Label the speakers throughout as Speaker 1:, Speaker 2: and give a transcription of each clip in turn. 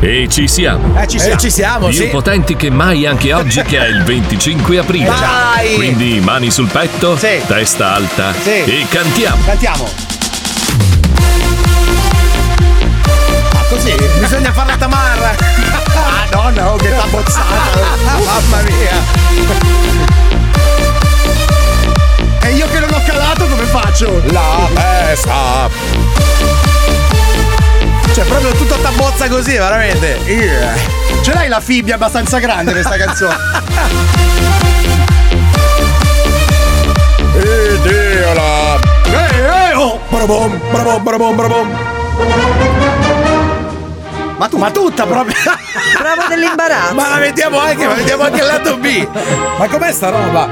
Speaker 1: E ci siamo.
Speaker 2: Eh, ci siamo.
Speaker 3: ci siamo,
Speaker 1: Più
Speaker 3: sì.
Speaker 1: potenti che mai anche oggi che è il 25 aprile.
Speaker 3: Vai!
Speaker 1: Quindi mani sul petto,
Speaker 2: Sì.
Speaker 1: testa alta
Speaker 2: Sì.
Speaker 1: e cantiamo.
Speaker 2: Cantiamo. Ah, così?
Speaker 3: Bisogna fare la tamarra.
Speaker 2: Ah, nonna, oh, che t'ha bozzata. Mamma mia. E io che non ho calato come faccio?
Speaker 3: La festa. Cioè, proprio tutta tabbozza così, veramente.
Speaker 2: Yeah. Ce l'hai la fibbia abbastanza grande questa canzone?
Speaker 3: Idiola. Eh, eh, oh. Barabom, barabom, barabom, barabom.
Speaker 2: Ma, tu- ma tutta proprio.
Speaker 4: Bravo dell'imbarazzo.
Speaker 3: Ma la mettiamo anche, ma mettiamo anche il lato B. Ma com'è sta roba?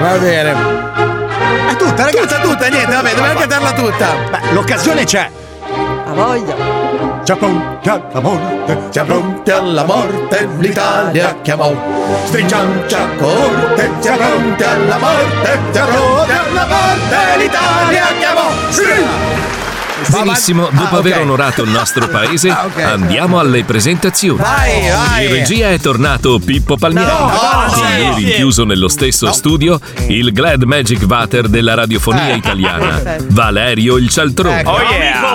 Speaker 3: Va bene.
Speaker 2: È tutta, ragazzi.
Speaker 3: Tutta, tutta, niente, vabbè, dobbiamo cantarla tutta.
Speaker 2: Beh, l'occasione c'è.
Speaker 4: A voglia.
Speaker 2: C'è pronti alla morte.
Speaker 3: Siamo pronti alla morte, l'Italia chiamò. Stringiamoci a corte, siamo pronti alla morte, siamo pronti alla morte, l'Italia chiamò. Sì!
Speaker 1: Benissimo,
Speaker 3: ma-
Speaker 1: dopo
Speaker 3: ah,
Speaker 1: aver
Speaker 3: ok.
Speaker 1: onorato il nostro paese,
Speaker 3: Ah, ok.
Speaker 1: andiamo alle presentazioni.
Speaker 3: Vai, vai.
Speaker 1: In regia è tornato Pippo Palmieri.
Speaker 3: dai,
Speaker 1: Ieri rinchiuso nello stesso studio il Glad Magic Water della radiofonia italiana, Valerio il Cialtrone.
Speaker 3: Ecco.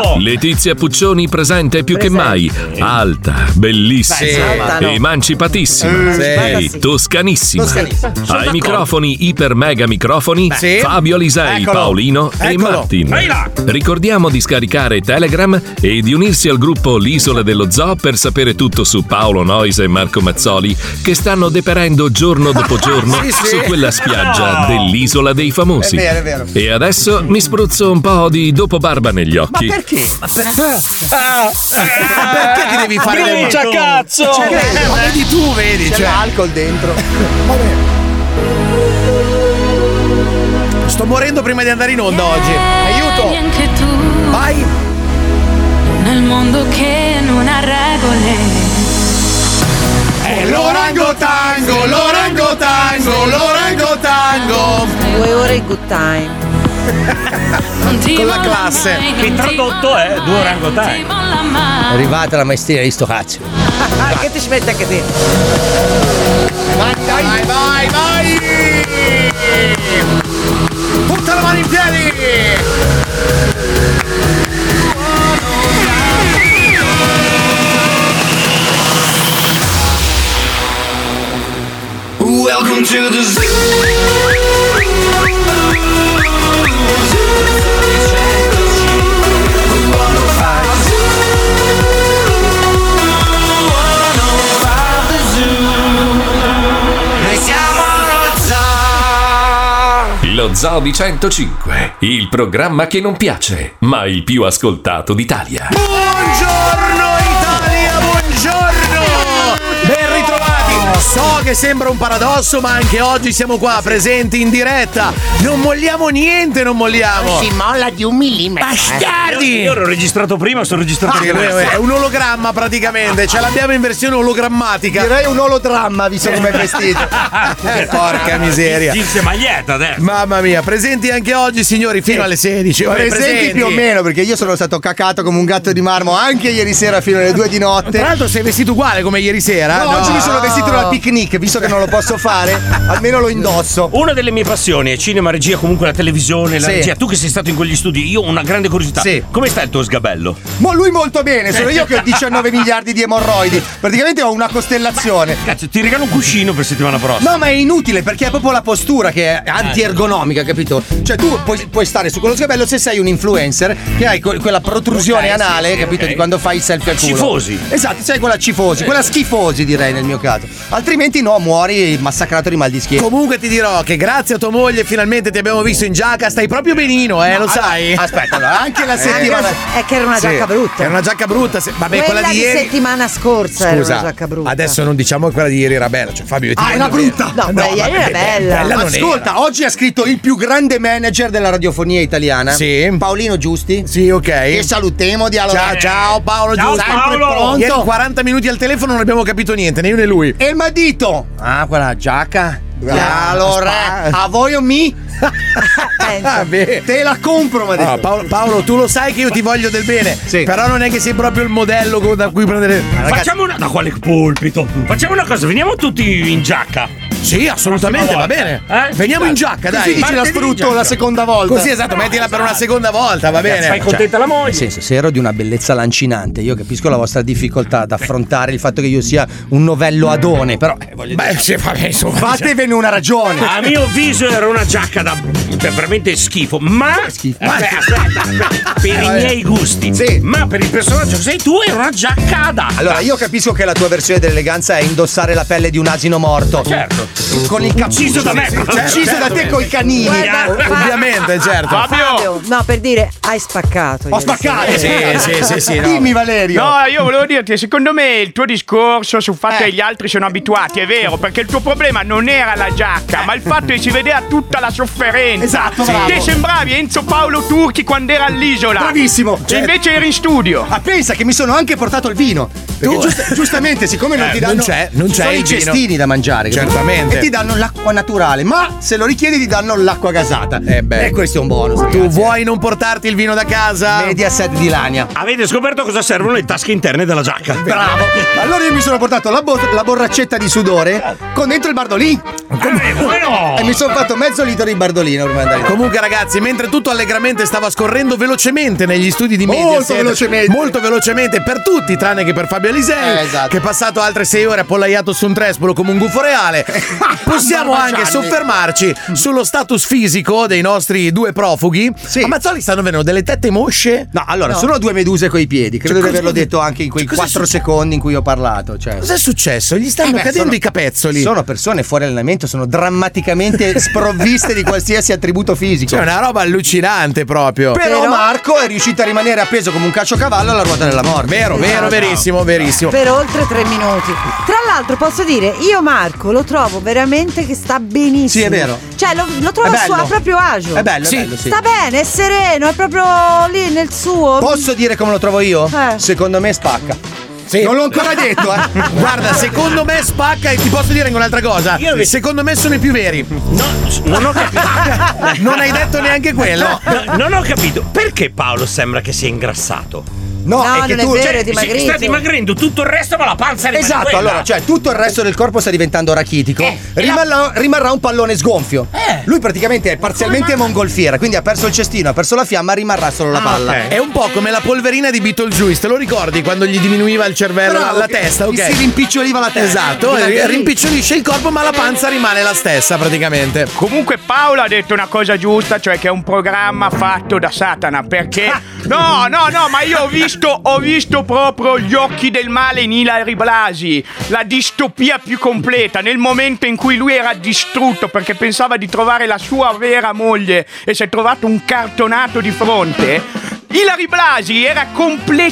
Speaker 3: Oh,
Speaker 1: Letizia Puccioni presente più che mai, alta,
Speaker 3: Sì.
Speaker 1: bellissima,
Speaker 4: Alta, no.
Speaker 1: emancipatissima
Speaker 3: Sì.
Speaker 1: e toscanissima.
Speaker 2: Toscanissima.
Speaker 1: Ai microfoni, iper mega microfoni,
Speaker 3: Sì.
Speaker 1: Fabio Alisei,
Speaker 2: Eccolo.
Speaker 1: Paolino e
Speaker 3: Eccolo.
Speaker 1: Martin. Ricordiamo di scaricare Telegram e di unirsi al gruppo L'Isola dello Zoo per sapere tutto su Paolo Noise e Marco Mazzoli che stanno deperendo giorno dopo giorno
Speaker 3: Sì, sì.
Speaker 1: su quella spiaggia dell'Isola dei Famosi.
Speaker 2: È vero, è vero.
Speaker 1: E adesso mi spruzzo un po' di dopo barba negli
Speaker 2: Ma
Speaker 1: occhi.
Speaker 2: perché? Ma Eh.
Speaker 3: Ah. Ma perché ti devi fare le
Speaker 5: Brucia cazzo!
Speaker 3: Ma vedi tu, vedi,
Speaker 2: Cioè, c'è
Speaker 3: cioè.
Speaker 2: l'alcol dentro.
Speaker 3: Sto morendo prima di andare in
Speaker 6: Eh.
Speaker 3: onda oggi.
Speaker 2: Aiuto.
Speaker 7: Aiuto! anche tu
Speaker 2: Vai.
Speaker 7: nel mondo che non ha regole.
Speaker 3: È l'orango tango, l'orango tango, l'orango tango.
Speaker 4: Due ore in good time.
Speaker 7: Non ti
Speaker 3: Con la
Speaker 7: molla
Speaker 3: classe.
Speaker 7: mai, non
Speaker 5: Che
Speaker 7: ti
Speaker 5: tradotto
Speaker 7: molla
Speaker 5: è?
Speaker 7: mai,
Speaker 5: Due orangutani.
Speaker 7: non ti molla
Speaker 3: Ah.
Speaker 7: mai.
Speaker 6: Arrivata la maestria di sto cazzo.
Speaker 4: Ah, che ti ci mette anche te?
Speaker 2: Vai, dai.
Speaker 3: Vai, vai, vai! Butta la mano in piedi!
Speaker 8: Welcome to the zoo. Noi siamo lo zoo.
Speaker 1: Lo Zoo di 105, il programma che non piace, ma il più ascoltato d'Italia.
Speaker 3: Buongiorno Italia, buongiorno! Ben ritrovati! So che sembra un paradosso, ma anche oggi siamo qua presenti in diretta. Non molliamo niente, non molliamo.
Speaker 6: molla di un millimetro. Eh.
Speaker 3: Bastardi!
Speaker 5: Io l'ho registrato prima, sono registrato
Speaker 3: Perché lui
Speaker 2: Ah,
Speaker 5: adesso.
Speaker 3: Ah, è un ologramma praticamente, ce l'abbiamo in versione ologrammatica.
Speaker 2: Direi un olodramma, visto come è vestito.
Speaker 3: Ah,
Speaker 2: Eh,
Speaker 3: Eh,
Speaker 6: Eh,
Speaker 3: Porca miseria.
Speaker 5: Jeans e maglietta adesso.
Speaker 3: Mamma mia, presenti anche oggi signori fino alle 16. Vabbè,
Speaker 2: Presenti più o meno, perché io sono stato cacato come un gatto di marmo anche ieri sera fino alle due di notte.
Speaker 3: Tra l'altro sei vestito uguale come ieri sera.
Speaker 2: No,
Speaker 3: No.
Speaker 2: oggi mi sono vestito da picnic, visto che non lo posso fare, almeno lo indosso.
Speaker 5: Una delle mie passioni è cinema, regia, comunque la televisione, la
Speaker 2: Sì.
Speaker 5: regia. Tu che sei stato in quegli studi, io ho una grande curiosità.
Speaker 2: Sì.
Speaker 5: Come sta il tuo sgabello?
Speaker 2: Ma lui molto bene, sono io che ho 19 miliardi di emorroidi. Praticamente ho una costellazione.
Speaker 5: Cazzo, ti regalo un cuscino per settimana prossima.
Speaker 6: No, ma è inutile perché è proprio la postura che è antiergonomica, capito? Cioè, tu puoi, puoi stare su quello sgabello se sei un influencer che hai que- quella protrusione
Speaker 5: Ok, sì,
Speaker 6: anale,
Speaker 5: sì,
Speaker 6: capito?
Speaker 5: ok.
Speaker 6: Di quando fai il selfie al culo.
Speaker 5: Cifosi.
Speaker 6: Esatto, sei quella cifosi, quella schifosi direi nel mio caso. Altrimenti no, muori massacrato di mal di schiena.
Speaker 3: Comunque ti dirò che grazie a tua moglie finalmente ti abbiamo visto in giacca, stai proprio benino, eh, lo sai. Eh,
Speaker 6: Aspetta, allora, anche la settimana.
Speaker 4: È che era una
Speaker 3: Sì.
Speaker 4: giacca brutta.
Speaker 3: Era una giacca brutta, se- vabbè, quella,
Speaker 4: Quella
Speaker 3: di
Speaker 4: di
Speaker 3: ieri.
Speaker 4: settimana scorsa era una giacca brutta.
Speaker 3: Adesso non diciamo che quella di ieri era bella, cioè Fabio ti
Speaker 2: Ah, era
Speaker 3: voglio bene.
Speaker 2: brutta!
Speaker 4: No, quella ieri
Speaker 3: vabbè,
Speaker 4: era
Speaker 3: be-
Speaker 4: bella.
Speaker 3: non
Speaker 6: Ascolta, oggi ha scritto il più grande manager della radiofonia italiana.
Speaker 3: Sì.
Speaker 6: Paolino Giusti.
Speaker 3: era. Sì, ok.
Speaker 6: E salutiamo di allora.
Speaker 3: Ciao, ciao Paolo
Speaker 5: Ciao,
Speaker 3: Giusti.
Speaker 5: Paolo.
Speaker 3: pronto. Ieri 40 minuti al telefono non abbiamo capito niente, né io né lui.
Speaker 6: E il madito? Ah, quella giacca. allora, a voi o mi?
Speaker 2: Te la compro, ma
Speaker 3: Ah, Paolo, Paolo, tu lo sai che io ti voglio del bene, però non è che sei proprio il modello co- da cui prendere. Ah,
Speaker 5: Facciamo una. Da quale pulpito? Facciamo una cosa, veniamo tutti in giacca.
Speaker 3: Sì, assolutamente, va bene.
Speaker 5: eh?
Speaker 3: Veniamo in giacca, dai.
Speaker 5: Così dici la sfrutto la
Speaker 2: seconda volta.
Speaker 3: Così, esatto, mettila per una seconda volta, va bene.
Speaker 5: Fai contenta la moglie.
Speaker 6: Nel senso, se ero di una bellezza lancinante, io capisco la vostra difficoltà ad affrontare il fatto che io sia un novello adone, però eh, voglio
Speaker 3: Beh, sì, vabbè, insomma. diciamo.
Speaker 2: Fatevene una ragione.
Speaker 5: diciamo. A mio avviso era una giacca da cioè, veramente schifo, ma Aspetta, aspetta, aspetta.
Speaker 6: Eh,
Speaker 5: per i miei gusti.
Speaker 2: Sì.
Speaker 5: Ma per il personaggio che sei tu era una giacca adatta.
Speaker 6: Allora, io capisco che la tua versione dell'eleganza è indossare la pelle di un asino morto.
Speaker 5: certo.
Speaker 6: Con il cappuccio.
Speaker 5: Ucciso da me.
Speaker 6: Certo,
Speaker 2: Ucciso da te coi canini.
Speaker 4: Guarda,
Speaker 3: Ov- Eh, Ovviamente, certo.
Speaker 4: Fabio, no, per dire, hai spaccato.
Speaker 2: Ho
Speaker 4: ieri
Speaker 2: spaccato.
Speaker 4: sera.
Speaker 3: Sì, sì, sì, sì. no.
Speaker 2: Dimmi, Valerio.
Speaker 9: No, io volevo dirti, secondo me il tuo discorso sul fatto che gli altri sono abituati è vero, perché il tuo problema non era la giacca, ma il fatto che si vedeva tutta la sofferenza.
Speaker 2: Esatto,
Speaker 9: Sì.
Speaker 2: bravo.
Speaker 9: Te sembravi Enzo Paolo Turchi quando era all'isola.
Speaker 2: Bravissimo.
Speaker 6: Eh,
Speaker 9: E invece eri in studio.
Speaker 2: Certo. Ma pensa che mi sono anche portato il vino. Perché giust- giustamente, siccome non
Speaker 3: Eh,
Speaker 2: ti
Speaker 3: non
Speaker 2: danno.
Speaker 3: c'è- non
Speaker 2: ci
Speaker 3: c'è
Speaker 2: sono
Speaker 3: il
Speaker 2: i
Speaker 3: vino.
Speaker 2: cestini da mangiare. capito?
Speaker 3: Certamente.
Speaker 2: E ti danno l'acqua naturale. Ma se lo richiedi, ti danno l'acqua gasata.
Speaker 3: Eh beh.
Speaker 2: E questo è un bonus.
Speaker 3: Tu
Speaker 2: ragazzi.
Speaker 3: vuoi non portarti il vino da casa?
Speaker 6: Mediaset di Lania.
Speaker 5: Avete scoperto cosa servono le tasche interne della giacca.
Speaker 2: Bravo. Allora io mi sono portato la, bo- la borraccetta di sudore con dentro il bardolino.
Speaker 5: Eh, come no?
Speaker 2: E mi sono fatto mezzo litro di bardolino per mandare.
Speaker 3: Comunque ragazzi, mentre tutto allegramente stava scorrendo velocemente negli studi di
Speaker 2: Molto
Speaker 3: Mediaset
Speaker 2: velocemente.
Speaker 3: molto velocemente per tutti, tranne che per Fabio Alisei,
Speaker 2: Eh, esatto.
Speaker 3: che è passato altre sei ore appollaiato su un trespolo come un gufo reale, possiamo anche soffermarci sullo status fisico dei nostri due profughi.
Speaker 2: Sì.
Speaker 3: A Mazzoli stanno venendo delle tette mosce.
Speaker 2: No, allora, sono due meduse coi piedi. Credo di
Speaker 3: Cioè, cosa-
Speaker 2: averlo detto anche in quei
Speaker 3: Cioè, cosa è
Speaker 2: quattro secondi in cui ho parlato. Cioè.
Speaker 3: Cos'è successo? Gli stanno
Speaker 2: beh,
Speaker 3: cadendo
Speaker 2: sono-
Speaker 3: i capezzoli.
Speaker 6: Eh Sono persone fuori allenamento, sono drammaticamente sprovviste di qualsiasi attributo fisico.
Speaker 3: Cioè, è una roba allucinante proprio.
Speaker 6: Però
Speaker 4: Però-
Speaker 6: Marco è riuscito a rimanere appeso come un caciocavallo alla ruota della morte.
Speaker 3: Vero, vero, verissimo, verissimo.
Speaker 4: Per oltre tre minuti. Tra l'altro posso dire, io Marco lo trovo veramente che sta benissimo.
Speaker 6: Sì, è vero.
Speaker 4: Ccè, lo, lo trovo
Speaker 6: È
Speaker 4: a suo-
Speaker 6: bello.
Speaker 4: a proprio agio.
Speaker 6: È bello, è bello, sì.
Speaker 4: Sta bene, è sereno, è proprio lì nel suo.
Speaker 6: Posso dire come lo trovo io?
Speaker 4: Eh.
Speaker 6: Secondo me spacca.
Speaker 2: Non l'ho ancora detto, eh.
Speaker 3: Guarda, secondo me spacca e ti posso dire anche un'altra cosa.
Speaker 5: Io invece-
Speaker 3: Secondo me sono i più veri.
Speaker 5: Non ho capito.
Speaker 3: Non hai detto neanche quello.
Speaker 5: No, non ho capito. Perché Paolo sembra che sia ingrassato?
Speaker 6: No,
Speaker 4: No,
Speaker 6: è che
Speaker 4: non è
Speaker 6: tu.
Speaker 4: vero,
Speaker 6: cioè,
Speaker 4: è dimagrito.
Speaker 5: sta dimagrendo tutto il resto, Eh, ma la panza rimane
Speaker 6: Esatto,
Speaker 5: quella. Eh,
Speaker 6: allora, cioè tutto il resto del corpo sta diventando rachitico, rimarrà, rimarrà un pallone sgonfio. Lui praticamente è parzialmente mongolfiera, quindi ha perso il cestino, ha perso la fiamma, rimarrà solo la palla.
Speaker 5: Ah, ok.
Speaker 3: Ah, È un po' come la polverina di Beetlejuice, te lo ricordi quando gli diminuiva il cervello, la,
Speaker 6: Bravo,
Speaker 3: la
Speaker 6: che-
Speaker 3: testa,
Speaker 6: gli
Speaker 3: ok?
Speaker 6: Si rimpiccioliva la testa.
Speaker 3: Esatto,
Speaker 6: Diventa-
Speaker 3: e rimpicciolisce il corpo ma la panza rimane la stessa praticamente.
Speaker 9: Comunque Paolo ha detto una cosa giusta, cioè che è un programma fatto da Satana, perché
Speaker 10: Ah.
Speaker 9: No, no, no, ma io ho visto ho visto proprio gli occhi del male in Hilary Blasi, la distopia più completa nel momento in cui lui era distrutto perché pensava di trovare la sua vera moglie e si è trovato un cartonato di fronte. Ilari Blasi era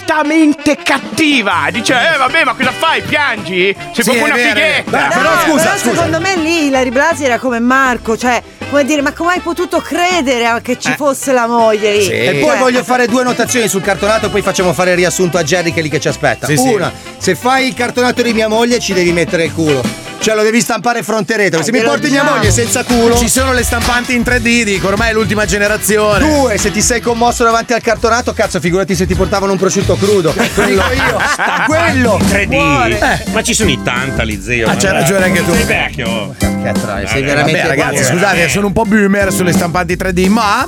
Speaker 9: completamente cattiva. Dice, eh vabbè, ma cosa fai? Piangi? Sei proprio
Speaker 3: è
Speaker 9: una
Speaker 3: vero, è vero.
Speaker 9: fighetta. Eh,
Speaker 2: Beh,
Speaker 4: No,
Speaker 2: però scusa,
Speaker 4: però
Speaker 2: scusa.
Speaker 4: secondo me lì Ilari Blasi era come Marco, cioè, come dire, ma come hai potuto credere a- che ci fosse la moglie lì? Cioè,
Speaker 6: E poi
Speaker 5: Cioè.
Speaker 6: voglio fare due notazioni sul cartonato, poi facciamo fare il riassunto a Jerry che è lì che ci aspetta.
Speaker 3: Sì, sì.
Speaker 6: Una, se fai il cartonato di mia moglie ci devi mettere il culo. Cioè lo devi stampare fronte e
Speaker 5: Eh,
Speaker 6: retro. Se mi
Speaker 4: glielo
Speaker 6: porti mia
Speaker 4: diciamo.
Speaker 6: moglie senza culo.
Speaker 3: Ci sono le stampanti in 3D, dico, ormai è l'ultima generazione.
Speaker 6: Due, se ti sei commosso davanti al cartonato, cazzo, figurati se ti portavano un prosciutto crudo. Lo dico io. Quello.
Speaker 5: 3D. Ma ci sono i tantali, zio. Eh,
Speaker 3: Ah, c'hai ragione anche tu.
Speaker 5: Sei vecchio. Eh,
Speaker 6: Cazzo, dai, sei
Speaker 5: Vabbè,
Speaker 6: veramente.
Speaker 3: Beh, ragazzi, scusate, sono un po' boomer sulle stampanti 3D, ma,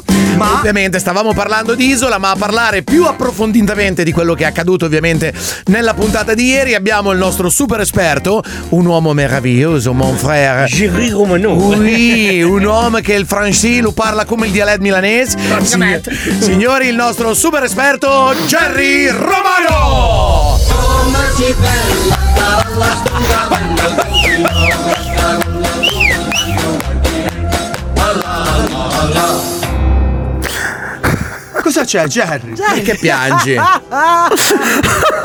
Speaker 3: ovviamente stavamo parlando di Isola, ma a parlare più approfonditamente di quello che è accaduto ovviamente nella puntata di ieri abbiamo il nostro super esperto, un uomo meraviglioso, mon frère.
Speaker 5: Giri come
Speaker 3: Oui, un uomo che il francese lo parla come il dialetto milanese. Sign- Signori, il nostro super esperto Jerry Romano!
Speaker 2: Cosa c'è, Jerry?
Speaker 3: Perché piangi?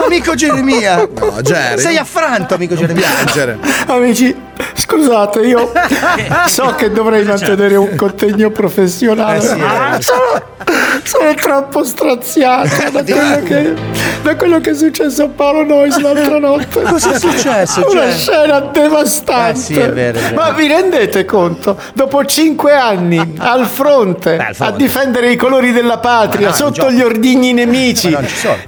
Speaker 2: Amico Geremia.
Speaker 3: No, Jerry.
Speaker 2: Sei affranto, amico
Speaker 3: non
Speaker 2: Geremia.
Speaker 3: piangere.
Speaker 11: Amici, scusate, io
Speaker 9: Certo.
Speaker 5: Eh
Speaker 9: Ah.
Speaker 11: so che dovrei mantenere un contegno professionale, ma sono, Sono troppo straziato
Speaker 5: Eh,
Speaker 11: da Ah, quello che, da quello che è successo a Paolo Nois l'altra notte.
Speaker 5: Cosa è successo,
Speaker 11: Una
Speaker 5: cioè?
Speaker 11: scena devastante.
Speaker 5: Eh sì, è vero, è vero.
Speaker 11: Ma vi rendete conto? Dopo cinque anni
Speaker 5: Ah.
Speaker 11: al fronte, a difendere i colori della patria
Speaker 10: Ma no, è un
Speaker 11: sotto gli ordigni nemici,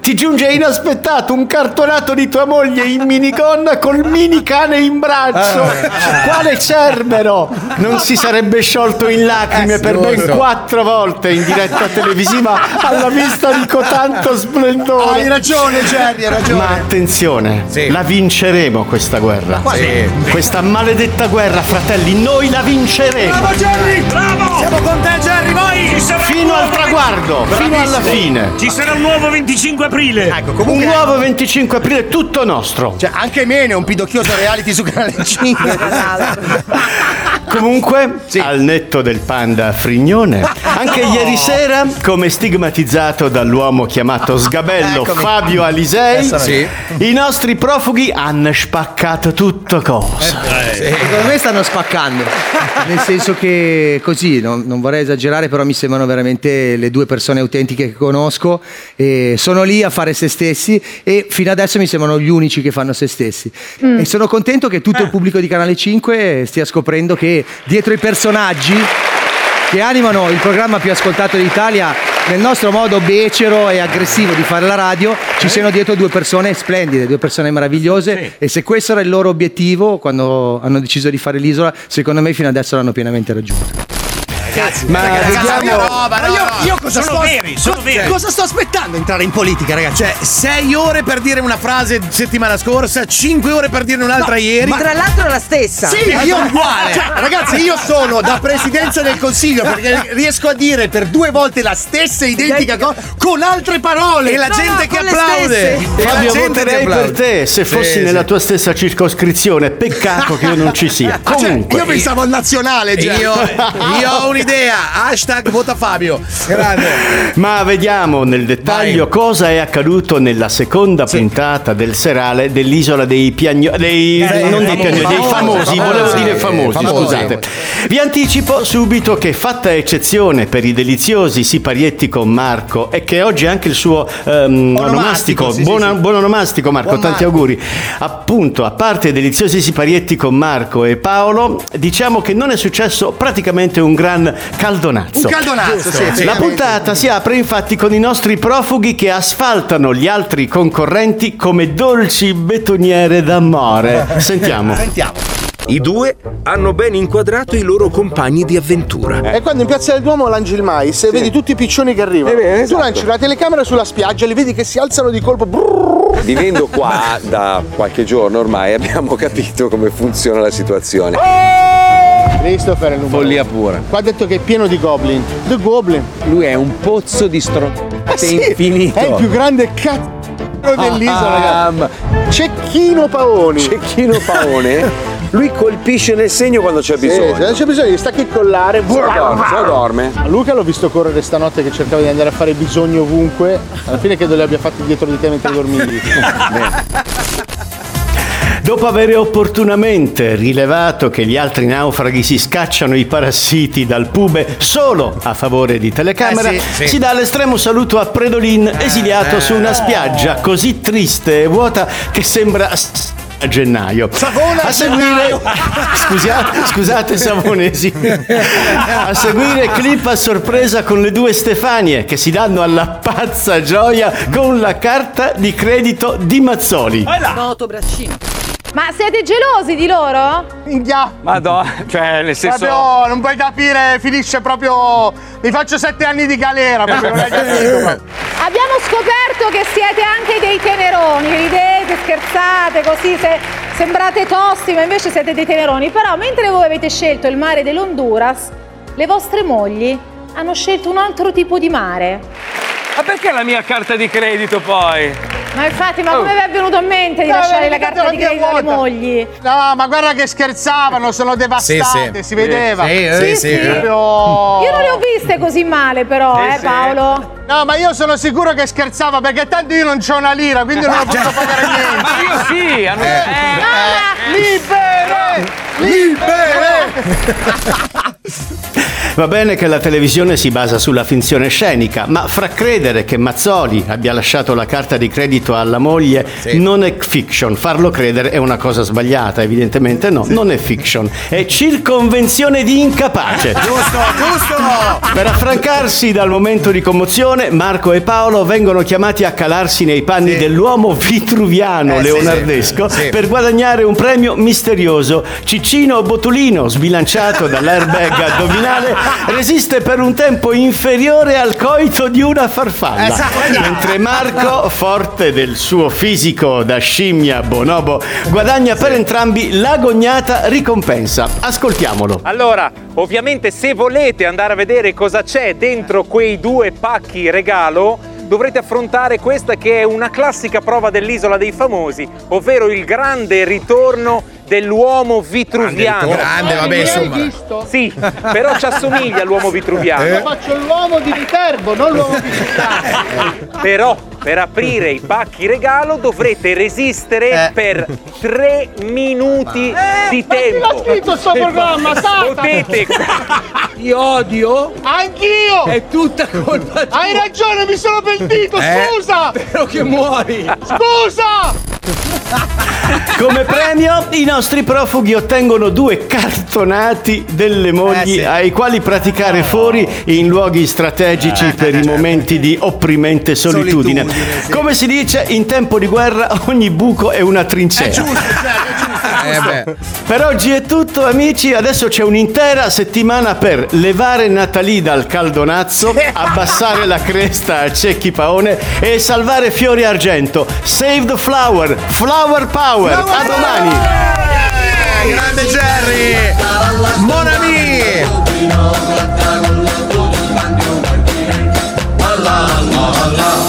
Speaker 11: ti giunge inaspettato un cartonato di tua moglie in minigonna col mini cane in braccio.
Speaker 5: Ah.
Speaker 11: Quale Cerbero non si sarebbe sciolto in lacrime
Speaker 10: Eh,
Speaker 11: per ben
Speaker 10: sicuro.
Speaker 11: quattro volte in diretta televisiva alla vista di cotanto splendore.
Speaker 10: Hai ragione, Jerry, hai ragione.
Speaker 11: Ma attenzione, la vinceremo questa guerra.
Speaker 10: Sì.
Speaker 11: Questa maledetta guerra, fratelli, noi la vinceremo.
Speaker 5: Bravo, Jerry! Bravo! Siamo con te, Jerry, vai!
Speaker 11: Fino al traguardo, fino alla fine.
Speaker 12: Ci sarà un nuovo 25 aprile.
Speaker 10: Ecco,
Speaker 11: Un nuovo 25 aprile tutto nostro.
Speaker 10: Cioè, anche meno è un pidocchioso reality su Canale 5.
Speaker 11: Comunque, al netto del panda frignone,
Speaker 10: Ah,
Speaker 11: anche ieri sera, come stigmatizzato dall'uomo chiamato Sgabello
Speaker 10: Eccomi.
Speaker 11: Fabio Alisei,
Speaker 10: Adesso noi.
Speaker 11: i nostri profughi hanno spaccato tutto cosa.
Speaker 3: Eh,
Speaker 6: Secondo Ecco, me stanno spaccando. Nel senso che così, non, non vorrei esagerare, però mi sembrano veramente le due persone autentiche che conosco. E sono lì a fare se stessi e fino adesso mi sembrano gli unici che fanno se stessi. E sono contento che
Speaker 2: Eh.
Speaker 6: tutto il pubblico di Canale 5 stia scoprendo che dietro i personaggi che animano il programma più ascoltato d'Italia, nel nostro modo becero e aggressivo di fare la radio, ci siano dietro due persone splendide, due persone meravigliose e se questo era il loro obiettivo quando hanno deciso di fare l'isola, secondo me fino adesso l'hanno pienamente raggiunto.
Speaker 10: Ragazzi,
Speaker 11: Ma vediamo-
Speaker 10: ma io, io cosa
Speaker 12: Sono
Speaker 10: sto
Speaker 12: veri, sono
Speaker 10: cosa-
Speaker 12: veri.
Speaker 10: cosa sto aspettando entrare in politica, ragazzi?
Speaker 3: Cioè, sei ore per dire una frase settimana scorsa, cinque ore per dire un'altra ieri.
Speaker 4: Tra l'altro la stessa.
Speaker 10: Sì, ma io uguale. Cioè, ragazzi, io sono da presidenza del consiglio
Speaker 3: Eh, cioè,
Speaker 10: perché riesco a dire per due volte la stessa identica cosa con altre parole.
Speaker 3: E la
Speaker 10: No,
Speaker 3: gente
Speaker 10: no,
Speaker 3: che
Speaker 10: con le
Speaker 3: applaude.
Speaker 10: stesse.
Speaker 3: E la gente
Speaker 11: Fabio,
Speaker 3: che
Speaker 11: voterei per
Speaker 3: applaude.
Speaker 11: te se
Speaker 3: Sì,
Speaker 11: fossi
Speaker 3: sì.
Speaker 11: nella tua stessa circoscrizione. Peccato che io non ci sia.
Speaker 10: Ah, cioè,
Speaker 11: Comunque,
Speaker 10: io pensavo al nazionale già.
Speaker 3: Io, io ho un'idea. Hashtag vota Fabio. Grande.
Speaker 11: Ma vediamo nel dettaglio cosa è accaduto nella seconda puntata del serale dell'isola dei piagno... dei...
Speaker 10: Eh,
Speaker 11: non
Speaker 10: famosi,
Speaker 11: dei piagno- dei famosi,
Speaker 10: famosi,
Speaker 11: volevo
Speaker 10: famosi,
Speaker 11: dire famosi,
Speaker 10: famosi.
Speaker 11: scusate. Vi anticipo subito che fatta eccezione per i deliziosi siparietti con Marco e che oggi è anche il suo ehm, onomastico,
Speaker 10: sì, sì,
Speaker 11: buon,
Speaker 10: sì.
Speaker 11: buon onomastico Marco,
Speaker 10: Buon
Speaker 11: tanti
Speaker 10: Marco.
Speaker 11: auguri. Appunto, a parte i deliziosi siparietti con Marco e Paolo, diciamo che non è successo praticamente un gran caldonazzo.
Speaker 10: Un caldonazzo, sì, sì.
Speaker 11: La puntata si apre infatti con i nostri profughi che asfaltano gli altri concorrenti come dolci betoniere d'amore. Sentiamo.
Speaker 10: Sentiamo.
Speaker 13: I due hanno ben inquadrato i loro compagni di avventura.
Speaker 14: Eh.
Speaker 15: E quando in Piazza del Duomo lanci il mais e vedi tutti i piccioni che
Speaker 14: Eh,
Speaker 15: arrivano,
Speaker 14: esatto.
Speaker 15: tu lanci una telecamera sulla spiaggia e li vedi che si alzano di colpo. brrrr.
Speaker 14: Vivendo qua da qualche giorno ormai abbiamo capito come funziona la situazione.
Speaker 15: Christopher è il numero.
Speaker 14: Follia pura.
Speaker 15: Qua ha detto che è pieno di goblin. The goblin. Eh,
Speaker 14: Lui è un pozzo di stronzate infinito.
Speaker 15: È il più grande cazzo dell'isola,
Speaker 14: Ah,
Speaker 15: ragazzi. Cecchino Paoni.
Speaker 14: Cecchino Paone, lui colpisce nel segno quando c'è
Speaker 15: Sì,
Speaker 14: bisogno.
Speaker 15: se non c'è bisogno, gli stacchi il collare.
Speaker 14: dorme, se dorme.
Speaker 15: A Luca l'ho visto correre stanotte che cercava di andare a fare bisogno ovunque. Alla fine credo li abbia fatti dietro di te mentre dormivi.
Speaker 11: Dopo aver opportunamente rilevato che gli altri naufraghi si scacciano i parassiti dal pube solo a favore di telecamera,
Speaker 10: Eh, sì, sì.
Speaker 11: si dà l'estremo saluto a Predolin
Speaker 16: Eh,
Speaker 11: esiliato su una spiaggia così triste e vuota che sembra s- a gennaio.
Speaker 10: Savona
Speaker 11: a seguire Scusia- scusate Savonesi. A seguire clip a sorpresa con le due Stefanie che si danno alla pazza gioia con la carta di credito di Mazzoli.
Speaker 17: Noto braccino. Ma siete gelosi di loro?
Speaker 15: Minchia!
Speaker 14: Ma no, cioè nel
Speaker 15: Proprio, non puoi capire, finisce proprio. Mi faccio sette anni di galera, proprio, non hai capito. ma-
Speaker 17: Abbiamo scoperto che siete anche dei teneroni, ridete, scherzate, così se- sembrate tosti, ma invece siete dei teneroni. Però mentre voi avete scelto il mare dell'Honduras, le vostre mogli hanno scelto un altro tipo di mare.
Speaker 18: Ma perché la mia carta di credito poi?
Speaker 17: Ma infatti, ma come vi è venuto in mente di
Speaker 15: No, mi
Speaker 17: lasciare la
Speaker 15: ricordavo
Speaker 17: carta di
Speaker 15: anche
Speaker 17: credito alle
Speaker 15: vuota.
Speaker 17: mogli?
Speaker 15: No, ma guarda che scherzavano, sono devastate,
Speaker 3: Sì, sì.
Speaker 15: si vedeva.
Speaker 3: Sì, eh, sì, sì.
Speaker 15: Proprio-
Speaker 17: Io non le ho viste così male, però, eh, Paolo.
Speaker 15: No, ma io sono sicuro che scherzava perché tanto io non c'ho una lira, quindi non lo posso pagare niente.
Speaker 18: Ma io
Speaker 10: Eh.
Speaker 18: sì, eh. hanno...
Speaker 15: Libere! Libere!
Speaker 11: Va bene che la televisione si basa sulla finzione scenica, ma fra credere che Mazzoli abbia lasciato la carta di credito alla moglie non è fiction. Farlo credere è una cosa sbagliata, evidentemente no, non è fiction. È circonvenzione di incapace.
Speaker 8: Giusto, giusto!
Speaker 11: Per affrancarsi dal momento di commozione, Marco e Paolo vengono chiamati a calarsi nei panni dell'uomo vitruviano
Speaker 16: Eh, sì,
Speaker 11: leonardesco
Speaker 16: sì, sì.
Speaker 11: per guadagnare un premio misterioso. Ciccino Botulino, sbilanciato dall'airbag addominale, resiste per un tempo inferiore al coito di una farfalla.
Speaker 8: Esatto.
Speaker 6: Ah.
Speaker 11: Mentre Marco, forte del suo fisico da scimmia bonobo, guadagna per entrambi l'agognata ricompensa. Ascoltiamolo.
Speaker 14: Allora, ovviamente se volete andare a vedere cosa c'è dentro quei due pacchi regalo, dovrete affrontare questa che è una classica prova dell'isola dei famosi, ovvero il grande ritorno dell'uomo vitruviano.
Speaker 8: ritorno. Grande, vabbè, insomma.
Speaker 14: Sì, però ci assomiglia all'uomo
Speaker 10: Io
Speaker 8: Eh.
Speaker 14: vitruviano.
Speaker 10: faccio l'uomo di Viterbo, non l'uomo di
Speaker 14: Però per aprire i pacchi regalo dovrete
Speaker 10: Eh.
Speaker 14: resistere per tre minuti di tempo.
Speaker 10: l'ha scritto sto programma, Satana?
Speaker 14: Potete
Speaker 10: Ti odio. Anch'io. È tutta colpa tua. Hai ragione, mi sono pentito,
Speaker 11: Eh.
Speaker 10: scusa. Spero che muori. Scusa.
Speaker 11: Come premio i nostri profughi ottengono due cartonati delle mogli ai quali praticare fori in luoghi strategici per i momenti di opprimente Eh, solitudine. Come si dice, in tempo di guerra ogni buco è una trincea.
Speaker 8: Eh,
Speaker 16: eh,
Speaker 11: Per oggi è tutto amici, adesso c'è un'intera settimana per levare Natalie dal caldonazzo, abbassare la cresta a Cecchi Paone e salvare Fiori Argento. Save the flower, flower
Speaker 3: Eh,
Speaker 11: power, a domani!
Speaker 3: Grande Jerry! Mon ami!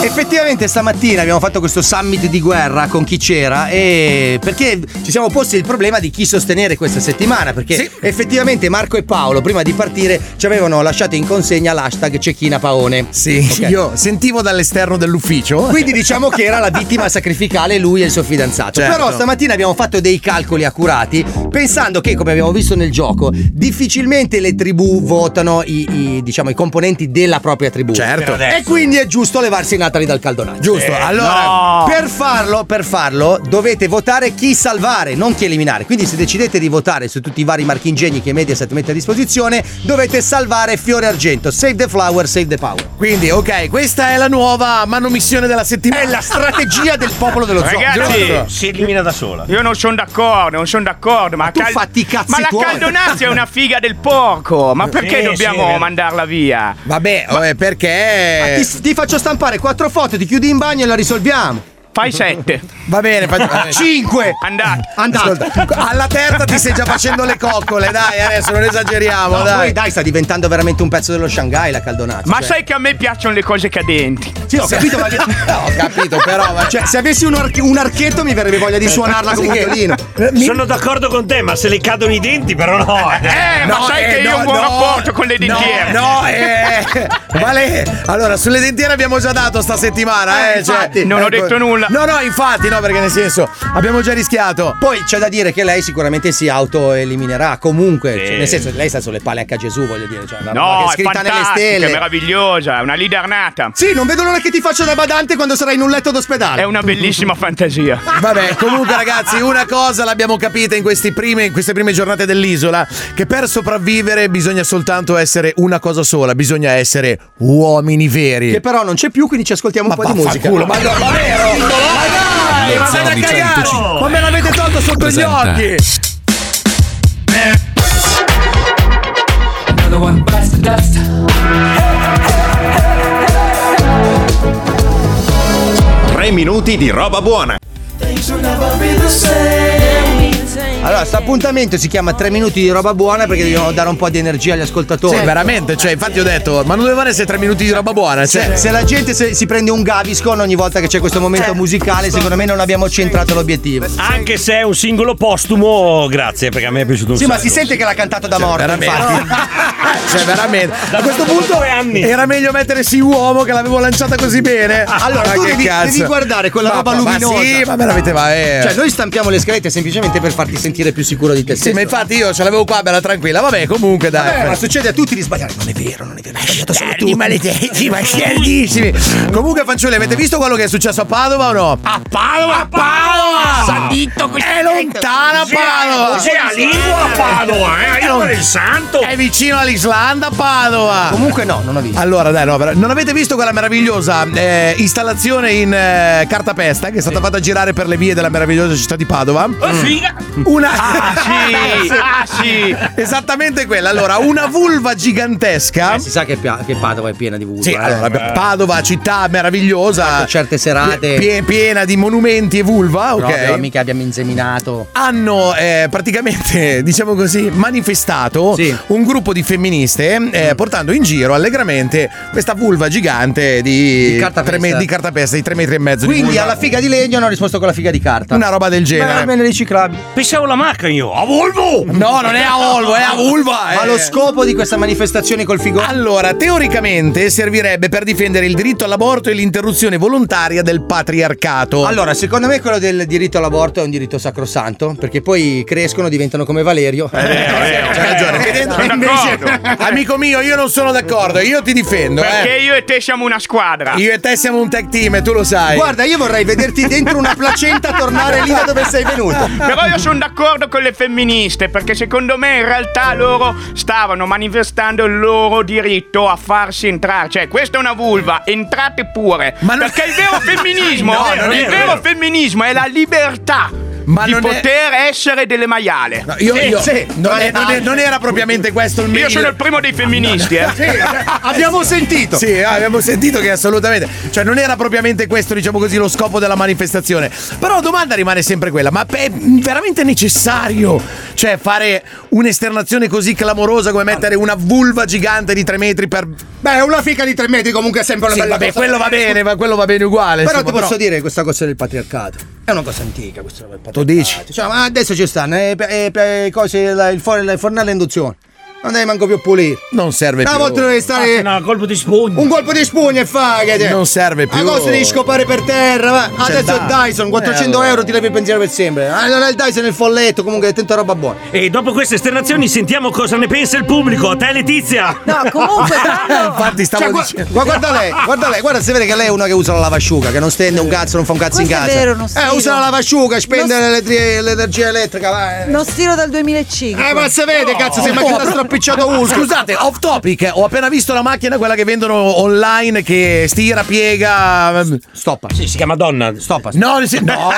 Speaker 6: Effettivamente stamattina abbiamo fatto questo summit di guerra con chi c'era e perché ci siamo posti il problema di chi sostenere questa settimana perché effettivamente Marco e Paolo prima di partire ci avevano lasciato in consegna l'hashtag Cecchina Paone. Sì,
Speaker 3: io sentivo dall'esterno dell'ufficio.
Speaker 6: Quindi diciamo che era la vittima sacrificale lui e il suo fidanzato.
Speaker 3: Certo.
Speaker 6: Però stamattina abbiamo fatto dei calcoli accurati pensando che, come abbiamo visto nel gioco, difficilmente le tribù votano i, i- diciamo, i componenti della propria tribù.
Speaker 3: Certo. Per adesso.
Speaker 6: E quindi è giusto levarsi i Natali dal caldonato.
Speaker 3: Giusto, allora- no.
Speaker 6: Per farlo, per farlo, dovete votare chi salvare, non chi eliminare. Quindi se decidete di votare su tutti i vari marchingegni che Mediaset mette a disposizione, dovete salvare Fiore Argento. Save the flower, save the power.
Speaker 3: Quindi, ok, questa è la nuova manomissione della settimana. È la strategia del popolo dello
Speaker 9: Ragazzi,
Speaker 3: si elimina da sola.
Speaker 9: Io non sono d'accordo, non sono d'accordo, ma,
Speaker 3: tu
Speaker 9: cal-
Speaker 3: fatti i cazzi
Speaker 9: ma la
Speaker 3: tuoi.
Speaker 9: caldonazzi è una figa del porco,
Speaker 6: Eh,
Speaker 9: ma perché
Speaker 3: Sì, sì, è
Speaker 9: dobbiamo
Speaker 3: vero.
Speaker 9: mandarla via?
Speaker 3: Vabbè, eh, perché.
Speaker 6: Ti, ti faccio stampare quattro foto, ti chiudi in bagno e la risolviamo.
Speaker 9: Fai sette.
Speaker 3: Va bene, faccio- Cinque.
Speaker 9: Andate.
Speaker 6: Andate.
Speaker 3: Ascolta, alla terza ti stai già facendo le coccole, dai, adesso non esageriamo,
Speaker 6: No,
Speaker 3: dai.
Speaker 6: poi dai, sta diventando veramente un pezzo dello Shanghai la caldonata.
Speaker 9: Ma
Speaker 6: cioè.
Speaker 9: sai che a me piacciono le cose cadenti.
Speaker 6: Sì, ho capito, ma... no, ho capito, però, ma cioè, se avessi un, arch- un archetto mi verrebbe voglia
Speaker 19: Eh,
Speaker 3: Eh,
Speaker 6: di suonarla con un violino.
Speaker 19: Sono d'accordo con te, ma se le cadono i denti, però no.
Speaker 9: Eh, ma sai che io ho un buon rapporto con le dentiere.
Speaker 3: No, no, eh, Vale, allora sulle dentiere abbiamo già dato sta settimana, eh,
Speaker 6: Eh, infatti,
Speaker 3: cioè,
Speaker 6: non ho
Speaker 3: ecco-
Speaker 6: detto nulla.
Speaker 3: No, no, infatti, no, perché nel senso abbiamo già rischiato.
Speaker 6: Poi c'è da dire che lei sicuramente si autoeliminerà comunque, cioè, nel senso lei sta sulle palle anche a Gesù, voglio dire, cioè, una roba
Speaker 9: No,
Speaker 6: che
Speaker 9: è
Speaker 6: è scritta nelle
Speaker 9: fantastica, è
Speaker 6: stelle.
Speaker 9: meravigliosa, è una leader nata.
Speaker 6: Sì, non vedo l'ora che ti faccio da badante quando sarai in un letto d'ospedale.
Speaker 9: È una bellissima fantasia.
Speaker 3: Vabbè, comunque ragazzi, una cosa l'abbiamo capita in, questi prime- in queste prime giornate dell'isola, che per sopravvivere bisogna soltanto essere una cosa sola, bisogna essere uomini veri.
Speaker 6: Che però non c'è più, quindi ci ascoltiamo un po' di musica.
Speaker 3: vaffanculo, ma no, ma vero?
Speaker 6: Ma dai,
Speaker 3: Eh, ma andate a cagare! Ma me l'avete tolto sotto gli
Speaker 8: Presenta.
Speaker 3: occhi!
Speaker 8: Another one bites the dust.
Speaker 20: Tre minuti di roba buona.
Speaker 6: Allora, sta appuntamento si chiama 3 minuti di roba buona perché dobbiamo dare un po' di energia agli ascoltatori.
Speaker 3: Sì, veramente, cioè, infatti ho detto, ma non dovevano essere tre minuti di roba buona, cioè.
Speaker 6: Se, se la gente se- si prende un Gaviscon ogni volta che c'è questo momento musicale, secondo me non abbiamo centrato l'obiettivo.
Speaker 19: Anche se è un singolo postumo, grazie, perché a me è piaciuto un
Speaker 6: Sì,
Speaker 19: sacco.
Speaker 6: ma si sente che l'ha cantato da
Speaker 19: Cioè,
Speaker 6: morto,
Speaker 19: veramente.
Speaker 6: infatti. Eh.
Speaker 3: Cioè, veramente. A questo punto era meglio mettersi uomo che l'avevo lanciata così bene.
Speaker 6: Allora,
Speaker 3: Ah, Ma
Speaker 6: Ah, tu
Speaker 3: che
Speaker 6: devi,
Speaker 3: cazzo.
Speaker 6: devi guardare quella
Speaker 3: Ma-
Speaker 6: roba
Speaker 3: ma- ma
Speaker 6: luminosa.
Speaker 3: sì, ma veramente, ma è-
Speaker 6: Cioè, noi stampiamo le scalette semplicemente per far farti sentire più sicuro di te
Speaker 3: Sì,
Speaker 6: stesso.
Speaker 3: ma infatti io ce l'avevo qua bella tranquilla. Vabbè, comunque dai.
Speaker 6: Vabbè, ma succede a tutti di sbagliare, non è vero, non è vero. hai sbagliato solo tu.
Speaker 3: Bastardi Eh, maledetti, bastardissimi. Comunque, fanciulli, avete visto quello che è successo a Padova o no? A Padova, a Padova! È lontana Padova!
Speaker 5: C'è la lingua a Padova, eh? Io non il santo!
Speaker 3: È vicino all'Islanda, Padova!
Speaker 6: Comunque no, non ho visto.
Speaker 3: Allora, dai, no, però- non avete visto quella meravigliosa eh, installazione in eh, cartapesta che è stata fatta girare per le vie della meravigliosa città di Padova? Mm. Una.
Speaker 9: Ah, sì, ah, sì.
Speaker 3: Esattamente quella. Allora, una vulva gigantesca.
Speaker 6: Eh, si sa che, Pia- che Padova è piena di vulva.
Speaker 3: Sì,
Speaker 6: eh.
Speaker 3: allora,
Speaker 6: Eh.
Speaker 3: Padova, città meravigliosa.
Speaker 6: certe serate.
Speaker 3: pie- piena di monumenti e vulva,
Speaker 6: No, però
Speaker 3: ok.
Speaker 6: mica abbiamo inseminato.
Speaker 3: hanno eh, praticamente, diciamo così, manifestato un gruppo di femministe eh,
Speaker 6: Mm.
Speaker 3: portando in giro allegramente questa vulva gigante di,
Speaker 6: Di cartapesta.
Speaker 3: tre me- di cartapesta di 3 metri e mezzo.
Speaker 6: Quindi
Speaker 3: di
Speaker 6: alla figa di legno hanno risposto con la figa di carta.
Speaker 3: Una roba del genere.
Speaker 6: Ma almeno riciclabili.
Speaker 19: Pensavo la macchina io, a Volvo!
Speaker 3: No, non è a Volvo, è a vulva. eh.
Speaker 6: Ma lo scopo di questa manifestazione col figone?
Speaker 3: Allora, teoricamente servirebbe per difendere il diritto all'aborto e l'interruzione volontaria del patriarcato.
Speaker 6: Allora, secondo me quello del diritto all'aborto è un diritto sacrosanto, perché poi crescono, diventano come Valerio.
Speaker 3: Hai ragione,
Speaker 9: Eh,
Speaker 3: vedendo- invece- Eh, amico mio, io non sono d'accordo, io ti difendo.
Speaker 9: Perché
Speaker 3: eh.
Speaker 9: io e te siamo una squadra.
Speaker 3: Io e te siamo un tag team e tu lo sai.
Speaker 9: Guarda,
Speaker 6: io vorrei vederti dentro una placenta tornare lì da dove sei venuto.
Speaker 9: Però io sono d'accordo con le femministe perché secondo me in realtà loro stavano manifestando il loro diritto a farsi entrare. Cioè, questa è una vulva, entrate pure. Perché il vero femminismo,
Speaker 3: No, non è
Speaker 9: il
Speaker 3: vero.
Speaker 9: vero femminismo è la libertà di
Speaker 3: non è-
Speaker 9: poter essere delle maiale.
Speaker 3: No, io, io- non, è- non è- non era propriamente questo il mio.
Speaker 9: Io
Speaker 3: cioè,
Speaker 9: sono il primo dei femministi, eh.
Speaker 3: abbiamo sentito. Sì, eh, abbiamo sentito che assolutamente. Cioè, non era propriamente questo, diciamo così, lo scopo della manifestazione. Però la domanda rimane sempre quella: ma è veramente necessario? Cioè, fare un'esternazione così clamorosa come mettere una vulva gigante di 3 metri per.
Speaker 21: Beh, una fica di 3 metri comunque è sempre una
Speaker 3: Sì,
Speaker 21: bella
Speaker 3: vabbè,
Speaker 21: cosa.
Speaker 3: quello va bene, ma quello va bene uguale.
Speaker 6: Però
Speaker 3: insomma,
Speaker 6: ti posso dire questa cosa del patriarcato. È una cosa antica questa roba del
Speaker 3: Tu dici?
Speaker 6: patriarcato. Cioè, ma adesso ci stanno eh, pe- eh, pe- cose, la- il, for- il fornello a induzione. Non devi manco più pulire.
Speaker 3: Non serve
Speaker 6: Una
Speaker 3: più.
Speaker 6: volta dovevi
Speaker 5: Ah,
Speaker 6: stare.
Speaker 19: un Ah, colpo di spugna.
Speaker 6: Un colpo di spugna e fagate.
Speaker 3: Non serve più.
Speaker 6: La cosa devi scopare per terra. va.
Speaker 3: C'è
Speaker 6: Adesso
Speaker 3: il Dyson.
Speaker 6: è Dyson, 400
Speaker 3: Eh, allora.
Speaker 6: euro ti levi il pensiero per sempre. Ah, non è il Dyson, è il folletto. Comunque è tanta roba buona.
Speaker 19: E dopo queste esternazioni sentiamo cosa ne pensa il pubblico. A te Letizia!
Speaker 4: No, comunque, quando-
Speaker 3: Infatti
Speaker 6: Cioè, gua- ma guarda lei, guarda lei, guarda se vede che lei è una che usa la lavasciuga, che non stende un cazzo, non fa un cazzo in
Speaker 4: Questo è
Speaker 6: casa.
Speaker 4: vero, non
Speaker 6: eh,
Speaker 4: stiro.
Speaker 6: usa la lavasciuga, spende
Speaker 4: Non-
Speaker 6: l'elettri- l'energia elettrica, va. eh.
Speaker 4: Non stiro dal 2005.
Speaker 6: Eh, ma se vede, cazzo, sembra che t'ha strappicciato uno.
Speaker 3: Scusate, off topic, eh, ho appena visto la macchina, quella che vendono online, che stira, piega.
Speaker 6: Stoppa.
Speaker 19: Sì, si chiama Donna.
Speaker 6: Stoppa.
Speaker 3: No, si- no,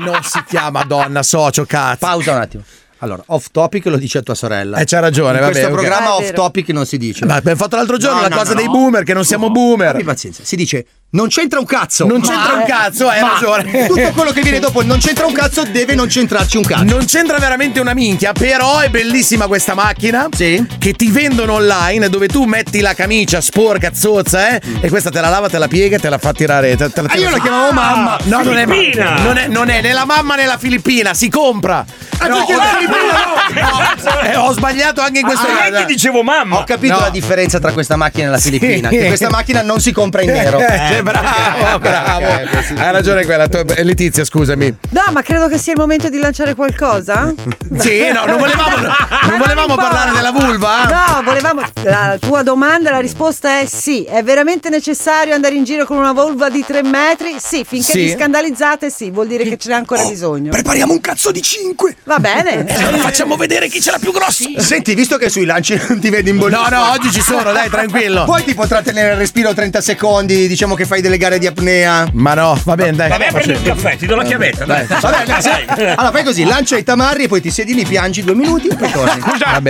Speaker 3: non si chiama Donna, socio, cazzo.
Speaker 6: Pausa un attimo. Allora, off topic lo dice a tua sorella.
Speaker 3: Eh, c'ha ragione,
Speaker 6: In
Speaker 3: vabbè,
Speaker 6: questo
Speaker 3: ok.
Speaker 6: programma
Speaker 3: Ah, è
Speaker 6: off
Speaker 3: vero.
Speaker 6: topic non si dice.
Speaker 3: Ma abbiamo fatto l'altro giorno
Speaker 6: No,
Speaker 3: la
Speaker 6: no,
Speaker 3: cosa
Speaker 6: no,
Speaker 3: dei
Speaker 6: no.
Speaker 3: boomer, che non siamo boomer.
Speaker 6: Abbi pazienza, si dice non c'entra un cazzo.
Speaker 3: Non c'entra un cazzo, hai
Speaker 6: ma-
Speaker 3: ragione.
Speaker 6: Tutto quello che viene dopo il non c'entra un cazzo deve non centrarci un cazzo.
Speaker 3: Non c'entra veramente una minchia, però è bellissima questa macchina che ti vendono online dove tu metti la camicia sporca, zozza, eh, e questa te la lava, te la piega e te la fa tirare. Te, te la
Speaker 6: Ah, io la chiamavo
Speaker 3: chiamavo
Speaker 6: mamma.
Speaker 3: No, non è,
Speaker 6: Filippina.
Speaker 3: mamma. non, è, non è né la mamma né la filippina, si compra.
Speaker 6: Ah,
Speaker 3: No,
Speaker 6: perché
Speaker 3: ho-
Speaker 6: la filippina
Speaker 3: no, eh, ho sbagliato anche in questo
Speaker 6: Ah,
Speaker 3: caso.
Speaker 6: io ti
Speaker 19: dicevo mamma.
Speaker 6: Ho capito
Speaker 3: No.
Speaker 6: la differenza tra questa macchina e la Filippina. Che questa macchina non si compra in nero.
Speaker 3: Eh, cioè, bravo, Ah, bravo.
Speaker 6: Eh,
Speaker 3: Hai ragione quella. tu- eh, Letizia, scusami.
Speaker 4: No, ma credo che sia il momento di lanciare qualcosa.
Speaker 3: Sì, no, non volevamo, non volevamo parlare della vulva?
Speaker 6: eh.
Speaker 4: No, volevamo. La tua domanda, la risposta è sì. È veramente necessario andare in giro con una vulva di 3 metri? Sì, finché
Speaker 3: Sì.
Speaker 4: vi scandalizzate, sì, vuol dire che ce n'è ancora bisogno.
Speaker 6: Oh, Prepariamo un cazzo di 5!
Speaker 4: Va bene.
Speaker 3: Facciamo vedere chi ce l'ha più grossa.
Speaker 6: Senti, visto che sui lanci non ti vedi in bollino.
Speaker 3: No, no, oggi ci sono, dai, tranquillo.
Speaker 6: Poi ti potrà tenere il respiro 30 secondi, diciamo che fai delle gare di apnea.
Speaker 3: Ma no, va bene, dai.
Speaker 19: Vabbè, prendi un caffè, ti do
Speaker 3: Eh,
Speaker 19: la chiavetta. Dai.
Speaker 6: Vabbè, dai, sai. Allora fai così, lancia i tamarri e poi ti siedi lì, piangi due minuti e poi torni.
Speaker 9: Scusa,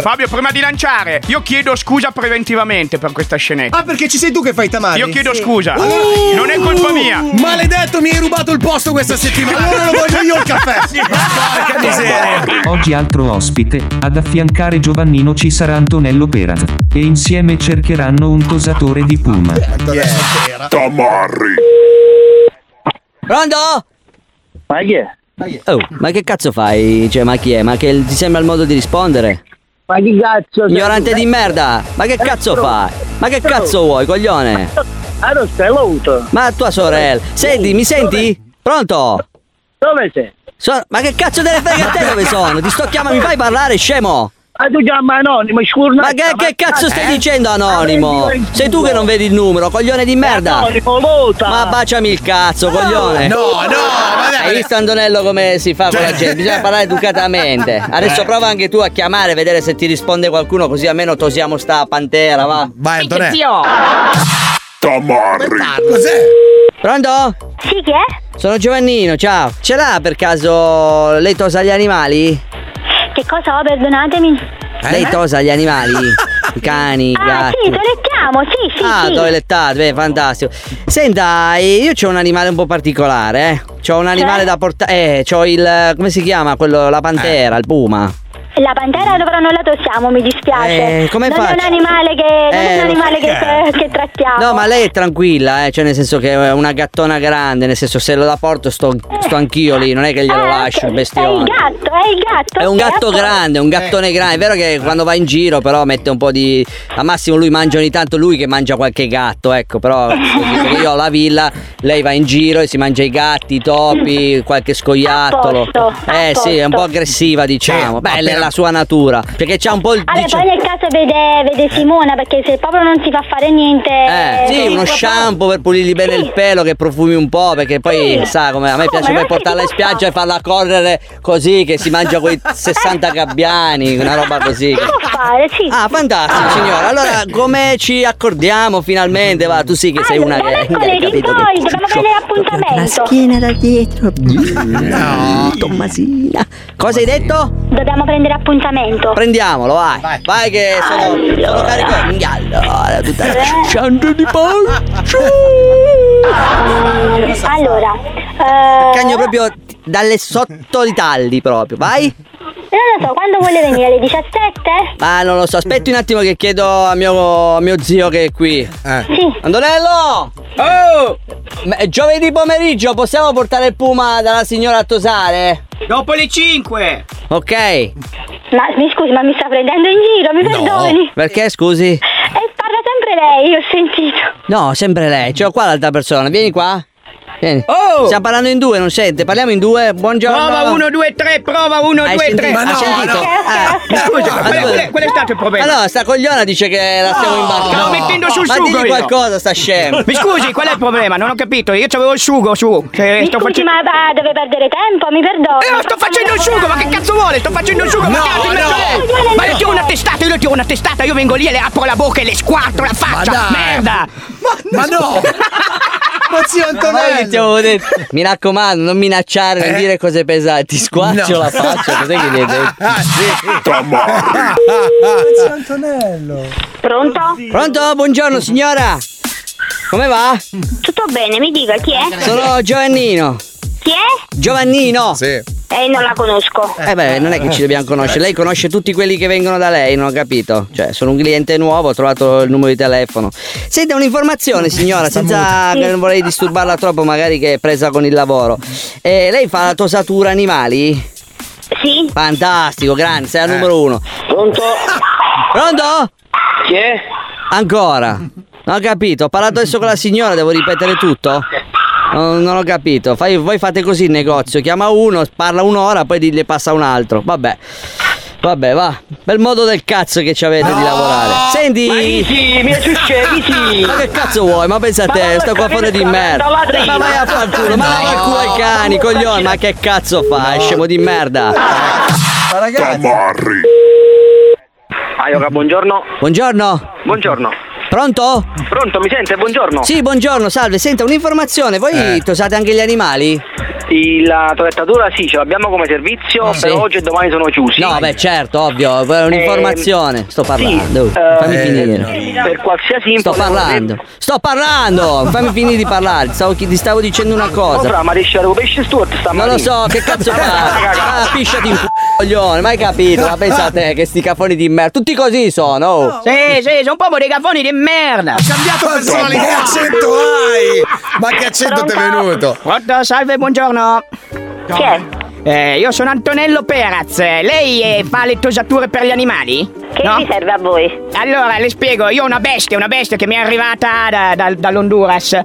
Speaker 9: Fabio, prima di lanciare, io chiedo scusa preventivamente per questa scenetta.
Speaker 6: Ah, perché ci sei tu che fai i tamarri?
Speaker 9: Io chiedo
Speaker 6: Sì.
Speaker 9: scusa.
Speaker 6: Uh!
Speaker 9: non è colpa mia.
Speaker 3: Maledetto, mi hai rubato il posto questa settimana.
Speaker 6: Allora lo voglio io il caffè.
Speaker 3: Porca miseria.
Speaker 15: Oggi altro ospite, ad affiancare Giovannino ci sarà Antonello Peraz e insieme cercheranno un cosatore di Puma.
Speaker 22: Tamarri.
Speaker 23: Pronto? Ma chi è? Oh, ma che cazzo fai? Cioè, ma chi è? Ma che ti sembra il modo di rispondere?
Speaker 24: Ma chi cazzo? Eh,
Speaker 23: Ignorante di merda! Ma che cazzo fai? Ma che cazzo vuoi, coglione?
Speaker 24: Ah, non stai l'auto. Eh,
Speaker 23: Ma tua sorella! Senti, mi senti? Pronto?
Speaker 24: Dove sei?
Speaker 23: Sono- ma che cazzo te ne frega a te dove sono? Ti sto chiamando, mi fai parlare, scemo!
Speaker 24: Ma tu chiama anonimo, scurna.
Speaker 23: Ma che, che cazzo stai
Speaker 24: Eh? Ah,
Speaker 23: dicendo anonimo?
Speaker 24: Ma prendi il
Speaker 23: Sei tu che non vedi il numero, coglione di merda!
Speaker 24: Anonimo, vota.
Speaker 23: Ma baciami il cazzo, coglione!
Speaker 24: no,
Speaker 23: Hai visto Antonello come si fa con la gente? Bisogna parlare educatamente. Adesso
Speaker 1: Eh.
Speaker 23: prova anche tu a chiamare, vedere se ti risponde qualcuno, così almeno tosiamo sta pantera, va. Vai
Speaker 1: Antonello.
Speaker 23: Cos'è? Pronto? Sì, chi è? Sono Giovannino, ciao. Ce l'ha per caso lei tosa gli animali?
Speaker 7: Che cosa ho, perdonatemi?
Speaker 23: Lei tosa gli animali? I cani, i
Speaker 7: Ah,
Speaker 23: gatti.
Speaker 7: sì, toilettiamo, sì, sì,
Speaker 23: Ah,
Speaker 7: sì.
Speaker 23: toilettato, beh, fantastico. Senta, eh, io ho un animale un po' particolare, eh. C'ho un animale
Speaker 7: Cioè?
Speaker 23: da portare. Eh, c'ho il. eh, come si chiama? Quello, la pantera, il puma.
Speaker 7: La pantera però non la tossiamo, mi dispiace.
Speaker 23: Eh, come
Speaker 7: non è un
Speaker 23: faccio?
Speaker 7: animale che, non è
Speaker 23: Eh,
Speaker 7: un
Speaker 23: lo
Speaker 7: animale che,
Speaker 23: so.
Speaker 7: che trattiamo.
Speaker 23: No, ma lei è tranquilla, eh, cioè nel senso che è una gattona grande, nel senso se la porto sto,
Speaker 7: Eh.
Speaker 23: sto anch'io lì, non è che
Speaker 7: Ah,
Speaker 23: glielo lascio il bestione.
Speaker 7: Gatto, è il gatto.
Speaker 23: È un
Speaker 7: ok,
Speaker 23: gatto Eh.
Speaker 7: d'accordo.
Speaker 23: grande, un gattone grande. È vero che quando va in giro, però, mette un po' di. Al massimo lui mangia ogni tanto lui che mangia qualche gatto, ecco, però perché io ho la villa, lei va in giro e si mangia i gatti, i topi, qualche scoiattolo.
Speaker 7: A posto, a
Speaker 23: eh sì, è un po'
Speaker 7: posto.
Speaker 23: aggressiva, diciamo. Beh, è la sua natura. Perché c'ha un po' il.
Speaker 7: Vabbè,
Speaker 23: dicio-
Speaker 7: poi nel caso vede, vede Simona, perché se proprio non si fa fare niente...
Speaker 23: Eh, sì, uno shampoo per pulirgli bene il pelo che profumi un po', perché poi sa come a me piace poi portarla in spiaggia e farla correre così che si mangia quei 60 gabbiani, una roba così.
Speaker 7: fare, sì.
Speaker 23: Ah, fantastico, signora. Allora, come ci accordiamo finalmente? Va, tu sì che sei una che hai
Speaker 7: Mercoledì
Speaker 23: capito
Speaker 7: poi,
Speaker 23: che
Speaker 7: dobbiamo prendere appuntamento. La schiena da dietro.
Speaker 23: No, Tommasina. Cosa hai detto?
Speaker 7: Dobbiamo prendere appuntamento.
Speaker 23: Prendiamolo, vai. Vai, che sono, sono carico. Minchia, Allora, tutta Sciando di polso.
Speaker 7: Allora, Eh.
Speaker 23: Cagno proprio dalle sotto i tagli proprio, vai.
Speaker 7: Eh, non lo so, quando vuole venire? Alle 17?
Speaker 23: Ma Ah, non lo so, aspetti un attimo che chiedo a mio, a mio zio che è qui. Eh. Antonello! Oh! Ma- Giovedì pomeriggio possiamo portare il puma dalla signora a tosare?
Speaker 1: Dopo le 5.
Speaker 23: Ok.
Speaker 7: Ma mi scusi, ma mi sta prendendo in giro, mi perdoni.
Speaker 23: Perché scusi?
Speaker 7: Parla sempre lei, io ho sentito.
Speaker 23: No, sempre lei. C'ho qua l'altra persona, vieni qua. Vieni. Oh! Stiamo parlando in due, non sente? Parliamo in due. Buongiorno.
Speaker 9: Prova 1, 2, 3, prova 1,
Speaker 23: Hai
Speaker 9: 2, 3.
Speaker 23: sentito? Ma no, no.
Speaker 9: Ah. Scusa, quello- quello- quello è stato il problema.
Speaker 23: Ma no, sta cogliona dice che la stiamo
Speaker 9: No,
Speaker 23: imbarcando.
Speaker 9: stavo mettendo sul
Speaker 23: Ma
Speaker 9: sugo
Speaker 23: digli
Speaker 9: io.
Speaker 23: qualcosa, sta scemo.
Speaker 9: Mi scusi, qual è il problema? Non ho capito, io avevo il sugo su. Che
Speaker 7: Mi
Speaker 9: sto
Speaker 7: scusi,
Speaker 9: facendo...
Speaker 7: ma va, dove perdere tempo, mi perdoni.
Speaker 9: Io sto facendo il sugo, ma che cazzo vuole? Sto facendo il sugo, ma
Speaker 1: No,
Speaker 9: cazzo, ma
Speaker 1: no.
Speaker 9: sto- Ma io tiro una testata, io le tiro una testata, io vengo lì e le apro la bocca e le squarto la faccia.
Speaker 1: dai.
Speaker 9: Merda!
Speaker 1: Ma no!
Speaker 23: Ma zio
Speaker 1: Antonello!
Speaker 23: Mi raccomando, non minacciare, non dire cose pesanti. Squaccio
Speaker 1: No.
Speaker 23: la faccia, cos'è che gli hai detto?
Speaker 7: Antonello. Pronto?
Speaker 23: Pronto? Buongiorno signora. Come va?
Speaker 7: Tutto bene, mi dica chi è? Eh?
Speaker 23: Sono Giovannino.
Speaker 7: Chi è?
Speaker 23: Giovannino! Sì.
Speaker 7: Eh, non la conosco.
Speaker 23: Eh beh, non è che ci dobbiamo conoscere, lei conosce tutti quelli che vengono da lei, non ho capito. Cioè, sono un cliente nuovo, ho trovato il numero di telefono. Senta un'informazione, signora, senza
Speaker 1: muta.
Speaker 23: che non vorrei disturbarla troppo, magari che è presa con il lavoro. Eh, lei fa la tosatura animali?
Speaker 7: Sì. Eh.
Speaker 23: Fantastico, grande, sei al numero uno.
Speaker 7: Pronto?
Speaker 23: Pronto?
Speaker 7: Chi è?
Speaker 23: Ancora? Non ho capito, ho parlato adesso con la signora, devo ripetere tutto? Non, non ho capito, Fai- voi fate così il negozio, chiama uno, parla un'ora, poi gli passa un altro, vabbè. Vabbè, va. Bel modo del cazzo che ci avete di lavorare. Senti.
Speaker 1: Ma easy, mi è successo, easy.
Speaker 23: Ma che cazzo vuoi? Ma pensa a te, sto qua fuori di merda.
Speaker 1: Ma ladrina.
Speaker 23: Ma vai a far culo, ma vai a culo ai cani, coglione, ma che cazzo fai? Scemo di merda. Ma ragazzi.
Speaker 22: Aioca, buongiorno.
Speaker 23: Buongiorno.
Speaker 22: Buongiorno.
Speaker 23: Pronto?
Speaker 22: Pronto, mi sente? Buongiorno. Eh.
Speaker 23: Sì, buongiorno, salve. Senta, un'informazione, voi tosate anche gli animali?
Speaker 22: Il- La toilettatura sì, ce l'abbiamo come servizio,
Speaker 23: Sì.
Speaker 22: però oggi e domani sono chiusi.
Speaker 23: No, beh, certo, ovvio, è un'informazione.
Speaker 22: Ehm,
Speaker 23: Sto
Speaker 22: sì,
Speaker 23: parlando.
Speaker 22: eh,
Speaker 23: fammi
Speaker 22: eh,
Speaker 23: finire.
Speaker 22: Per qualsiasi info
Speaker 23: Sto parlando. Sto parlando. Fammi finire di parlare. Stavo chi- ti stavo dicendo una
Speaker 22: Oh, fra,
Speaker 23: cosa.
Speaker 22: ma riesci a rubare pesce Stuart stamattina?
Speaker 23: Non lo so, che cazzo fa? Ah, pisciati in c***o, coglione, mai capito? Ma pensa a te che sti cafoni di merda. Tutti così sono. oh.
Speaker 1: Sì, sì, sono proprio dei cafoni di merda. Ha cambiato
Speaker 23: personalità.
Speaker 1: Che accento hai? Ma che accento ti è venuto? Pronto, salve, buongiorno.
Speaker 7: Chi è?
Speaker 1: Eh, io sono Antonello Peraz. Lei eh, fa le tosature per gli animali?
Speaker 7: Che vi serve a voi?
Speaker 1: Allora, le spiego, io ho una bestia, una bestia che mi è arrivata da- da- dall'Honduras.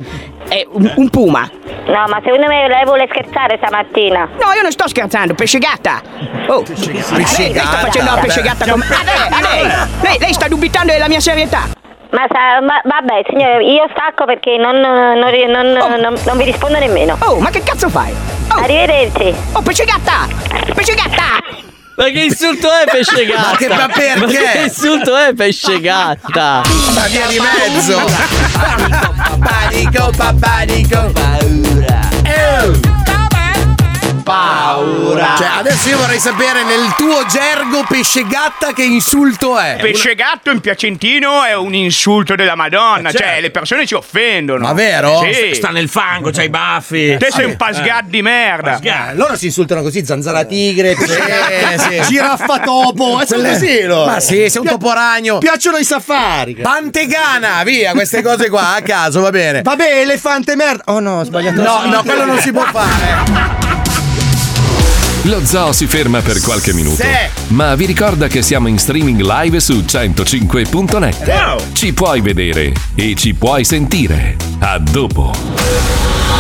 Speaker 1: è un, un puma.
Speaker 7: No, ma secondo me lei vuole scherzare stamattina.
Speaker 1: No, io non sto scherzando, pescegata. Oh, lei, lei sta facendo la pescegata con me. A lei, a lei. lei, lei sta dubitando della mia serietà.
Speaker 7: Ma, sa- ma- vabbè, signore, io stacco perché non, non, ri- non- non- non vi rispondo nemmeno.
Speaker 1: Oh, ma che cazzo fai?
Speaker 7: Arrivederci.
Speaker 1: Oh, pescegatta! Pescegatta!
Speaker 23: Ma che insulto è pesce gatta?
Speaker 8: Ma che- ma perché?
Speaker 23: Ma
Speaker 11: é?
Speaker 23: che insulto è pesce gatta?
Speaker 8: Ma via di mezzo.
Speaker 3: Panico, papanico, paura.
Speaker 8: Paura.
Speaker 3: Cioè, adesso io vorrei sapere nel tuo gergo pescegatta che insulto è.
Speaker 9: Pesce gatto in piacentino è un insulto della Madonna,
Speaker 5: Eh, certo.
Speaker 9: cioè le persone ci offendono.
Speaker 5: Ma vero?
Speaker 9: Sì.
Speaker 5: Sta nel fango, c'hai i baffi.
Speaker 9: Te sei un
Speaker 5: Eh.
Speaker 9: pasgat di merda.
Speaker 6: Eh, loro si insultano così, zanzara tigre,
Speaker 3: Cioè. sì.
Speaker 6: giraffa topo, è solo
Speaker 3: Quelle-
Speaker 6: così loro.
Speaker 3: Ma sì, sei un
Speaker 6: Pia-
Speaker 3: toporagno.
Speaker 6: Piacciono i safari.
Speaker 3: Pantegana, via, queste cose qua a caso, va bene.
Speaker 6: Vabbè, elefante merda. Oh no, ho sbagliato.
Speaker 3: No, no, quello non si può fare.
Speaker 2: Lo zoo si ferma per qualche minuto.
Speaker 3: Sì.
Speaker 2: Ma vi ricorda che siamo in streaming live su 105.net.
Speaker 8: Wow.
Speaker 2: Ci puoi vedere e ci puoi sentire. A dopo.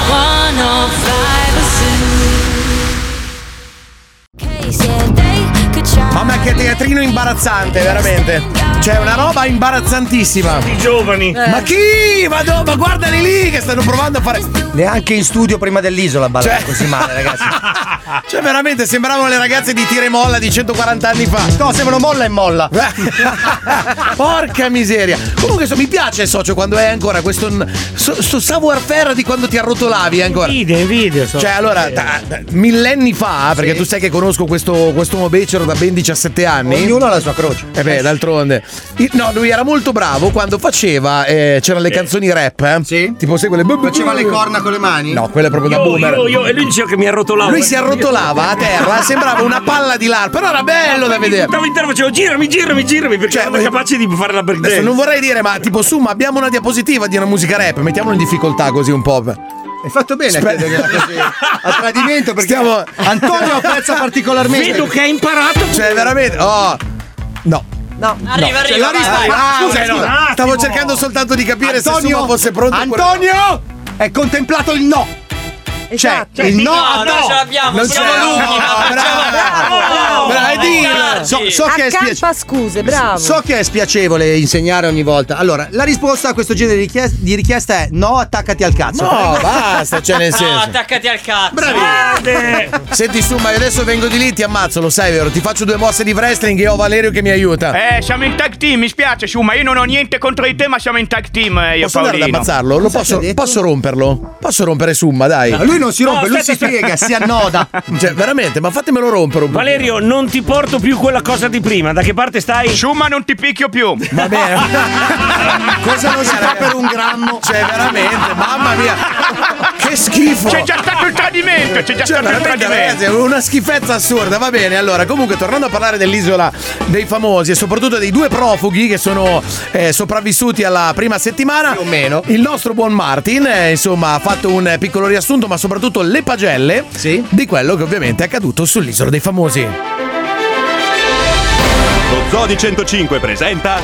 Speaker 3: Mamma che teatrino imbarazzante, veramente. Cioè, una roba imbarazzantissima. I giovani.
Speaker 5: Eh.
Speaker 3: Ma chi? Madonna, ma guardali lì che stanno provando a fare.
Speaker 6: Neanche in studio prima dell'isola ballava così male, ragazzi.
Speaker 3: Cioè, veramente sembravano le ragazze di Tire Molla di 140 anni fa. Eh.
Speaker 6: No, sembrano molla e molla.
Speaker 3: Porca miseria. Comunque, so, mi piace, socio, quando è ancora questo. Sto, sto savoir faire di quando ti arrotolavi eh, ancora.
Speaker 5: Video, video. so. Eh.
Speaker 3: Cioè, allora, ta- ta- millenni fa, eh, perché tu sai che conosco questo quest'uomo becero da ben 17 anni.
Speaker 6: Ognuno ha la sua croce.
Speaker 3: Eh beh, d'altronde. I- No, lui era molto bravo quando faceva. eh, c'erano le canzoni rap. Eh? Sì. Tipo, sai quelle.
Speaker 6: Faceva le corna con le mani?
Speaker 3: No, quelle proprio da
Speaker 5: Io,
Speaker 3: boomer.
Speaker 5: io, io, e lui diceva che mi arrotolavo.
Speaker 3: Lui si arrotolava a terra, sembrava una palla di larpa, però era bello da vedere. Cioè, eh,
Speaker 5: Stavo in terra, facevo girami, girami, girami, perché sono capace di fare la break
Speaker 3: Adesso
Speaker 5: dance.
Speaker 3: non vorrei dire, ma tipo su, ma abbiamo una diapositiva di una musica rap, mettiamolo in difficoltà così un po'.
Speaker 6: Hai fatto bene a
Speaker 3: Spe-
Speaker 6: chiedergliela così a tradimento perché
Speaker 3: Stiamo-
Speaker 6: Antonio apprezza particolarmente.
Speaker 3: Vedo che
Speaker 6: hai imparato.
Speaker 3: Cioè, veramente. Oh. No.
Speaker 4: No,
Speaker 3: No, cioè, la risposta-
Speaker 6: Ah,
Speaker 3: scusa,
Speaker 6: no,
Speaker 3: scusa,
Speaker 6: un attimo.
Speaker 3: stavo cercando soltanto di capire se
Speaker 6: Antonio,
Speaker 3: Suma fosse pronto. oppure-
Speaker 6: Antonio! È contemplato il no.
Speaker 4: Esatto.
Speaker 6: Cioè, il no,
Speaker 3: No,
Speaker 6: a
Speaker 3: non ce l'abbiamo, siamo l'ultimo, facciamo-
Speaker 6: bravo, bravo,
Speaker 3: bravo, bravo,
Speaker 6: dillo. So, so che è
Speaker 4: Accampa
Speaker 6: spiace-
Speaker 4: scuse, bravo.
Speaker 6: So che è spiacevole insegnare ogni volta. Allora, la risposta a questo genere di richies- di richiesta, è no, attaccati al cazzo.
Speaker 3: No, basta, cioè, nel senso.
Speaker 23: attaccati al cazzo.
Speaker 3: Senti su, ma io adesso vengo di lì, ti ammazzo, lo sai, vero? Ti faccio due mosse di wrestling e ho Valerio che mi aiuta.
Speaker 9: Eh, siamo in tag team, mi spiace, su, ma io non ho niente contro di te, ma siamo in tag team. eh, Io
Speaker 3: Posso andare ad
Speaker 9: Paolino.
Speaker 3: ammazzarlo? Lo
Speaker 9: Cosa
Speaker 3: posso,
Speaker 9: ti ha detto?
Speaker 3: posso romperlo? Posso rompere Summa, dai.
Speaker 6: No, lui non si rompe,
Speaker 3: No,
Speaker 6: lui si
Speaker 3: aspetta,
Speaker 6: spiega,
Speaker 3: aspetta.
Speaker 6: si annoda.
Speaker 3: Cioè, veramente, ma fatemelo rompere un po'.
Speaker 5: Valerio, non ti porto più quella cosa di prima. Da che parte stai?
Speaker 9: Sciuma, non ti picchio più.
Speaker 3: Va bene.
Speaker 6: Cosa non si fa per un grammo?
Speaker 3: Cioè, veramente, mamma mia. Che schifo.
Speaker 9: C'è già stato il tradimento, c'è già
Speaker 3: Cioè,
Speaker 9: stato il
Speaker 3: veramente, ragazzi, è
Speaker 9: tradimento.
Speaker 3: una schifezza assurda. Va bene, allora, comunque, tornando a parlare dell'isola dei famosi e soprattutto dei due profughi che sono eh, sopravvissuti alla prima settimana, più o meno, il nostro buon Martin, eh, insomma, ha fatto un eh, piccolo riassunto, ma soprattutto le pagelle di quello che ovviamente è accaduto sull'isola dei famosi.
Speaker 20: Lo Zoo di 105 presenta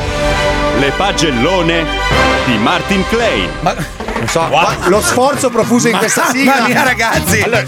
Speaker 20: le pagellone di Martin Klein.
Speaker 3: Ma
Speaker 20: non so,
Speaker 6: Lo sforzo profuso in questa sigla.
Speaker 5: Allora,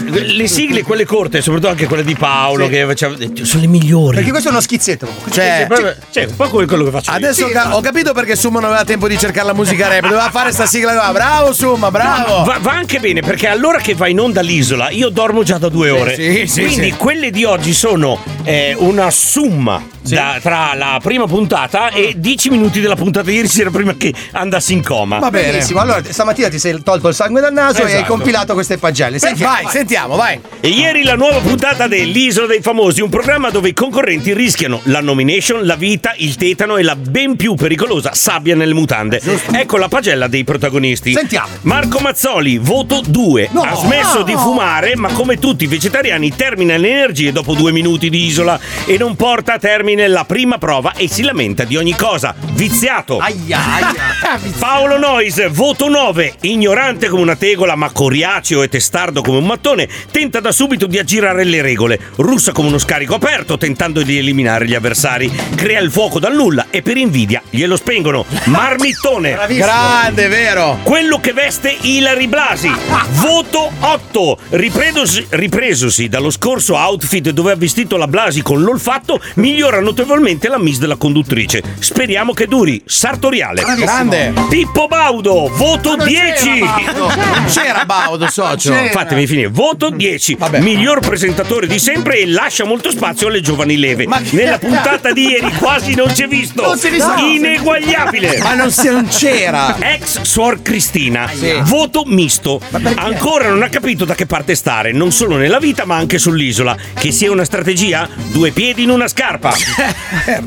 Speaker 5: le sigle, quelle corte, soprattutto anche quelle di Paolo, che faceva, sono le migliori.
Speaker 6: Perché questo è uno schizzetto.
Speaker 3: Cioè,
Speaker 5: Cioè, cioè, un po' come quello che faccio. io.
Speaker 3: Adesso ho ca- oh, ho capito perché Summa non aveva tempo di cercare la musica rap, doveva fare sta sigla qua. Bravo Summa, bravo!
Speaker 5: Va, va anche bene perché allora che vai in onda all'isola io dormo già da due
Speaker 3: Sì,
Speaker 5: ore.
Speaker 3: sì, sì,
Speaker 5: Quindi
Speaker 3: sì.
Speaker 5: quelle di oggi sono eh, una somma da- tra la prima puntata e
Speaker 3: Mm.
Speaker 5: dieci minuti della puntata di ieri sera prima che andassi in coma.
Speaker 6: Va benissimo. Allora, stamattina ti sei tolto il sangue dal naso e hai
Speaker 5: Esatto.
Speaker 6: compilato queste pagelle.
Speaker 3: Senti,
Speaker 6: Sentiamo,
Speaker 3: vai, sentiamo, vai.
Speaker 5: E ieri la nuova puntata dell'Isola dei Famosi, un programma dove i concorrenti rischiano la nomination, la vita, il tetano e la ben più pericolosa sabbia nelle mutande. Ecco la pagella dei protagonisti.
Speaker 6: Sentiamo.
Speaker 5: Marco Mazzoli, voto 2.
Speaker 6: No,
Speaker 5: ha smesso
Speaker 6: no.
Speaker 5: di fumare, ma come tutti i vegetariani termina le energie dopo due minuti di isola e non porta a termine la prima prova e si lamenta di ogni cosa. Viziato.
Speaker 3: Ah,
Speaker 6: Aia, aia.
Speaker 5: Paolo Nois, voto 9. Simone, ignorante come una tegola, ma coriaceo e testardo come un mattone, tenta da subito di aggirare le regole. Russa come uno scarico aperto, tentando di eliminare gli avversari. Crea il fuoco dal nulla e per invidia glielo spengono. Marmittone.
Speaker 3: Bravissimo. Grande, vero?
Speaker 5: Quello che veste Ilari Blasi. Voto 8. Ripredosi- ripresosi dallo scorso outfit dove ha vestito la Blasi con l'olfatto, migliora notevolmente la miss della conduttrice. Speriamo che duri. Sartoriale.
Speaker 3: Bravissimo. Grande.
Speaker 5: Pippo Baudo, voto
Speaker 3: non c'era
Speaker 5: 10.
Speaker 3: Baudo. Non c'era Baudo, socio. Mm. Non c'era.
Speaker 5: Fatemi finire. Voto 10. Miglior presentatore di sempre e lascia molto spazio alle giovani leve. Nella puntata di ieri quasi non c'è visto.
Speaker 3: Non si è visto.
Speaker 5: Ineguagliabile.
Speaker 3: Ma non si- non c'era.
Speaker 5: Ex suor Cristina. Voto misto. Ancora non ha capito da che parte stare, non solo nella vita ma anche sull'isola. Che sia una strategia? Due piedi in una scarpa.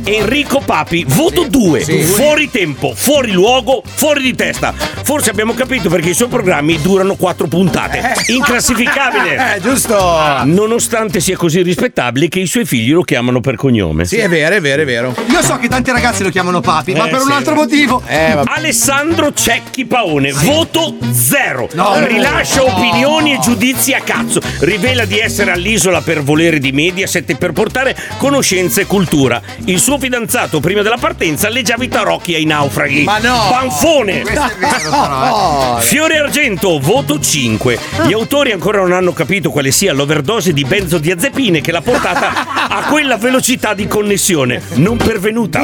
Speaker 5: Enrico Papi, voto 2.
Speaker 19: Certo. sì.
Speaker 5: Fuori tempo, fuori luogo, fuori di testa. Forse abbiamo capito perché i suoi programmi durano quattro puntate.
Speaker 19: Eh.
Speaker 5: Inclassificabile.
Speaker 3: Eh, giusto.
Speaker 5: Nonostante sia così rispettabile che i suoi figli lo chiamano per cognome.
Speaker 3: Sì, è vero, è vero, è vero.
Speaker 6: Io so che tanti ragazzi lo chiamano papi, ma
Speaker 5: Eh,
Speaker 6: per un
Speaker 5: sì. Eh,
Speaker 6: altro motivo.
Speaker 5: Alessandro Cecchi Paone, voto zero.
Speaker 6: No.
Speaker 5: Rilascia
Speaker 6: No.
Speaker 5: opinioni e giudizi a cazzo. Rivela di essere all'isola per volere di Mediaset e per portare conoscenza e cultura. Il suo fidanzato, prima della partenza, leggiava i tarocchi ai naufraghi.
Speaker 3: Ma no!
Speaker 5: Panfone!
Speaker 3: Questo è vero, però, eh.
Speaker 5: Fiore Argento, voto 5. Gli autori ancora non hanno capito quale sia l'overdose di benzodiazepine che l'ha portata a quella velocità di connessione non pervenuta.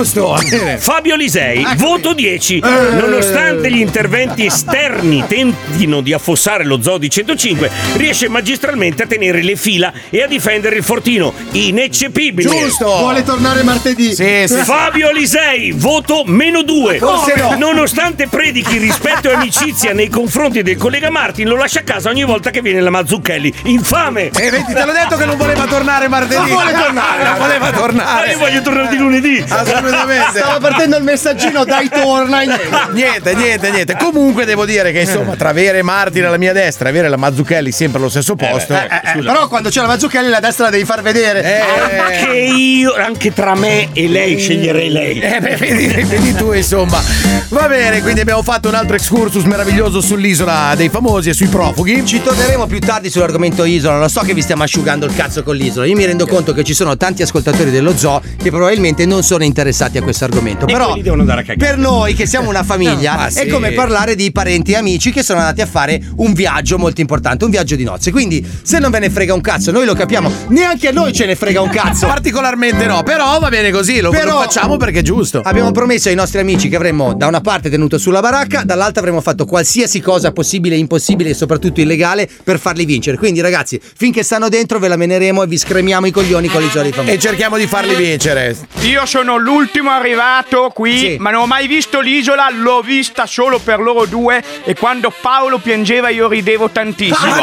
Speaker 5: Fabio Lisei, voto 10. Nonostante gli interventi esterni tentino di affossare lo zoo di 105, riesce magistralmente a tenere le fila e a difendere il fortino. Ineccepibile.
Speaker 21: Vuole tornare martedì.
Speaker 3: Eh,
Speaker 5: Fabio Lisei, voto meno 2.
Speaker 21: Forse no.
Speaker 5: Nonostante predichi rispetto e amicizia nei confronti del collega Martin, lo lascia a casa ogni volta che viene la Mazzucchelli. Infame!
Speaker 3: E Eh, vedi, te l'ho detto che non voleva tornare martedì.
Speaker 5: Non vuole tornare.
Speaker 3: Non voleva tornare.
Speaker 5: Ma io voglio tornare di lunedì.
Speaker 3: Assolutamente.
Speaker 21: Stava partendo il messaggino, dai torna. Niente.
Speaker 3: Niente, niente, niente. Comunque devo dire che insomma, tra avere Martin alla mia destra e avere la Mazzucchelli sempre allo stesso posto.
Speaker 21: Eh, eh, eh, però quando c'è la Mazzucchelli la destra la devi far vedere.
Speaker 3: Eh,
Speaker 5: Anche io, anche tra me e lei sceglierei lei.
Speaker 3: Mm. Eh, beh, vedi, vedi tu, insomma. Va bene, quindi abbiamo fatto un altro excursus meraviglioso sull'isola dei famosi e sui profughi.
Speaker 6: Ci torneremo più tardi sull'argomento isola. Lo so che vi stiamo asciugando il cazzo con l'isola. Io mi rendo conto che ci sono tanti ascoltatori dello zoo che probabilmente non sono interessati a questo argomento. Però
Speaker 5: quelli devono andare a cagare.
Speaker 6: per noi che siamo una famiglia
Speaker 3: No, ma
Speaker 6: è
Speaker 3: sì.
Speaker 6: come parlare di parenti e amici che sono andati a fare un viaggio molto importante, un viaggio di nozze. Quindi se non ve ne frega un cazzo, noi lo capiamo. Neanche a noi ce ne frega un cazzo.
Speaker 3: Particolarmente no, però va bene così, lo,
Speaker 6: Però-
Speaker 3: lo facciamo perché è giusto.
Speaker 6: Abbiamo promesso ai nostri amici che avremmo da una parte tenuto sulla baracca, dall'altra avremmo fatto qualsiasi cosa possibile, impossibile e soprattutto illegale per farli vincere. Quindi ragazzi, finché stanno dentro ve la meneremo e vi scremiamo i coglioni con l'isola di famosi.
Speaker 3: E cerchiamo di farli vincere.
Speaker 9: Io sono l'ultimo arrivato qui, ma non ho mai visto l'isola, l'ho vista solo per loro due e quando Paolo piangeva io ridevo tantissimo.
Speaker 3: Ah,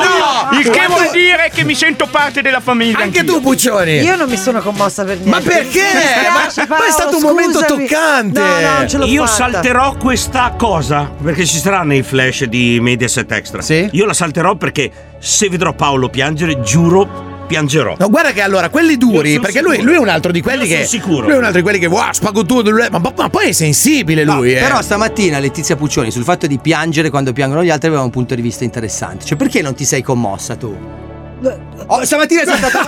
Speaker 3: no!
Speaker 9: Il che
Speaker 3: Quando-
Speaker 9: vuol dire che mi sento parte della famiglia. Anche
Speaker 3: tu, Puccioni.
Speaker 4: Io non mi sono commossa per niente.
Speaker 3: Ma perché?
Speaker 4: Mi dispiace,
Speaker 3: Ma- ma
Speaker 4: Paolo,
Speaker 3: è stato un momento
Speaker 4: scusami.
Speaker 3: toccante.
Speaker 4: No, no, non ce l'ho
Speaker 5: Io
Speaker 4: fatta.
Speaker 5: salterò questa cosa perché ci sarà nei flash di Mediaset Extra. Io la salterò perché se vedrò Paolo piangere, giuro piangerò.
Speaker 3: No, guarda che allora quelli duri, perché lui, lui è un altro di quelli
Speaker 5: sono
Speaker 3: che.
Speaker 5: sicuro.
Speaker 3: Lui è un altro di quelli che.
Speaker 4: Ah,
Speaker 3: Wow, spago tutto. lui- Ma, ma poi è sensibile lui, eh.
Speaker 6: Però stamattina Letizia Puccioni sul fatto di piangere quando piangono gli altri aveva un punto di vista interessante. Cioè perché non ti sei commossa tu? Oh, stamattina sei stata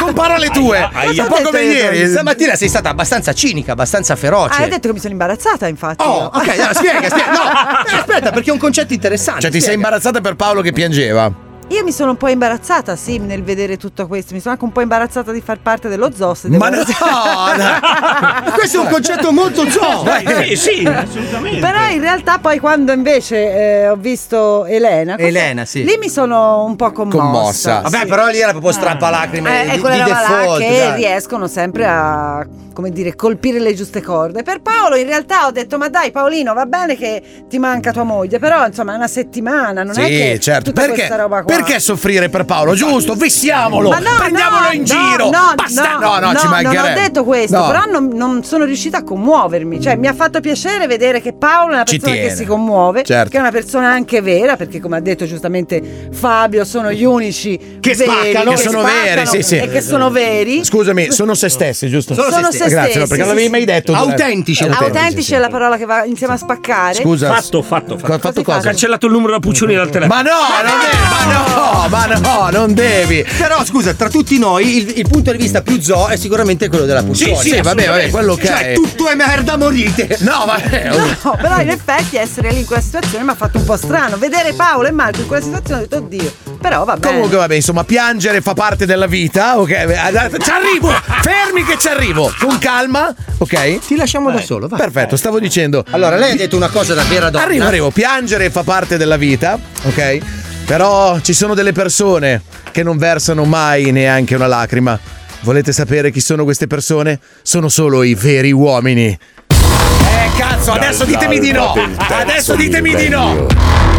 Speaker 3: con parole tue,
Speaker 4: Cosa ho
Speaker 6: un po' come
Speaker 4: detto io?
Speaker 6: ieri. Stamattina sei stata abbastanza cinica, abbastanza feroce.
Speaker 4: Ah, hai detto che mi sono imbarazzata, infatti.
Speaker 6: Oh, ok, allora spiega, spiega. No, eh, aspetta, perché è un concetto interessante.
Speaker 3: Cioè, ti sei
Speaker 6: spiega.
Speaker 3: imbarazzata per Paolo che piangeva.
Speaker 4: Io mi sono un po' imbarazzata, sì, nel vedere tutto questo. Mi sono anche un po' imbarazzata di far parte dello zoo. se devo
Speaker 3: Ma no,
Speaker 4: essere-
Speaker 3: no.
Speaker 6: Questo è un concetto molto zoo.
Speaker 5: Eh, sì,
Speaker 10: Cioè,
Speaker 5: assolutamente.
Speaker 4: Però in realtà poi quando invece eh, ho visto Elena, cosa-
Speaker 6: Elena, sì.
Speaker 4: lì mi sono un po' commossa.
Speaker 6: Vabbè,
Speaker 4: sì.
Speaker 6: però lì era proprio strappalacrime.
Speaker 4: Eh,
Speaker 6: di,
Speaker 4: è quella
Speaker 6: di
Speaker 4: roba là
Speaker 6: default,
Speaker 4: che
Speaker 6: dai.
Speaker 4: riescono sempre a come dire, colpire le giuste corde. Per Paolo, in realtà, ho detto: Ma dai, Paolino, va bene che ti manca tua moglie, però insomma, è una settimana, non è
Speaker 3: sì,
Speaker 4: che
Speaker 3: certo.
Speaker 4: tutta
Speaker 3: Perché,
Speaker 4: questa roba qua.
Speaker 3: perché soffrire per Paolo? Giusto, vessiamolo,
Speaker 4: Ma no,
Speaker 3: prendiamolo
Speaker 4: no,
Speaker 3: in
Speaker 4: no,
Speaker 3: giro.
Speaker 4: No,
Speaker 3: Basta,
Speaker 4: no,
Speaker 3: no, no, ci mancherebbe.
Speaker 4: Non ho detto questo,
Speaker 3: No.
Speaker 4: però non, non sono riuscita a commuovermi. Cioè, mi ha fatto piacere vedere che Paolo è una
Speaker 3: Ci
Speaker 4: persona che
Speaker 3: tiene.
Speaker 4: si commuove,
Speaker 3: Certo.
Speaker 4: che è una persona anche vera, perché come ha detto giustamente Fabio, sono gli unici
Speaker 3: Che
Speaker 4: veri,
Speaker 3: spaccano,
Speaker 4: che
Speaker 3: che sono
Speaker 4: spaccano
Speaker 3: veri, sì, sì.
Speaker 4: E che sono veri.
Speaker 3: Scusami, sono se stessi, giusto?
Speaker 4: Sono Sono se se stessi.
Speaker 3: Grazie, no, perché non l'avevi mai detto.
Speaker 6: Certo.
Speaker 3: eh.
Speaker 6: Autentici,
Speaker 4: Autentici è la parola che va insieme a spaccare.
Speaker 3: Scusa.
Speaker 5: Fatto, fatto, fatto.
Speaker 3: fatto cosa? Mm.
Speaker 5: Ho cancellato il numero da Puccioni dal telefono.
Speaker 3: Ma no, non è, ma no, ma no, non devi.
Speaker 6: Però scusa, tra tutti noi il, il punto di vista più zoo è sicuramente quello della Puccioni.
Speaker 3: Sì, sì,
Speaker 6: vabbè, vabbè,
Speaker 3: assolutamente.
Speaker 6: quello che
Speaker 3: Cioè,
Speaker 6: è.
Speaker 21: tutto è merda, morite.
Speaker 3: No, vabbè.
Speaker 4: No, però in effetti essere lì in quella situazione mi ha fatto un po' strano. Vedere Paolo e Marco in quella situazione ho detto, oddio, però
Speaker 6: Ah,
Speaker 4: va bene.
Speaker 3: Comunque, vabbè, insomma, piangere fa parte della vita, ok? Andate- Ci arrivo! Fermi che ci arrivo! Con calma, ok? Ti lasciamo da solo, vai. Perfetto, stavo dicendo.
Speaker 6: Allora, lei ha detto una cosa da vera donna.
Speaker 3: Arrivo, arrivo, piangere fa parte della vita, ok? Però ci sono delle persone che non versano mai neanche una lacrima. Volete sapere chi sono queste persone? Sono solo i veri uomini. Eh, cazzo, adesso ditemi di no! Adesso ditemi di no!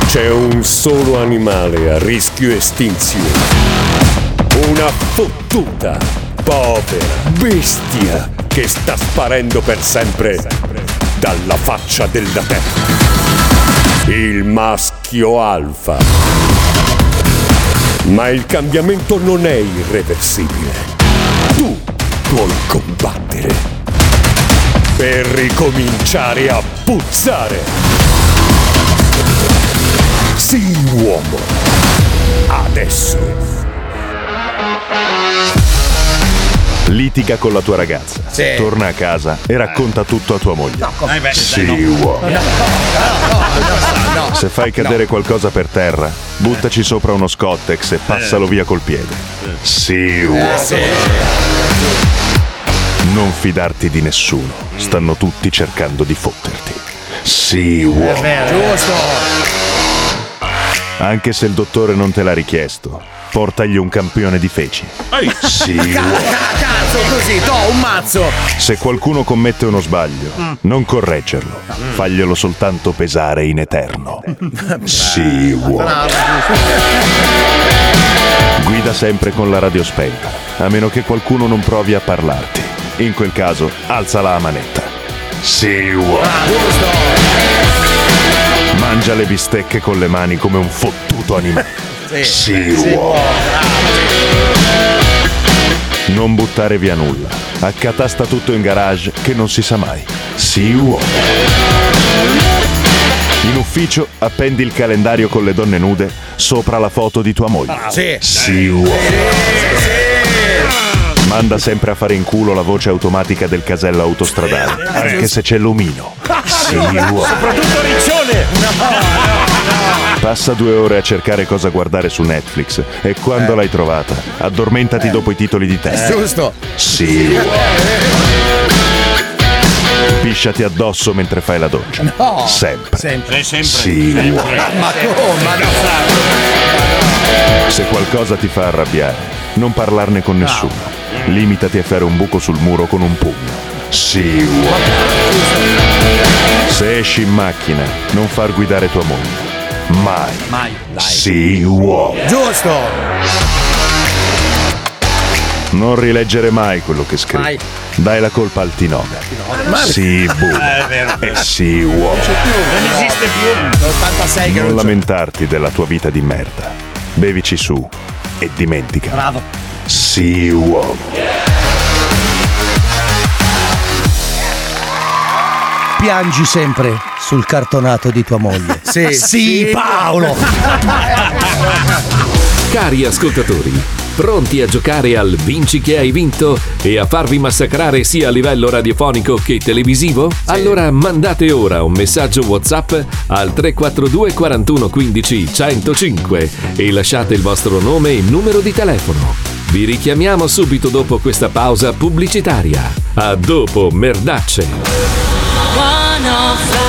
Speaker 25: C'è un solo animale a rischio estinzione. Una fottuta, povera bestia che sta sparendo per sempre dalla faccia della terra. Il maschio alfa. Ma il cambiamento non è irreversibile. Tu vuoi combattere per ricominciare a puzzare. Sii uomo. Adesso.
Speaker 20: Litiga con la tua ragazza.
Speaker 25: Sì. Eh.
Speaker 20: Torna a casa e racconta tutto a tua moglie.
Speaker 25: come- Eh beh, dai,
Speaker 20: Sii
Speaker 25: no.
Speaker 20: uomo. Se fai cadere qualcosa per terra, buttaci sopra uno scottex
Speaker 25: Eh.
Speaker 20: e passalo via col piede. Sii uomo. Non fidarti di nessuno.
Speaker 25: Mm.
Speaker 20: Stanno tutti cercando di fotterti. Sii uomo.
Speaker 3: Giusto!
Speaker 20: Anche se il dottore non te l'ha richiesto, portagli un campione di feci. Sì, uomo.
Speaker 3: Cazzo, così, to, un mazzo!
Speaker 20: Se qualcuno commette uno sbaglio,
Speaker 3: Mm.
Speaker 20: non correggerlo. Faglielo soltanto pesare in eterno. Sì,
Speaker 6: Ah,
Speaker 20: uomo. Guida sempre con la radio spenta, a meno che qualcuno non provi a parlarti. In quel caso, alzala a manetta. Sì, uomo. Mangia le bistecche con le mani come un fottuto animale. Sì, uomo. Non buttare via nulla. Accatasta tutto in garage che non si sa mai. Sì, uomo. In ufficio appendi il calendario con le donne nude sopra la foto di tua moglie.
Speaker 3: Sì.
Speaker 20: Sì, uomo. Manda sempre a fare in culo la voce automatica del casello autostradale, anche se c'è l'omino. Sì, uomo.
Speaker 5: Soprattutto Riccione!
Speaker 20: Passa due ore a cercare cosa guardare su Netflix e quando l'hai trovata, addormentati dopo i titoli di testa.
Speaker 3: Eh. Giusto.
Speaker 20: Sì. Pisciati addosso mentre fai la doccia.
Speaker 3: No.
Speaker 20: Sempre.
Speaker 3: Sempre.
Speaker 20: Sì.
Speaker 3: Ma come? Ma
Speaker 20: Se qualcosa ti fa arrabbiare, non parlarne con nessuno. Limitati a fare un buco sul muro con un pugno. Sì. Se esci in macchina, non far guidare tua moglie. Mai.
Speaker 3: Mai.
Speaker 20: Sì, uomo.
Speaker 3: Giusto!
Speaker 20: Non rileggere mai quello che scrivi.
Speaker 3: Mai.
Speaker 20: Dai la colpa al T9.
Speaker 3: Ma-
Speaker 20: Sì,
Speaker 3: Eh, è vero.
Speaker 20: buono. E sì, uomo.
Speaker 3: Non esiste più. 86 che
Speaker 20: Non
Speaker 3: non c'è.
Speaker 20: lamentarti della tua vita di merda. Bevici su e dimentica. Bravo. Sì, uomo.
Speaker 6: Piangi sempre sul cartonato di tua moglie.
Speaker 3: Sì, sì, Paolo.
Speaker 26: Cari ascoltatori, pronti a giocare al Vinci che hai vinto e a farvi massacrare sia a livello radiofonico che televisivo? Allora mandate ora un messaggio WhatsApp al 342 41 15 105 e lasciate il vostro nome e numero di telefono. Vi richiamiamo subito dopo questa pausa pubblicitaria. A dopo, merdacce!
Speaker 3: oh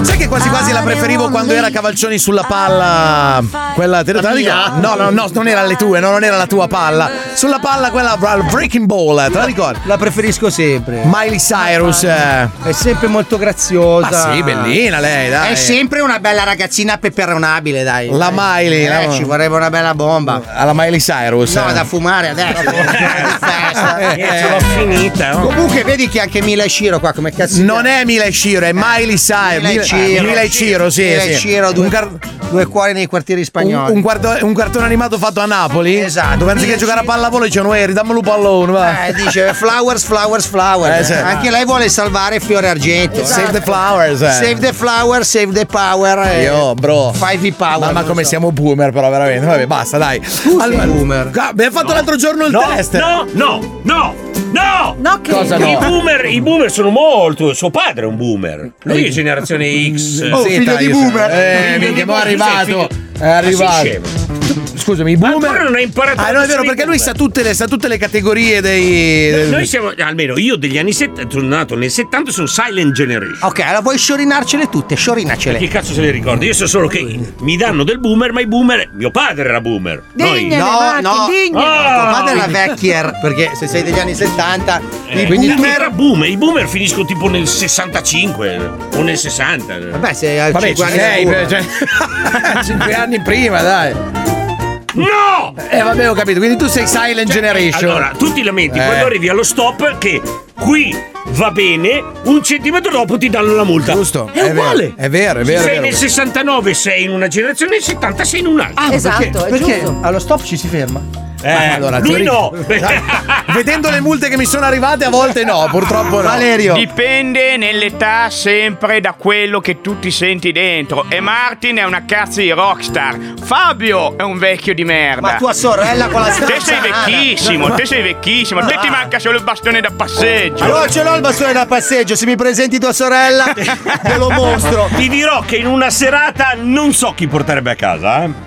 Speaker 3: Sai che quasi quasi la preferivo quando era Cavalcioni sulla palla. Quella te la dico? No, no, no, non era le tue, no, non era la tua palla. Sulla palla quella al Breaking Ball, te la ricordi?
Speaker 6: La preferisco sempre.
Speaker 3: Miley Cyrus. eh.
Speaker 6: È sempre molto graziosa.
Speaker 3: Ma sì, bellina lei, dai.
Speaker 21: È sempre una bella ragazzina peperonabile, dai.
Speaker 3: La Miley,
Speaker 21: Eh,
Speaker 3: no?
Speaker 21: ci vorrebbe una bella bomba.
Speaker 3: Alla Miley Cyrus.
Speaker 21: No,
Speaker 3: eh.
Speaker 21: da fumare adesso.
Speaker 3: Eh, ce l'ho
Speaker 21: finita. Comunque, vedi che anche Mila e Shiro qua come cazzo. Eh,
Speaker 3: Non è Miley Ciro, è Miley Cyrus.
Speaker 21: Mila e Ciro.
Speaker 3: Mila e Ciro, sì.
Speaker 21: Mila e
Speaker 3: sì.
Speaker 21: Ciro, due, due cuori nei quartieri
Speaker 3: Un,
Speaker 21: spagnoli.
Speaker 3: un quarto- un cartone animato fatto a Napoli? Esatto. Dove anziché giocare a pallavolo dicevano, Eri, dammelo un pallone. Va.
Speaker 21: Eh, dice flowers, flowers, flowers.
Speaker 3: Eh, sì.
Speaker 21: Anche lei vuole salvare Fiore Argento.
Speaker 3: Save the flowers, eh.
Speaker 21: Save the flower, save the power. eh.
Speaker 3: Io, bro.
Speaker 21: Five the power.
Speaker 3: Mamma,
Speaker 21: non
Speaker 3: come
Speaker 21: so.
Speaker 3: siamo boomer, però, veramente. Vabbè, basta, dai. Allora, Ca- Abbiamo fatto l'altro giorno il
Speaker 5: no,
Speaker 3: test.
Speaker 5: No, no, no, no!
Speaker 4: No, che
Speaker 3: Cosa no?
Speaker 5: I, boomer, I boomer sono molto. Suo padre è un boomer. Lui è generazione X.
Speaker 3: Oh, figlio di boomer. Eh, minchia, ma è arrivato. È arrivato. Scusami, i boomer.
Speaker 5: ancora non hai imparato
Speaker 3: Ah,
Speaker 5: a
Speaker 3: no, è vero,
Speaker 5: essere
Speaker 3: perché lui
Speaker 5: boomer.
Speaker 3: sa tutte le, sa tutte le categorie dei. del-
Speaker 5: Noi siamo, almeno io degli anni 70, sono nato nel 70, sono Silent
Speaker 3: Ah,
Speaker 5: Generation.
Speaker 21: Ok, allora vuoi sciorinarcele tutte, sciorinacele.
Speaker 5: Che cazzo se le ricorda? Io so solo che mi danno del boomer, ma i boomer. Mio padre era boomer. Noi-
Speaker 21: no, no,
Speaker 5: dignele.
Speaker 21: Ah! tuo padre era
Speaker 5: Quindi-
Speaker 21: vecchier, perché se sei degli anni 70,
Speaker 5: Eh,
Speaker 21: i
Speaker 5: quindi
Speaker 21: boomer-
Speaker 5: era boomer. I boomer finiscono tipo nel 65 o nel 60.
Speaker 21: Vabbè, se hai
Speaker 5: Vabbè,
Speaker 21: 5 anni
Speaker 5: ci sei,
Speaker 21: da boomer.
Speaker 5: cioè-
Speaker 3: 5 anni prima, dai.
Speaker 5: No! Cioè,
Speaker 3: Eh, vabbè, ho capito. Quindi tu sei Silent Generation.
Speaker 5: Allora, tu ti lamenti,
Speaker 3: Eh.
Speaker 5: quando arrivi allo stop che qui va bene, un centimetro dopo ti danno la multa. Giusto, è,
Speaker 3: è vero,
Speaker 5: uguale.
Speaker 3: è vero, è
Speaker 5: Se
Speaker 3: vero, è
Speaker 5: Sei
Speaker 3: vero.
Speaker 5: nel 69, sei in una generazione, nel 70 sei in un'altra.
Speaker 6: Ah, ma
Speaker 3: Esatto,
Speaker 6: perché, perché allo stop ci si ferma.
Speaker 5: Eh,
Speaker 3: allora,
Speaker 5: lui
Speaker 3: teori-
Speaker 5: no.
Speaker 3: Vedendo le multe che mi sono arrivate, a volte no, purtroppo no.
Speaker 9: Dipende nell'età sempre da quello che tu ti senti dentro. E Martin è una cazzo di rockstar. Fabio è un vecchio di merda.
Speaker 21: Ma tua sorella con la
Speaker 9: Te
Speaker 21: stessa
Speaker 9: sei
Speaker 21: nana.
Speaker 9: vecchissimo,
Speaker 21: No.
Speaker 9: te sei vecchissimo. Te ti manca solo il bastone da passeggio.
Speaker 21: Allora ce l'ho il bastone da passeggio, se mi presenti tua sorella te lo mostro.
Speaker 5: Ti dirò che in una serata non so chi porterebbe a casa, eh.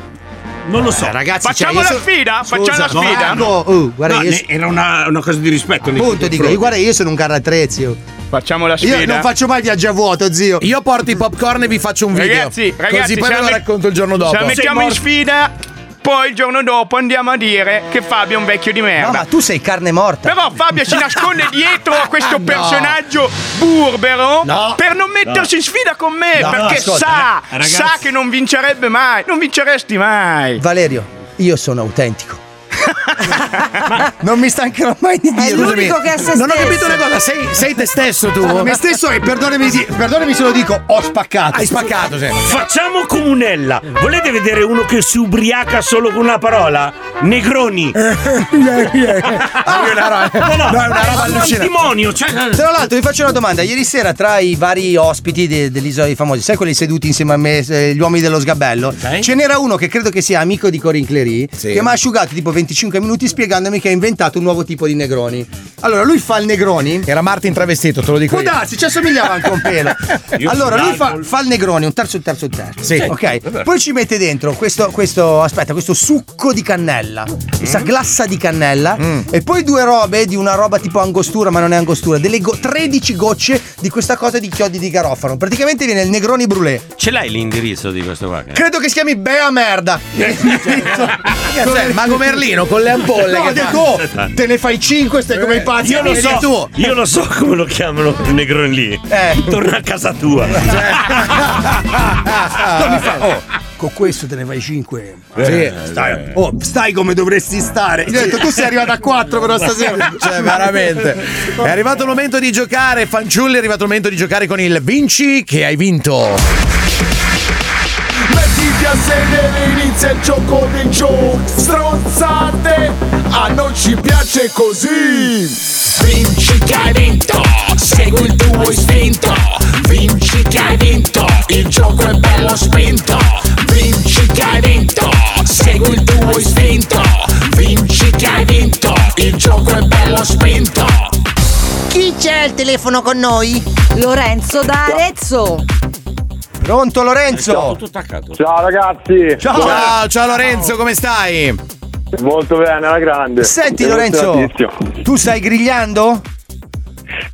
Speaker 5: Non lo so.
Speaker 3: Eh,
Speaker 5: ragazzi,
Speaker 3: cioè,
Speaker 21: Cioè,
Speaker 9: Facciamo la sfida? Facciamo la sfida?
Speaker 3: uh,
Speaker 21: guarda,
Speaker 5: No,
Speaker 21: io-
Speaker 5: ne- era una, una cosa di rispetto. nei
Speaker 21: Appunto,
Speaker 5: tuoi
Speaker 21: dico,
Speaker 5: confronti.
Speaker 21: io- guarda, io sono un carro attrezzi. io.
Speaker 9: Facciamo la
Speaker 21: Io non faccio mai viaggi a vuoto, zio.
Speaker 3: Io porto i popcorn e vi faccio un video.
Speaker 9: Ragazzi, ragazzi,
Speaker 3: Così poi
Speaker 9: se
Speaker 3: ve lo
Speaker 9: la met-
Speaker 3: racconto il giorno dopo.
Speaker 9: Se la mettiamo in sfida, poi il giorno dopo andiamo a dire che Fabio è un vecchio di merda.
Speaker 21: No, ma tu sei carne morta.
Speaker 9: Però Fabio si nasconde dietro a questo
Speaker 21: No.
Speaker 9: personaggio burbero
Speaker 21: No.
Speaker 9: per non mettersi
Speaker 21: No.
Speaker 9: in sfida con me,
Speaker 21: No,
Speaker 9: perché
Speaker 21: ascolta,
Speaker 9: sa,
Speaker 21: ra- ragazzi-
Speaker 9: sa che non vincerebbe mai, non vinceresti mai.
Speaker 21: Valerio, io sono autentico. non mi stancherò mai di
Speaker 4: È
Speaker 21: dirlo.
Speaker 4: l'unico che è se
Speaker 3: Non ho
Speaker 4: stesso.
Speaker 3: capito una cosa, sei, sei te stesso tu.
Speaker 21: Me stesso e perdonami, sì, perdonami se lo dico, ho spaccato.
Speaker 3: Hai spaccato, sì.
Speaker 5: Facciamo comunella. Volete vedere uno che si ubriaca solo con una parola? Negroni. No, no, è un Antimonio, cioè.
Speaker 6: Tra l'altro vi faccio una domanda, ieri sera tra i vari ospiti de- dell'isola dei famosi, sai quelli seduti insieme a me, eh, gli uomini dello sgabello, ce n'era uno che credo che sia amico di Corin Clery, che mi ha asciugato tipo 25 minuti spiegandomi che ha inventato un nuovo tipo di negroni. Allora lui fa il negroni.
Speaker 3: Era Martin travestito, te lo dico
Speaker 6: Può
Speaker 3: io.
Speaker 6: darsi, ci assomigliava anche un pelo.
Speaker 3: Io
Speaker 6: allora lui fa,
Speaker 3: sull'alcol.
Speaker 6: fa il negroni, un terzo, un terzo, un terzo.
Speaker 3: Sì.
Speaker 6: Ok. Poi ci mette dentro questo, questo- aspetta, questo succo di cannella, questa
Speaker 3: Mm.
Speaker 6: glassa di cannella e poi due robe di una roba tipo angostura, ma non è angostura, delle go- 13 gocce di questa cosa di chiodi di garofano. Praticamente viene il negroni brulé.
Speaker 19: Ce l'hai l'indirizzo di questo qua?
Speaker 6: Credo che si chiami Bea Merda.
Speaker 3: Cos'è, il Mago Merlino con le ampolle
Speaker 21: No,
Speaker 3: che fa?
Speaker 21: detto, "Oh, te ne fai 5 stai come i pazzi.
Speaker 5: Io lo,
Speaker 21: vieni
Speaker 5: so,
Speaker 21: tu.
Speaker 5: io lo so come lo chiamano il negroni lì. Torna a casa tua.
Speaker 21: Non mi fa- oh, con questo te ne fai 5.
Speaker 3: Sì.
Speaker 5: Stai-
Speaker 21: Oh, stai come dovresti stare. Gli ho detto, tu sei arrivato a 4 però stasera.
Speaker 3: Cioè, veramente. È arrivato il momento di giocare, fanciulli, è arrivato il momento di giocare con il Vinci che hai vinto.
Speaker 25: Mettiti a sedere, inizia il gioco dei giochi Stronzate, a noi ci piace così Vinci che hai vinto, segui il tuo istinto Vinci che hai vinto, il gioco è bello spinto Vinci che hai vinto, segui il tuo istinto Vinci che hai vinto, il gioco è bello spinto
Speaker 4: Chi c'è al telefono con noi? Lorenzo da Arezzo.
Speaker 6: Pronto Lorenzo?
Speaker 16: Ciao ragazzi!
Speaker 3: Ciao, ciao, Lorenzo, come stai?
Speaker 16: Molto bene, alla grande!
Speaker 6: Senti Lorenzo,
Speaker 16: Emozionatissimo.
Speaker 6: tu stai grigliando?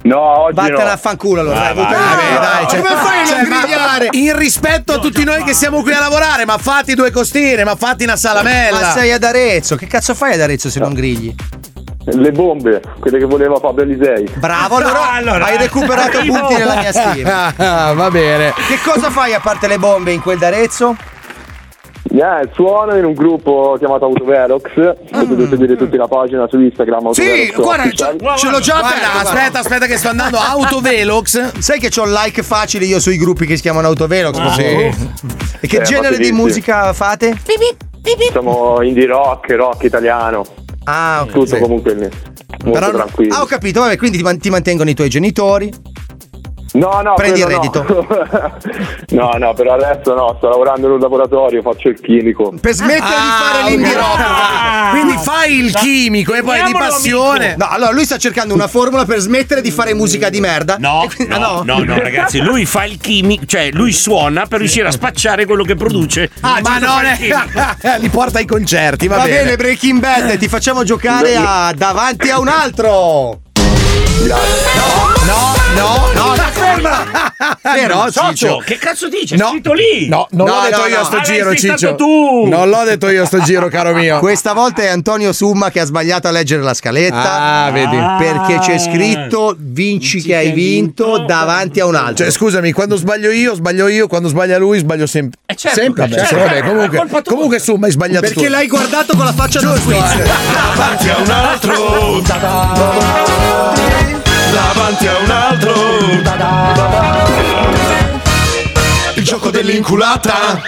Speaker 10: No, oggi
Speaker 6: Vattene
Speaker 10: no.
Speaker 6: a fanculo allora.
Speaker 10: Ah,
Speaker 6: dai,
Speaker 10: vai,
Speaker 6: vattene.
Speaker 10: vai,
Speaker 6: Vabbè,
Speaker 10: vai.
Speaker 6: dai, cioè-
Speaker 10: Come fai a non
Speaker 6: ma-
Speaker 10: grigliare?
Speaker 3: In rispetto a tutti noi che siamo qui a lavorare, ma fatti due costine, ma fatti una salamella.
Speaker 6: Ma sei ad Arezzo, che cazzo fai ad Arezzo se non grigli?
Speaker 10: Le bombe, quelle che voleva Fabio Alisei.
Speaker 6: Bravo, allora, hai recuperato
Speaker 10: Primo.
Speaker 6: punti nella mia stima.
Speaker 27: Va bene.
Speaker 6: Che cosa fai a parte le bombe in quel d'Arezzo?
Speaker 10: Eh, suono in un gruppo chiamato Autovelox. Potete seguire tutti la pagina su Instagram.
Speaker 3: Sì,
Speaker 10: Autovelox
Speaker 3: guarda,
Speaker 10: Official.
Speaker 3: ce- ce l'ho già
Speaker 6: Guarda,
Speaker 3: aperto.
Speaker 6: guarda.
Speaker 3: Aspetta, aspetta, che sto andando. Autovelox.
Speaker 6: Sai che c'ho like facile io sui gruppi che si chiamano Autovelox.
Speaker 3: Ah,
Speaker 6: proprio. E che
Speaker 10: Eh,
Speaker 6: genere di
Speaker 10: fateli, sì.
Speaker 6: musica fate?
Speaker 10: Siamo indie rock, rock italiano.
Speaker 6: Ah,
Speaker 10: Tutto comunque lì. Molto
Speaker 6: Però-
Speaker 10: tranquillo.
Speaker 6: Ah, ho capito, vabbè, quindi ti, man- ti mantengono i tuoi genitori.
Speaker 10: No, no,
Speaker 6: Prendi il
Speaker 10: quello
Speaker 6: reddito.
Speaker 10: No. no, no, per adesso no, sto lavorando in un laboratorio, faccio il chimico.
Speaker 6: Per smettere
Speaker 5: Ah,
Speaker 6: di fare l'indie rock.
Speaker 3: Quindi fai il chimico e poi di passione.
Speaker 6: No, allora lui sta cercando una formula per smettere di fare musica di merda. Ah, No,
Speaker 5: No, no, no, ragazzi, lui fa il chimico, cioè lui suona per riuscire a spacciare quello che produce.
Speaker 3: ma non è. eh, Li porta ai concerti, va,
Speaker 6: Va bene, Breaking Bad, ti facciamo giocare a davanti a un altro.
Speaker 3: No, no, no, ferma.
Speaker 6: Però,
Speaker 5: Socio,
Speaker 6: Ciccio-
Speaker 5: che cazzo dici? È
Speaker 3: No.
Speaker 5: scritto lì.
Speaker 3: No, non l'ho detto io a
Speaker 6: Ah,
Speaker 5: Ah,
Speaker 3: sto giro, Ciccio. Non l'ho detto io a sto giro, caro mio.
Speaker 6: Questa volta è Antonio Summa che ha sbagliato a leggere la scaletta.
Speaker 3: Ah, vedi.
Speaker 6: Perché c'è scritto vinci che hai vinto davanti a un altro.
Speaker 3: Cioè, scusami, quando sbaglio io, sbaglio io, quando sbaglia lui, sbaglio sempre.
Speaker 6: certo,
Speaker 3: sempre? Vabbè,
Speaker 6: certo.
Speaker 3: sì, vabbè, comunque, comunque su, ma hai sbagliato
Speaker 6: Perché
Speaker 3: tu.
Speaker 6: l'hai guardato con la faccia del quiz.
Speaker 28: Davanti a un altro Davanti a un altro
Speaker 3: Il gioco dell'inculata.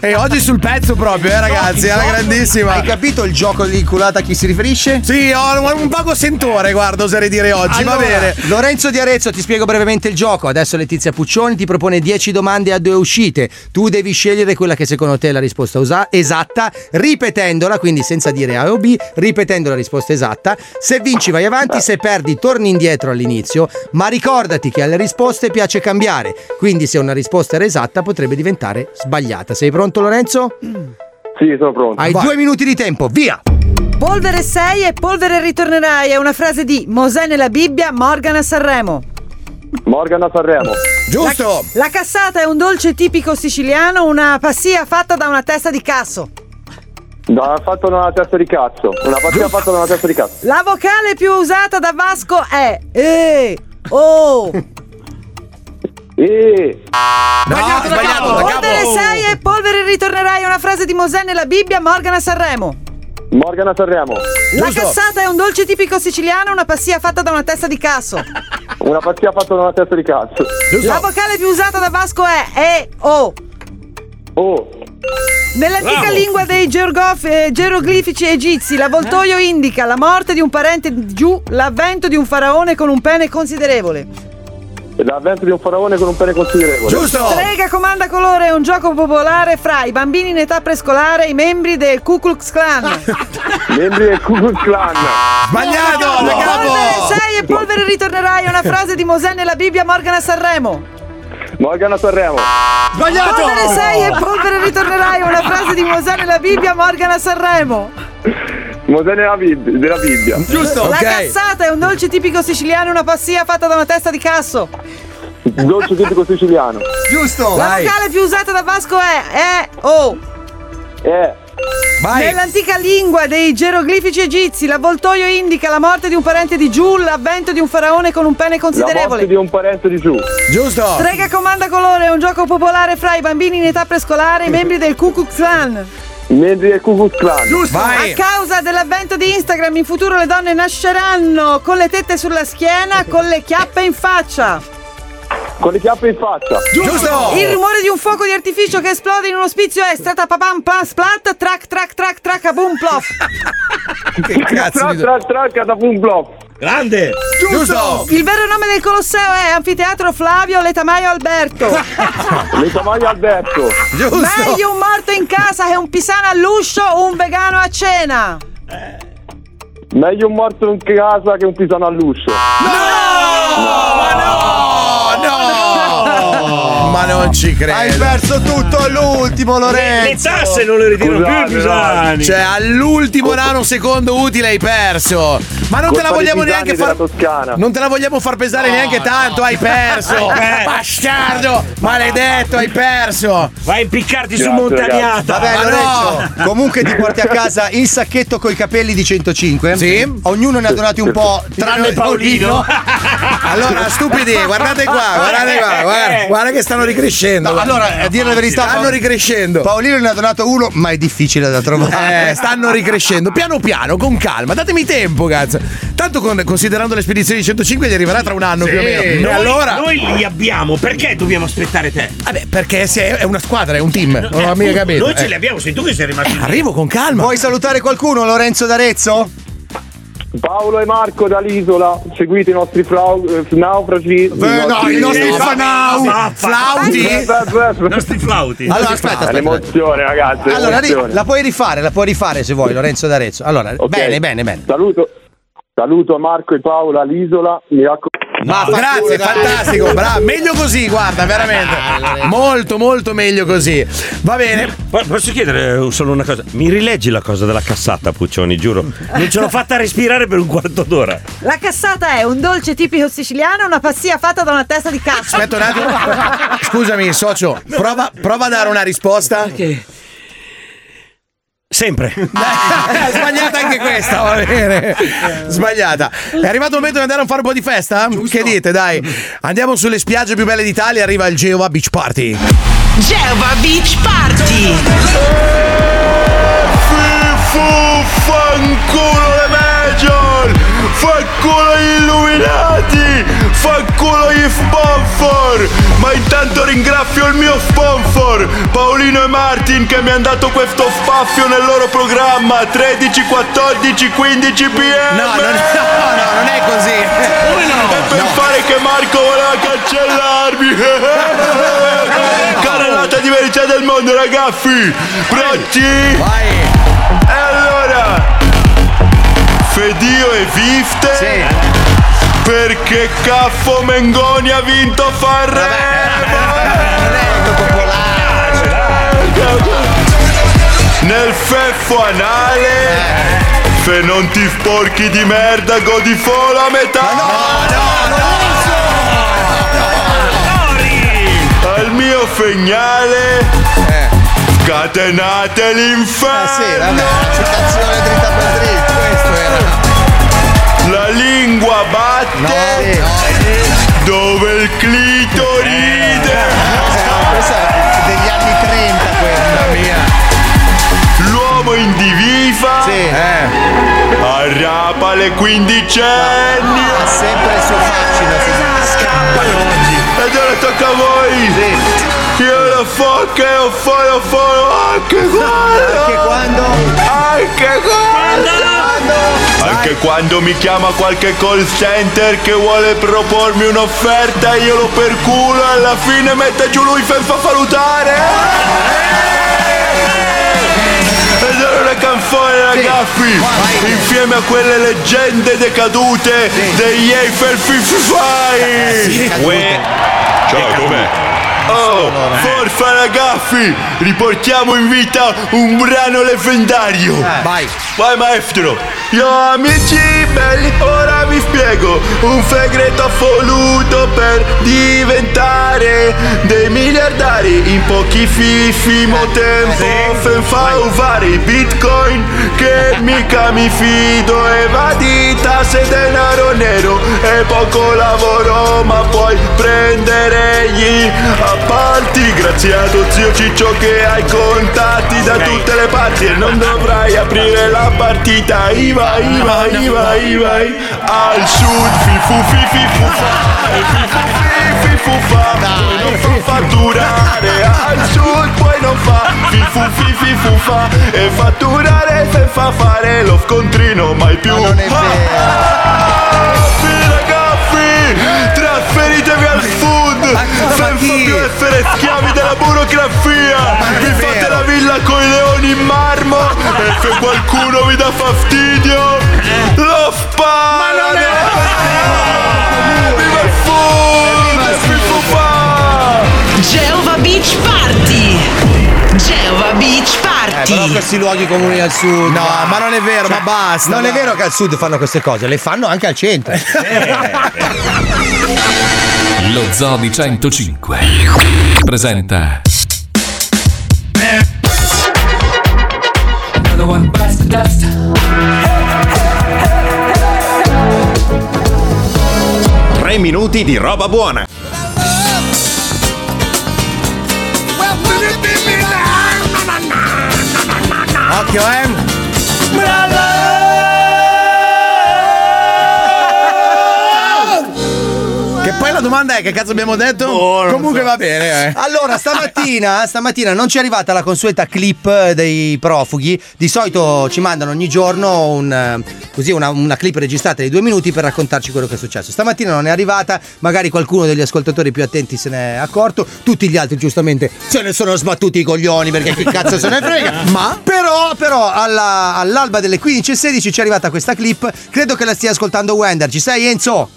Speaker 3: e oggi sul pezzo proprio, eh, ragazzi, è una grandissima.
Speaker 6: Hai capito il gioco dell'inculata a chi si riferisce?
Speaker 3: Sì, ho un, un vago sentore, guarda, oserei dire oggi, va
Speaker 6: Allora,
Speaker 3: bene.
Speaker 6: Lorenzo di Arezzo, ti spiego brevemente il gioco. Adesso Letizia Puccioni ti propone 10 domande a due uscite. Tu devi scegliere quella che secondo te è la risposta usa- esatta, ripetendola, quindi senza dire A o B, ripetendo la risposta esatta. Se vinci vai avanti, se perdi torni indietro all'inizio, ma ricordati che alle risposte piace cambiare. Quindi se una risposta era esatta potrebbe diventare sbagliata. Sei pronto Lorenzo?
Speaker 10: Sì, sono pronto.
Speaker 6: Hai
Speaker 10: Vai.
Speaker 6: due minuti di tempo, via!
Speaker 29: Polvere sei e polvere ritornerai è una frase di Mosè nella Bibbia, Morgan a Sanremo.
Speaker 10: Morgan a Sanremo.
Speaker 3: Giusto!
Speaker 29: La cassata è un dolce tipico siciliano, una passia fatta da una testa di casso.
Speaker 10: No, ha fatto una testa di cazzo. Una partita fatta da una testa di cazzo.
Speaker 29: La vocale più usata da Vasco è E, O.
Speaker 10: E
Speaker 3: Sbagliato, sbagliato, da capo.
Speaker 29: Polvere sei e polvere ritornerai è una frase di Mosè nella Bibbia, Morgan a Sanremo.
Speaker 10: Morgan a Sanremo.
Speaker 29: La cassata è un dolce tipico siciliano, una passia fatta da una testa di casso.
Speaker 10: Una partita fatta da una testa di cazzo.
Speaker 29: La vocale più usata da Vasco è E, O.
Speaker 10: Oh,
Speaker 29: Nell'antica
Speaker 10: Bravo.
Speaker 29: lingua dei gergof- eh, geroglifici egizi, l'avvoltoio indica la morte di un parente giù, l'avvento di un faraone con un pene considerevole.
Speaker 10: l'avvento di un faraone con un pene considerevole.
Speaker 29: Strega comanda colore è un gioco popolare fra i bambini in età prescolare e i membri del Ku Klux Klan.
Speaker 10: Membri del Ku Klux Klan.
Speaker 3: Sbagliato, da
Speaker 29: Polvere
Speaker 3: capo.
Speaker 29: sei e polvere ritornerai è una frase di Mosè nella Bibbia Morgan a Sanremo.
Speaker 10: Morgan a Sanremo.
Speaker 3: Sbagliato!
Speaker 29: Polvere sei e polvere ritornerai è una frase di Mosè nella Bibbia Morgan a Sanremo.
Speaker 10: Mosè della, Bib- della Bibbia.
Speaker 29: La cassata è un dolce tipico siciliano, una passia fatta da una testa di casso.
Speaker 10: Dolce tipico siciliano.
Speaker 6: Giusto!
Speaker 29: La vocale più usata da Vasco è E, O.
Speaker 10: Eh.
Speaker 29: Nell'antica lingua dei geroglifici egizi, l'avvoltoio indica la morte di un parente di giù, l'avvento di un faraone con un pene
Speaker 10: La morte
Speaker 29: considerevole.
Speaker 10: di un parente di giù.
Speaker 3: Giusto.
Speaker 29: Strega comanda colore è un gioco popolare fra i bambini in età prescolare e i membri del Ku Klux Klan.
Speaker 10: Membri del Ku Klux Klan.
Speaker 29: A causa dell'avvento di Instagram, in futuro le donne nasceranno con le tette sulla schiena, con le chiappe in faccia.
Speaker 10: Con le chiappe in faccia.
Speaker 29: Il rumore di un fuoco di artificio che esplode in un ospizio è strata papam pam splat, track track track track a boom plof.
Speaker 10: Che cazzo tra, tra, tra, tra, un blocco.
Speaker 5: Grande!
Speaker 3: Giusto!
Speaker 29: Il vero nome del Colosseo è Anfiteatro Flavio Letamaio Alberto.
Speaker 10: Le tamaglie Alberto.
Speaker 29: Meglio un morto in casa che un pisano all'uscio o un vegano a cena.
Speaker 10: Meglio un morto in casa che un pisano all'uscio.
Speaker 3: Oh, No! ma non ci credo.
Speaker 6: Hai perso tutto all'ultimo, Lorenzo.
Speaker 5: Le tasse non le ritiro più,
Speaker 6: Scusate,
Speaker 5: Pisani.
Speaker 3: Cioè, all'ultimo nanosecondo utile hai perso. Ma non te la
Speaker 5: Colpa dei
Speaker 3: vogliamo
Speaker 5: Pisani
Speaker 3: neanche
Speaker 5: della
Speaker 3: far. Non te la vogliamo far pesare neanche tanto. Hai perso.
Speaker 5: Hai perso.
Speaker 3: Bastardo. Maledetto, hai perso.
Speaker 5: Vai a impiccarti
Speaker 3: su Montagnata.
Speaker 6: Vabbè,
Speaker 3: Ma
Speaker 6: Lorenzo,
Speaker 3: no.
Speaker 6: comunque ti porti a casa il sacchetto coi capelli di 105. Sì. Ognuno ne ha donati un po', tranne Paolino.
Speaker 3: Allora, stupidi, guardate qua, guardate
Speaker 5: Eh.
Speaker 3: qua, guarda, guarda che stanno ricrescendo.
Speaker 6: Eh, No, allora, a dire la verità,
Speaker 3: stanno
Speaker 6: Paolo-
Speaker 3: ricrescendo.
Speaker 6: Paolino ne ha donato uno, ma è difficile da trovare.
Speaker 3: Eh, stanno ricrescendo piano piano, con calma. Datemi tempo, cazzo. Tanto con- considerando le spedizioni di 105 gli arriverà tra un anno più o meno. E
Speaker 5: Noi,
Speaker 3: allora
Speaker 5: noi li abbiamo, perché dobbiamo aspettare te?
Speaker 3: Vabbè, perché se è una squadra, è un team. non
Speaker 5: Eh,
Speaker 3: ho mica
Speaker 5: appunto,
Speaker 3: capito.
Speaker 5: Noi
Speaker 3: eh.
Speaker 5: ce li abbiamo, sei tu che sei rimasto. indietro.
Speaker 3: Arrivo con calma.
Speaker 6: Vuoi salutare qualcuno, Lorenzo d'Arezzo?
Speaker 16: Paolo e Marco dall'isola, seguite i nostri frau- eh, naufragi.
Speaker 6: Beh, no, i nostri fanau- flauti.
Speaker 16: Eh,
Speaker 5: I nostri flauti.
Speaker 6: Allora, aspetta, aspetta.
Speaker 16: L'emozione, ragazzi.
Speaker 6: Allora, ri-
Speaker 16: l'emozione.
Speaker 6: la puoi rifare, la puoi rifare se vuoi, Lorenzo d'Arezzo. Allora,
Speaker 16: Ok.
Speaker 6: bene, bene, bene.
Speaker 16: Saluto, saluto Marco e Paola all'isola. Mi raccomando.
Speaker 3: Ma grazie, fantastico, bravo, meglio così, guarda, veramente. Molto, molto meglio così. Va bene.
Speaker 5: Po- Posso chiedere eh, solo una cosa? Mi rileggi la cosa della cassata, Puccioni, giuro. Non ce l'ho fatta respirare per un quarto d'ora.
Speaker 4: La cassata è un dolce tipico siciliano, una passia fatta da una testa di cazzo.
Speaker 3: Aspetta un attimo. Scusami, socio, prova, prova a dare una risposta.
Speaker 5: Sempre.
Speaker 3: Sbagliata anche questa, va bene. Sbagliata. È arrivato il momento di andare a fare un po' di festa? Che dite, dai? Andiamo sulle spiagge più belle d'Italia, arriva il Geova Beach Party.
Speaker 10: Geova Beach Party
Speaker 8: Fifu, fanculo le Major! Fanculo gli illuminati! Fanculo gli sponsor! Ma intanto ringrazio il mio sponsor, Paolino e Martin, che mi hanno dato questo spazio nel loro programma 13, 14, 15 pm! No, no,
Speaker 3: no, non è così!
Speaker 8: È per fare che Marco voleva cancellarmi! Carrellata di verità del mondo, ragazzi! Pronti? E allora, Fedio e Vifte? Perché Caffo Mengoni ha vinto Sanremo? Nel feffo anale, se non ti sporchi di merda, godi solo a metà. Al mio segnale, Eh. scatenate l'inferno. La lingua batte dove il clito ride. Eh, questa è degli anni 30 questa mia. L'uomo in divisa arrapa le quindicenni. eh. Ha sempre il suo fascino. Scappano oggi. Ed ora tocca a voi. Io lo fo che lo fo, lo fo anche quando. Anche quando. Anche quando. Anche quando mi chiama qualche call center che vuole propormi un'offerta, io lo perculo e alla fine mette giù lui per fa valutare. Ed era una canzone ragazzi, insieme a quelle leggende decadute degli Eiffel
Speaker 25: Eh,
Speaker 20: Sì,
Speaker 8: 55.
Speaker 20: cadute.
Speaker 8: Uè. Ciao, com'è? Oh, forza ragazzi, riportiamo in vita un brano leggendario. Vai. Vai maestro. Io amici belli, ora vi spiego un segreto assoluto per diventare dei miliardari in pochissimo tempo senza usare i bitcoin che mica mi fido e va di tasse denaro nero e poco lavoro ma puoi prendere gli appalti grazie a tuo zio Ciccio che hai contatti da tutte le parti e non dovrai aprire la partita IVA IVA IVA IVA al sud fifu fifi fifu fa puoi non fa fatturare al sud puoi non fa fifu fifi fa e fatturare se fa fare lo scontrino mai più Ah, ragazzi, ah, trasferitevi al sud senza più essere schiavi della burocrazia. Vi fate la villa con i leoni in marmo e se qualcuno vi dà fastidio, lo spara. Viva il sud! Viva il sud!
Speaker 6: Eh, questi luoghi comuni al sud. Cioè,
Speaker 3: No, ma non è vero, ma basta,
Speaker 6: Non è
Speaker 3: ma-
Speaker 6: vero che al sud fanno queste cose, le fanno anche al centro.
Speaker 1: Lo Zoo di 105 presenta
Speaker 25: Another one bites the dust.
Speaker 20: Tre minuti di roba buona.
Speaker 3: Occhio, eh! Che poi la domanda è che cazzo abbiamo detto? Comunque va bene, eh.
Speaker 6: Allora, stamattina, stamattina non ci è arrivata la consueta clip eh, dei profughi. Di solito ci mandano ogni giorno un, eh, così una, una clip registrata di due minuti per raccontarci quello che è successo. Stamattina non è arrivata, magari qualcuno degli ascoltatori più attenti se ne è accorto. Tutti gli altri, giustamente, se ne sono sbattuti i coglioni perché chi cazzo se ne frega. Ma però, però, alla- all'alba delle 15.16 ci è arrivata questa clip. Credo che la stia ascoltando Wender. Ci sei, Enzo?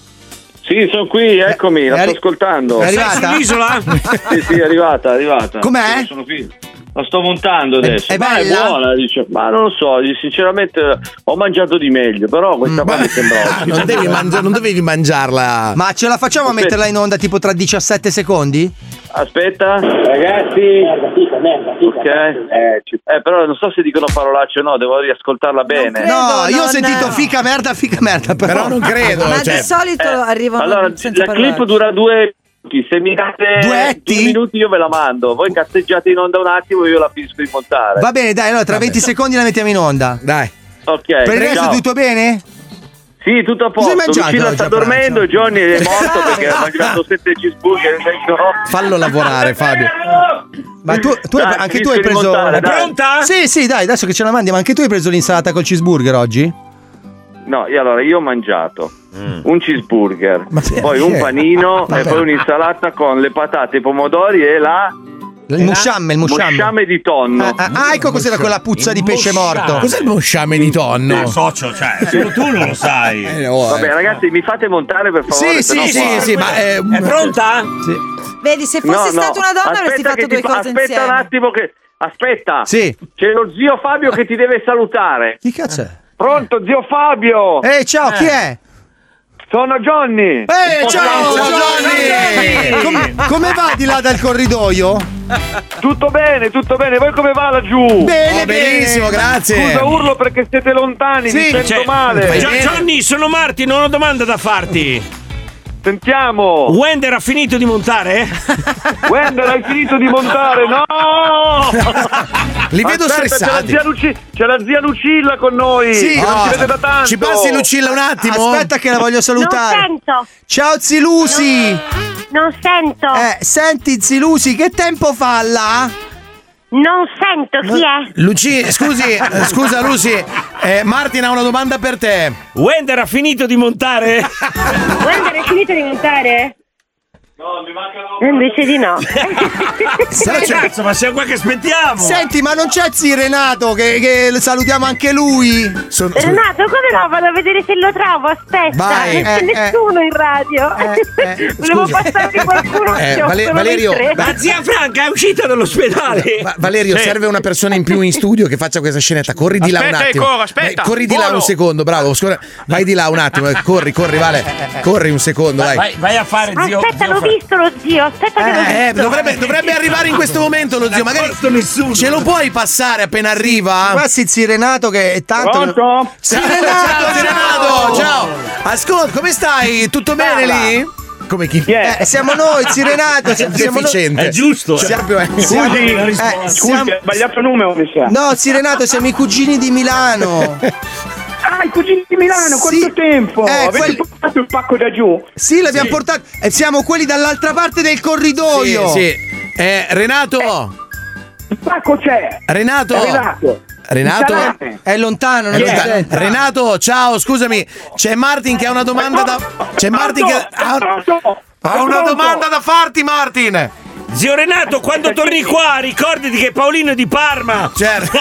Speaker 21: Sì, sono qui, eccomi, la
Speaker 6: è
Speaker 21: sto
Speaker 6: arri-
Speaker 21: ascoltando.
Speaker 6: Eh, è arrivata? Sei sull'isola?
Speaker 21: sì, sì, è arrivata, è arrivata.
Speaker 6: Com'è?
Speaker 21: Sì, Sono qui. La sto montando adesso.
Speaker 6: è
Speaker 21: Ma è
Speaker 6: bella?
Speaker 21: buona, dice. Ma non lo so, sinceramente ho mangiato di meglio, però
Speaker 6: Mm,
Speaker 21: questa qua mi sembra ottima.
Speaker 3: Ah, Non, devi mangia- non dovevi mangiarla.
Speaker 6: Ma ce la facciamo a metterla in onda tipo tra 17 secondi?
Speaker 21: Aspetta, ragazzi. Ok, eh, ci- eh, però non so se dicono parolacce o no, devo riascoltarla bene.
Speaker 6: no, Ah, io ho sentito fica merda, fica merda. Però, cioè.
Speaker 17: Ma di solito arrivano
Speaker 21: Eh, Allora,
Speaker 17: senza
Speaker 21: la
Speaker 17: parlare.
Speaker 21: clip dura due minuti. Se mi date due minuti, io ve la mando. Voi cazzeggiate in onda un attimo, io la finisco di montare.
Speaker 6: Va bene, dai, allora tra 20 secondi la mettiamo in onda. Dai.
Speaker 21: Ok,
Speaker 6: per il resto
Speaker 21: ciao.
Speaker 6: tutto bene?
Speaker 21: Sì, tutto a
Speaker 6: Cosa hai
Speaker 21: posto.
Speaker 6: mangiato
Speaker 21: Lucilla
Speaker 6: oggi
Speaker 21: sta
Speaker 6: a pranzo?
Speaker 21: dormendo, Johnny è morto perché ha mangiato sette cheeseburger.
Speaker 6: Fallo lavorare, Fabio. Ma tu, tu hai-
Speaker 21: Dai,
Speaker 6: anche
Speaker 21: finisco
Speaker 6: tu
Speaker 21: di
Speaker 6: hai preso.
Speaker 21: montare, dai.
Speaker 6: Sì, sì, dai, adesso che ce la mandi, ma anche tu hai preso l'insalata col cheeseburger oggi?
Speaker 21: No, io, allora io ho mangiato un cheeseburger,
Speaker 6: perché?
Speaker 21: poi un panino
Speaker 6: Vabbè.
Speaker 21: e poi un'insalata con le patate, i pomodori e la.
Speaker 6: Il musciamme, il musciamme.
Speaker 21: Musciame di tonno.
Speaker 6: Ah, ah, ecco cos'era quella puzza di pesce morto.
Speaker 3: Cos'è il mosciame di tonno?
Speaker 21: Eh,
Speaker 3: socio, cioè,
Speaker 21: solo tu non lo
Speaker 3: sai.
Speaker 6: Eh,
Speaker 21: Vabbè, ragazzi, mi fate montare per favore?
Speaker 3: Sì, sì, sì, sì, ma, eh, È
Speaker 21: pronta?
Speaker 17: Vedi, se fossi stata una donna avresti fatto due cose
Speaker 21: aspetta
Speaker 17: insieme.
Speaker 21: un attimo che aspetta.
Speaker 6: Sì.
Speaker 21: C'è lo zio Fabio che ti deve salutare.
Speaker 6: Chi cazzo è?
Speaker 21: Pronto zio Fabio?
Speaker 6: Ehi, ciao,
Speaker 3: Eh.
Speaker 6: chi è?
Speaker 21: Sono Johnny.
Speaker 6: Ehi, Eh, ciao, Johnny! Come, come va di là dal corridoio?
Speaker 21: Tutto bene, tutto bene. Voi come va
Speaker 3: Uh,
Speaker 21: laggiù?
Speaker 6: Bene, Oh, bene. benissimo, grazie.
Speaker 21: Scusa, urlo perché siete lontani, mi sento
Speaker 5: cioè,
Speaker 21: male.
Speaker 5: Gio- Johnny, sono Martin, ho una domanda da farti.
Speaker 21: Sentiamo.
Speaker 5: Wender ha finito di montare?
Speaker 21: Wender hai finito di montare? No!
Speaker 3: Li vedo
Speaker 21: Aspetta,
Speaker 3: stressati.
Speaker 21: C'è la, zia Luci- c'è la zia Lucilla con noi.
Speaker 3: Sì,
Speaker 21: che non
Speaker 10: Ah,
Speaker 3: no.
Speaker 21: ci vede da tanto.
Speaker 3: Ci passi, Lucilla, un attimo?
Speaker 6: Aspetta che la voglio salutare.
Speaker 10: Non sento.
Speaker 6: Ciao Zilusi!
Speaker 10: Non sento.
Speaker 6: Eh, senti Zilusi, che tempo fa là?
Speaker 10: Non sento chi è.
Speaker 3: Luci, scusi, eh, scusa Lucy, eh, Martin ha una domanda per te.
Speaker 5: Wender ha finito di montare?
Speaker 10: Wender è finito di montare? No, mi manca Invece di no.
Speaker 5: Sì, cazzo, ma siamo qua che aspettiamo!
Speaker 6: Senti, ma non c'è zi Renato che, che salutiamo anche lui?
Speaker 10: Renato, come no? Vado a vedere se lo trovo, aspetta.
Speaker 6: Vai.
Speaker 10: non c'è
Speaker 6: Eh,
Speaker 10: nessuno in radio. Volevo
Speaker 6: scusa.
Speaker 10: passare qualcuno.
Speaker 3: Eh,
Speaker 10: c'ho
Speaker 3: Vale-
Speaker 10: solo noi
Speaker 3: Valerio,
Speaker 10: tre.
Speaker 3: va-
Speaker 5: Zia Franca è uscita dall'ospedale!
Speaker 3: Ma Ah, Valerio,
Speaker 5: Sì.
Speaker 3: serve una persona in più in studio che faccia questa scenetta. Corri di là un
Speaker 30: Aspetta,
Speaker 3: attimo.
Speaker 30: Ecora, aspetta.
Speaker 3: Vai, corri di là
Speaker 30: Volo.
Speaker 3: un secondo, bravo. scusa. vai di là un attimo. eh, Corri, corri, Vale. Corri un secondo, dai.
Speaker 5: a fare
Speaker 10: Aspetta, l'ho visto lo zio, aspetta che l'ho visto.
Speaker 3: Eh, dovrebbe, dovrebbe arrivare in questo momento lo zio. Magari ce lo puoi passare appena arriva?
Speaker 6: Passi zi Renato che è tanto.
Speaker 3: Pronto?
Speaker 6: Zi
Speaker 3: Ciao,
Speaker 6: Renato,
Speaker 3: ciao,
Speaker 6: ciao.
Speaker 3: Renato, ciao. Ascolta, come stai? Tutto bene lì? Come chi?
Speaker 6: Eh, siamo noi, zi Renato, si- siamo noi.
Speaker 3: Deficiente.
Speaker 6: È giusto, eh.
Speaker 3: Siamo-
Speaker 6: Scusi,
Speaker 3: siamo-
Speaker 6: eh,
Speaker 3: la risposta.
Speaker 6: scusi, siamo-
Speaker 3: hai
Speaker 21: sbagliato nome, mi sa.
Speaker 6: No, zi Renato, siamo i cugini di Milano.
Speaker 21: Ah, i cugini di Milano, quanto tempo?
Speaker 6: Eh,
Speaker 21: Avete
Speaker 6: quelli-
Speaker 21: portato il pacco da giù?
Speaker 6: Sì, l'abbiamo portato. E siamo quelli dall'altra parte del corridoio.
Speaker 3: Sì, sì. Eh, Renato.
Speaker 21: Il pacco c'è.
Speaker 3: Renato.
Speaker 21: Renato.
Speaker 3: Renato?
Speaker 21: Il salame.
Speaker 6: È lontano, non
Speaker 3: Chi
Speaker 6: lo
Speaker 3: è?
Speaker 6: sento.
Speaker 3: Renato, ciao, scusami. C'è Martin che ha una domanda da. C'è Martin che ha, ha una domanda da farti, Martin.
Speaker 5: Zio Renato, quando torni qua, ricordati che Paolino è di Parma!
Speaker 3: Certo!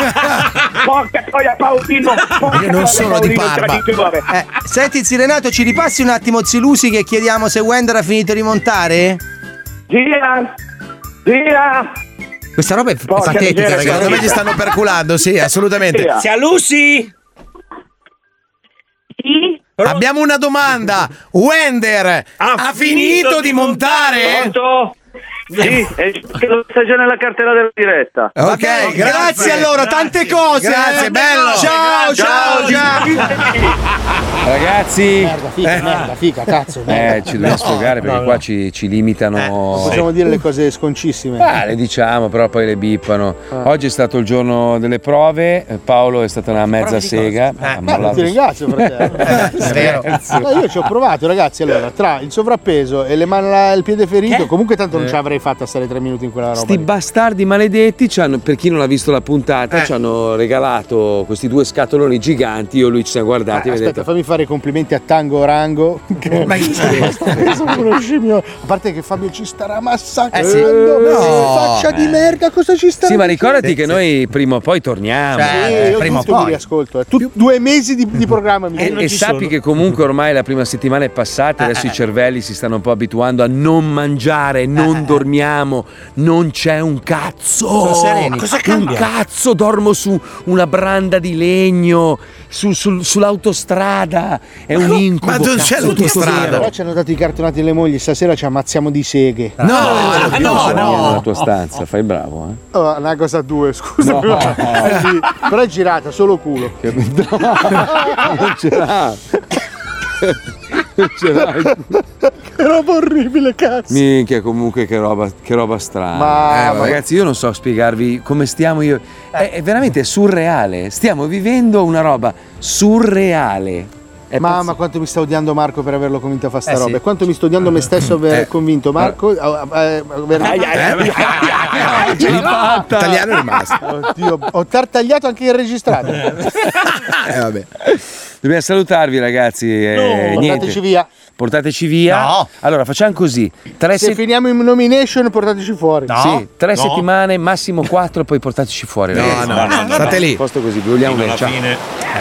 Speaker 21: Porca troia, Paolino!
Speaker 6: Io non sono di Parma. Eh, senti, zi Renato, ci ripassi un attimo Zilusi che chiediamo se Wender ha finito di montare?
Speaker 21: Zia! Zia!
Speaker 6: Questa roba è f-
Speaker 3: Porca
Speaker 6: patetica,
Speaker 3: miseria,
Speaker 6: ragazzi.
Speaker 3: secondo me ci stanno perculando, sì, assolutamente.
Speaker 6: Sì. Sia
Speaker 5: Lucy!
Speaker 3: Abbiamo una domanda. Wender ha, finito, di montare?
Speaker 16: Sì, è la stagione la cartella della diretta.
Speaker 3: Ok, grazie,
Speaker 6: allora, tante cose.
Speaker 16: Grazie,
Speaker 6: eh.
Speaker 16: bello.
Speaker 6: Ciao, ciao, ciao.
Speaker 14: Ragazzi,
Speaker 15: Merda, fica,
Speaker 14: Eh.
Speaker 15: merda, fica, cazzo. merda.
Speaker 14: eh, ci dobbiamo sfogare perché
Speaker 15: No,
Speaker 14: qua
Speaker 15: no.
Speaker 14: ci, ci limitano.
Speaker 15: Non Possiamo dire le cose sconcissime. Eh,
Speaker 14: Ah, le diciamo, però poi le bippano.
Speaker 15: Ah.
Speaker 14: Oggi è stato il giorno delle prove. eh, Paolo è stata una mezza sega. ha
Speaker 15: Guarda,
Speaker 14: mollato-
Speaker 15: Eh, ti ringrazio
Speaker 3: Eh,
Speaker 15: fratello. eh. No, io ci ho provato, ragazzi. Allora, tra il sovrappeso e le mani alla- il piede ferito, comunque tanto non
Speaker 14: Eh.
Speaker 15: ce l'avrei fatta a stare tre minuti in quella roba.
Speaker 14: Sti
Speaker 15: lì.
Speaker 14: bastardi maledetti, ci hanno- per chi non ha visto la puntata, ci hanno regalato questi due scatoloni giganti. Io e lui ci siamo guardati e
Speaker 15: Aspetta,
Speaker 14: abbiamo detto.
Speaker 15: fammi fare i complimenti a Tango Rango. Che
Speaker 14: Ma chi
Speaker 15: è? Sono uno scimmio. A parte che Fabio ci starà massacrando.
Speaker 14: Eh sì. No.
Speaker 15: Faccia di merda, cosa ci starà
Speaker 14: Sì, ma ricordati eh,
Speaker 15: dicendo?
Speaker 14: che noi prima o poi torniamo.
Speaker 15: Sì, io giusto mi riascolto. eh. Tu- due mesi di, di programma mi
Speaker 14: E, e sappi che comunque ormai la prima settimana è passata, adesso i cervelli si stanno un po' abituando a non mangiare, non dormiamo, non c'è un cazzo.
Speaker 21: Sono sereni.
Speaker 14: Ma
Speaker 21: cambia?
Speaker 14: Un cazzo, dormo su una branda di legno, su- sul- sull'autostrada, è un incubo. cazzo, tutto vero.
Speaker 15: Però ci hanno dato i cartonati delle mogli, stasera ci ammazziamo di seghe.
Speaker 14: no, Ah, no,
Speaker 15: no.
Speaker 14: nella tua stanza, fai bravo, eh.
Speaker 15: Oh, una cosa due, scusa.
Speaker 14: No.
Speaker 15: Eh sì, Però è girata, solo culo.
Speaker 14: Non ce l'ha. Non ce l'ha.
Speaker 15: Che roba orribile, cazzo.
Speaker 14: Minchia, comunque che roba, che roba strana.
Speaker 15: Ma- Eh.
Speaker 14: Eh, ma ragazzi, io non so spiegarvi come stiamo io. È, è veramente surreale. Stiamo vivendo una roba surreale. È
Speaker 15: Mamma, quanto mi sta odiando Marco per averlo convinto a fare sta
Speaker 14: Eh sì.
Speaker 15: roba. E quanto mi sto odiando me stesso
Speaker 6: Eh.
Speaker 15: aver convinto Marco. a- a- a- aver- Eh? Ce l'ho fatta. Italiano è rimasto. Oddio, ho tartagliato anche il registrato.
Speaker 6: Eh.
Speaker 14: Ah, eh, Dobbiamo salutarvi, ragazzi. eh, niente.
Speaker 15: portateci via.
Speaker 14: Portateci via.
Speaker 15: No.
Speaker 14: Allora, facciamo così: tre,
Speaker 15: Se
Speaker 14: se-
Speaker 15: finiamo in nomination, portateci fuori.
Speaker 14: sì, tre settimane, massimo quattro, poi portateci fuori.
Speaker 15: No,
Speaker 14: ragazzi.
Speaker 15: no, no, no, no. State lì.
Speaker 14: Ah, Posto così, vi vogliamo bene. ciao.
Speaker 6: Eh,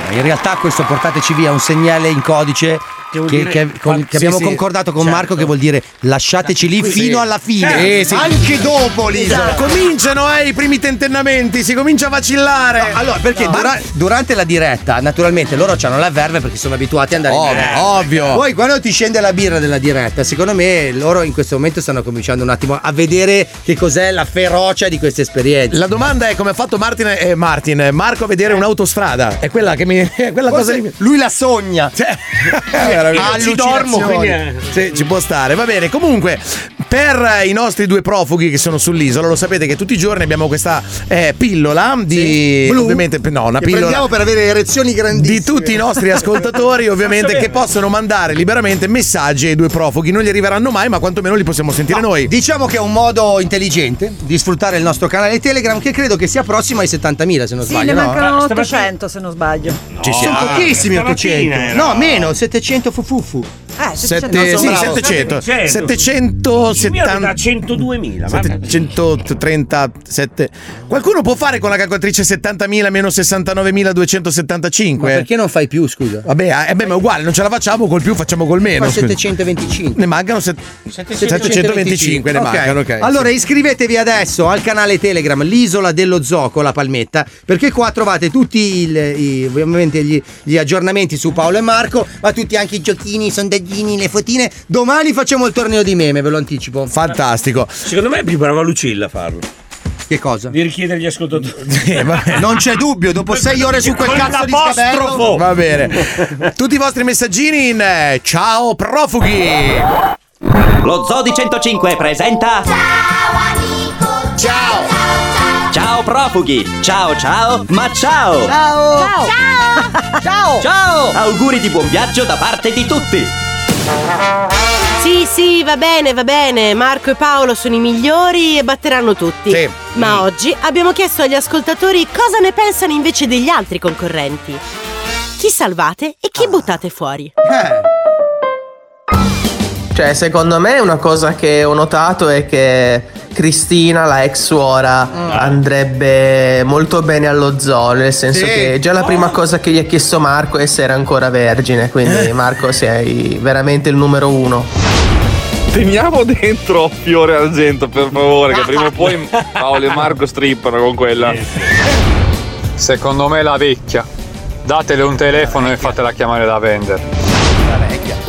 Speaker 6: ma in realtà questo portateci via è un segnale in codice
Speaker 21: Che vuol
Speaker 6: che,
Speaker 21: dire-
Speaker 6: che- con-
Speaker 21: Sì,
Speaker 6: che abbiamo
Speaker 21: sì,
Speaker 6: concordato con
Speaker 21: certo.
Speaker 6: Marco che vuol dire lasciateci lì
Speaker 21: Sì.
Speaker 6: fino alla fine. Esatto.
Speaker 21: Eh, sì.
Speaker 6: Anche dopo l'isola.
Speaker 3: Cominciano eh, i primi tentennamenti, si comincia a vacillare.
Speaker 6: allora, perché dura- durante la diretta, naturalmente, loro hanno la verve perché sono abituati ad andare in
Speaker 21: Ovvio,
Speaker 6: diretta.
Speaker 21: ovvio.
Speaker 6: Poi quando ti scende la birra della diretta, secondo me loro in questo momento stanno cominciando un attimo a vedere che cos'è la ferocia di queste esperienze.
Speaker 3: La domanda è come ha fatto Martin, eh, Martin, eh, Marco a vedere un'autostrada. È quella che mi. È quella cosa che mi-
Speaker 6: Lui la sogna.
Speaker 3: Cioè,
Speaker 6: Allucinazioni.
Speaker 3: ci dormo, quindi è- Sì, ci può stare. Va bene, comunque, per eh, i nostri due profughi che sono sull'isola, lo sapete che tutti i giorni abbiamo questa eh, pillola di.
Speaker 21: Blu.
Speaker 3: ovviamente, no, una
Speaker 21: Che
Speaker 3: pillola.
Speaker 21: prendiamo per avere erezioni grandissime.
Speaker 3: Di tutti i nostri ascoltatori, ovviamente, che possono mandare liberamente messaggi ai due profughi. Non gli arriveranno mai, ma quantomeno li possiamo sentire noi.
Speaker 6: Diciamo che è un modo intelligente di sfruttare il nostro canale Telegram che credo che sia prossimo ai 70.000 se non
Speaker 4: Sì,
Speaker 6: sbaglio.
Speaker 4: ne
Speaker 6: no?
Speaker 4: mancano 800 se non sbaglio.
Speaker 6: Ci sono pochissimi 800. No, meno, 700 fufufu.
Speaker 4: Eh,
Speaker 3: Sette- sì, 700. 770.
Speaker 5: 102.000. vabbè.
Speaker 3: 737 qualcuno può fare con la calcolatrice 70.000 meno 69.275
Speaker 6: Ma perché non fai più scusa
Speaker 3: vabbè eh, beh, ma è uguale non ce la facciamo col più facciamo col meno
Speaker 6: Fa
Speaker 3: scusa.
Speaker 6: 725.
Speaker 3: Eh, ne mancano set- 725 ne
Speaker 6: Ok.
Speaker 3: mancano ok
Speaker 6: Allora iscrivetevi adesso al canale Telegram L'isola dello zoco, la palmetta, perché qua trovate tutti il- i- ovviamente gli, gli aggiornamenti su Paolo e Marco, ma tutti anche i giochini, i sondaggini, le fotine. Domani facciamo il torneo di meme, ve lo anticipo.
Speaker 3: Fantastico.
Speaker 5: Secondo me è più brava Lucilla a farlo.
Speaker 6: Che cosa? Eh,
Speaker 5: Di richiedere agli ascoltatori.
Speaker 6: Non c'è dubbio, dopo sei ore su quel
Speaker 5: Con
Speaker 6: cazzo di
Speaker 5: l'apostrofo.
Speaker 6: scabello.
Speaker 3: va bene tutti i vostri messaggini in eh, ciao profughi
Speaker 24: Lo Zodi 105 presenta. Ciao amico! Ciao! Ciao profughi! Ciao ciao, ma ciao!
Speaker 10: Ciao! Ciao! Ciao!
Speaker 24: Ciao! Auguri di buon viaggio da parte di tutti!
Speaker 17: Sì, sì, va bene, va bene. Marco e Paolo sono i migliori e batteranno tutti.
Speaker 24: Sì.
Speaker 17: Ma oggi abbiamo chiesto agli ascoltatori cosa ne pensano invece degli altri concorrenti. Chi salvate e chi buttate fuori?
Speaker 31: Cioè, secondo me una cosa che ho notato è che Cristina, la ex suora,
Speaker 10: Mm.
Speaker 31: andrebbe molto bene allo zoo, nel senso Sì. che già la
Speaker 10: Oh.
Speaker 31: prima cosa che gli ha chiesto
Speaker 6: Eh.
Speaker 31: Marco è se era ancora vergine, quindi Marco sei veramente il numero uno.
Speaker 21: Teniamo dentro Fiore Argento, per favore, che prima o poi Paolo e Marco strippano con quella.
Speaker 32: Secondo me la vecchia. Datele un telefono e fatela chiamare da vendere.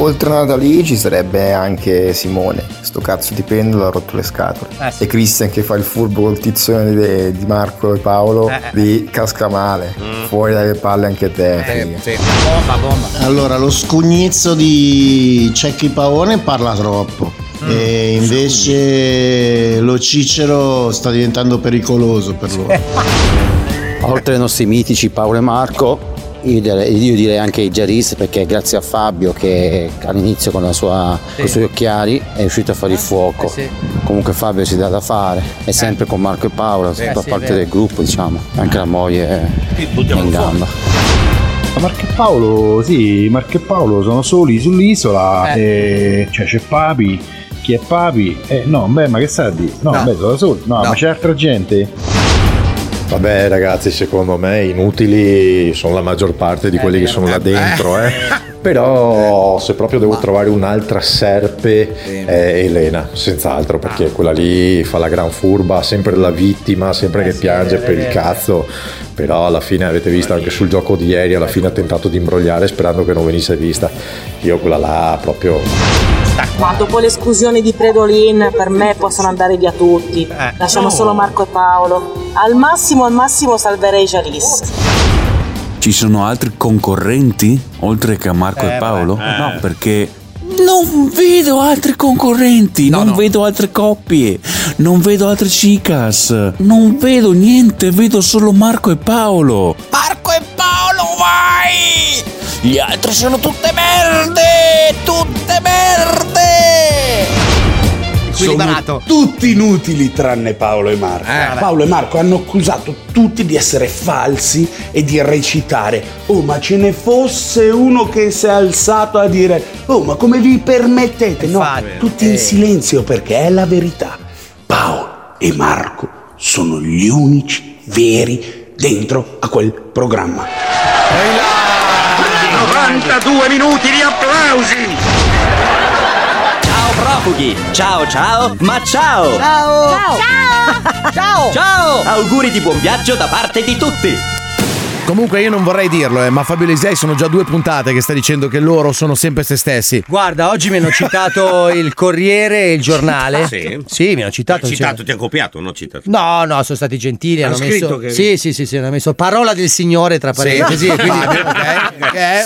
Speaker 15: Oltre a lì ci sarebbe anche Simone, sto cazzo di pendolo ha rotto le scatole.
Speaker 6: Eh, sì.
Speaker 15: E Christian che fa il furbo col tizzone de- Eh, di Marco e Paolo,
Speaker 6: Eh. Mm.
Speaker 15: lì casca male, fuori dalle palle anche te. figa.
Speaker 6: Bomba, bomba.
Speaker 11: Allora, lo scugnizzo di Cecchi Paone parla troppo.
Speaker 6: Mm.
Speaker 11: E invece lo Cicero sta diventando pericoloso per loro.
Speaker 10: Oltre ai nostri mitici Paolo e Marco, io direi, io direi anche i Jaris perché grazie a Fabio che all'inizio con, la sua- con i suoi occhiali è riuscito a fare il fuoco.
Speaker 6: Eh, sì.
Speaker 10: Comunque Fabio si dà da fare, è sempre con Marco e Paolo,
Speaker 6: Sì.
Speaker 10: fa
Speaker 6: Eh sì,
Speaker 10: parte
Speaker 6: vero.
Speaker 10: del gruppo diciamo, anche la moglie è
Speaker 5: buttiamo
Speaker 10: in
Speaker 5: fuori.
Speaker 10: gamba.
Speaker 33: Marco e Paolo, sì, Marco e Paolo sono soli sull'isola,
Speaker 6: Eh.
Speaker 33: e cioè c'è Papi, chi è Papi? Eh no, beh, ma che sa di? No,
Speaker 34: No.
Speaker 33: beh, sono da soli, no,
Speaker 34: No.
Speaker 33: ma c'è altra gente.
Speaker 34: Vabbè ragazzi, secondo me inutili sono la maggior parte di
Speaker 33: Eh,
Speaker 34: quelli che sono là dentro, eh. Però se proprio devo trovare un'altra serpe è Elena, senz'altro,
Speaker 33: Ah.
Speaker 34: perché quella lì fa la gran furba, sempre la vittima, sempre che piange
Speaker 33: vero,
Speaker 34: per
Speaker 33: Eh
Speaker 34: il
Speaker 33: è vero.
Speaker 34: cazzo. Però alla fine avete visto anche sul gioco di ieri, alla fine ha tentato di imbrogliare sperando che non venisse vista. Io quella là proprio...
Speaker 33: Ma dopo l'esclusione di Predolin, per me possono andare via tutti. Lasciamo
Speaker 15: no.
Speaker 33: solo Marco e Paolo. Al massimo, al massimo salverei Jaris.
Speaker 11: Ci sono altri concorrenti oltre che a Marco
Speaker 33: Eh,
Speaker 11: e Paolo?
Speaker 33: vabbè.
Speaker 11: No, perché Non vedo altri concorrenti, non vedo altre coppie, non vedo altre chicas, non vedo niente, vedo solo Marco e Paolo.
Speaker 10: Marco e Paolo, vai! Gli altri sono tutte merde! Tutte merde!
Speaker 33: Sono tutti inutili tranne Paolo e Marco.
Speaker 23: Eh.
Speaker 33: Paolo e Marco hanno accusato tutti di essere falsi e di recitare. Oh, ma ce ne fosse uno che si è alzato a dire: Oh, ma come vi permettete? No, tutti
Speaker 23: Eh.
Speaker 33: in silenzio perché è la verità. Paolo e Marco sono gli unici veri dentro a quel programma.
Speaker 32: 92 minuti di applausi!
Speaker 24: Ciao profughi! Ciao ciao, ma ciao!
Speaker 35: Ciao!
Speaker 24: Ciao! Ciao! Auguri di buon viaggio da parte di tutti!
Speaker 3: Comunque io non vorrei dirlo, eh, ma Fabio Lisei sono già due puntate che sta dicendo che loro sono sempre se stessi.
Speaker 6: Guarda, oggi mi hanno citato il Corriere e il giornale.
Speaker 36: Sì.
Speaker 6: Sì, mi hanno citato.
Speaker 36: Citato, ti ha copiato, non citato.
Speaker 6: No, no, sono stati gentili.
Speaker 36: Ha
Speaker 6: Hanno messo,
Speaker 36: scritto che-
Speaker 6: sì, sì, sì, sì, hanno messo parola del Signore tra
Speaker 36: Sì.
Speaker 6: parentesi. e quindi-
Speaker 3: Eh,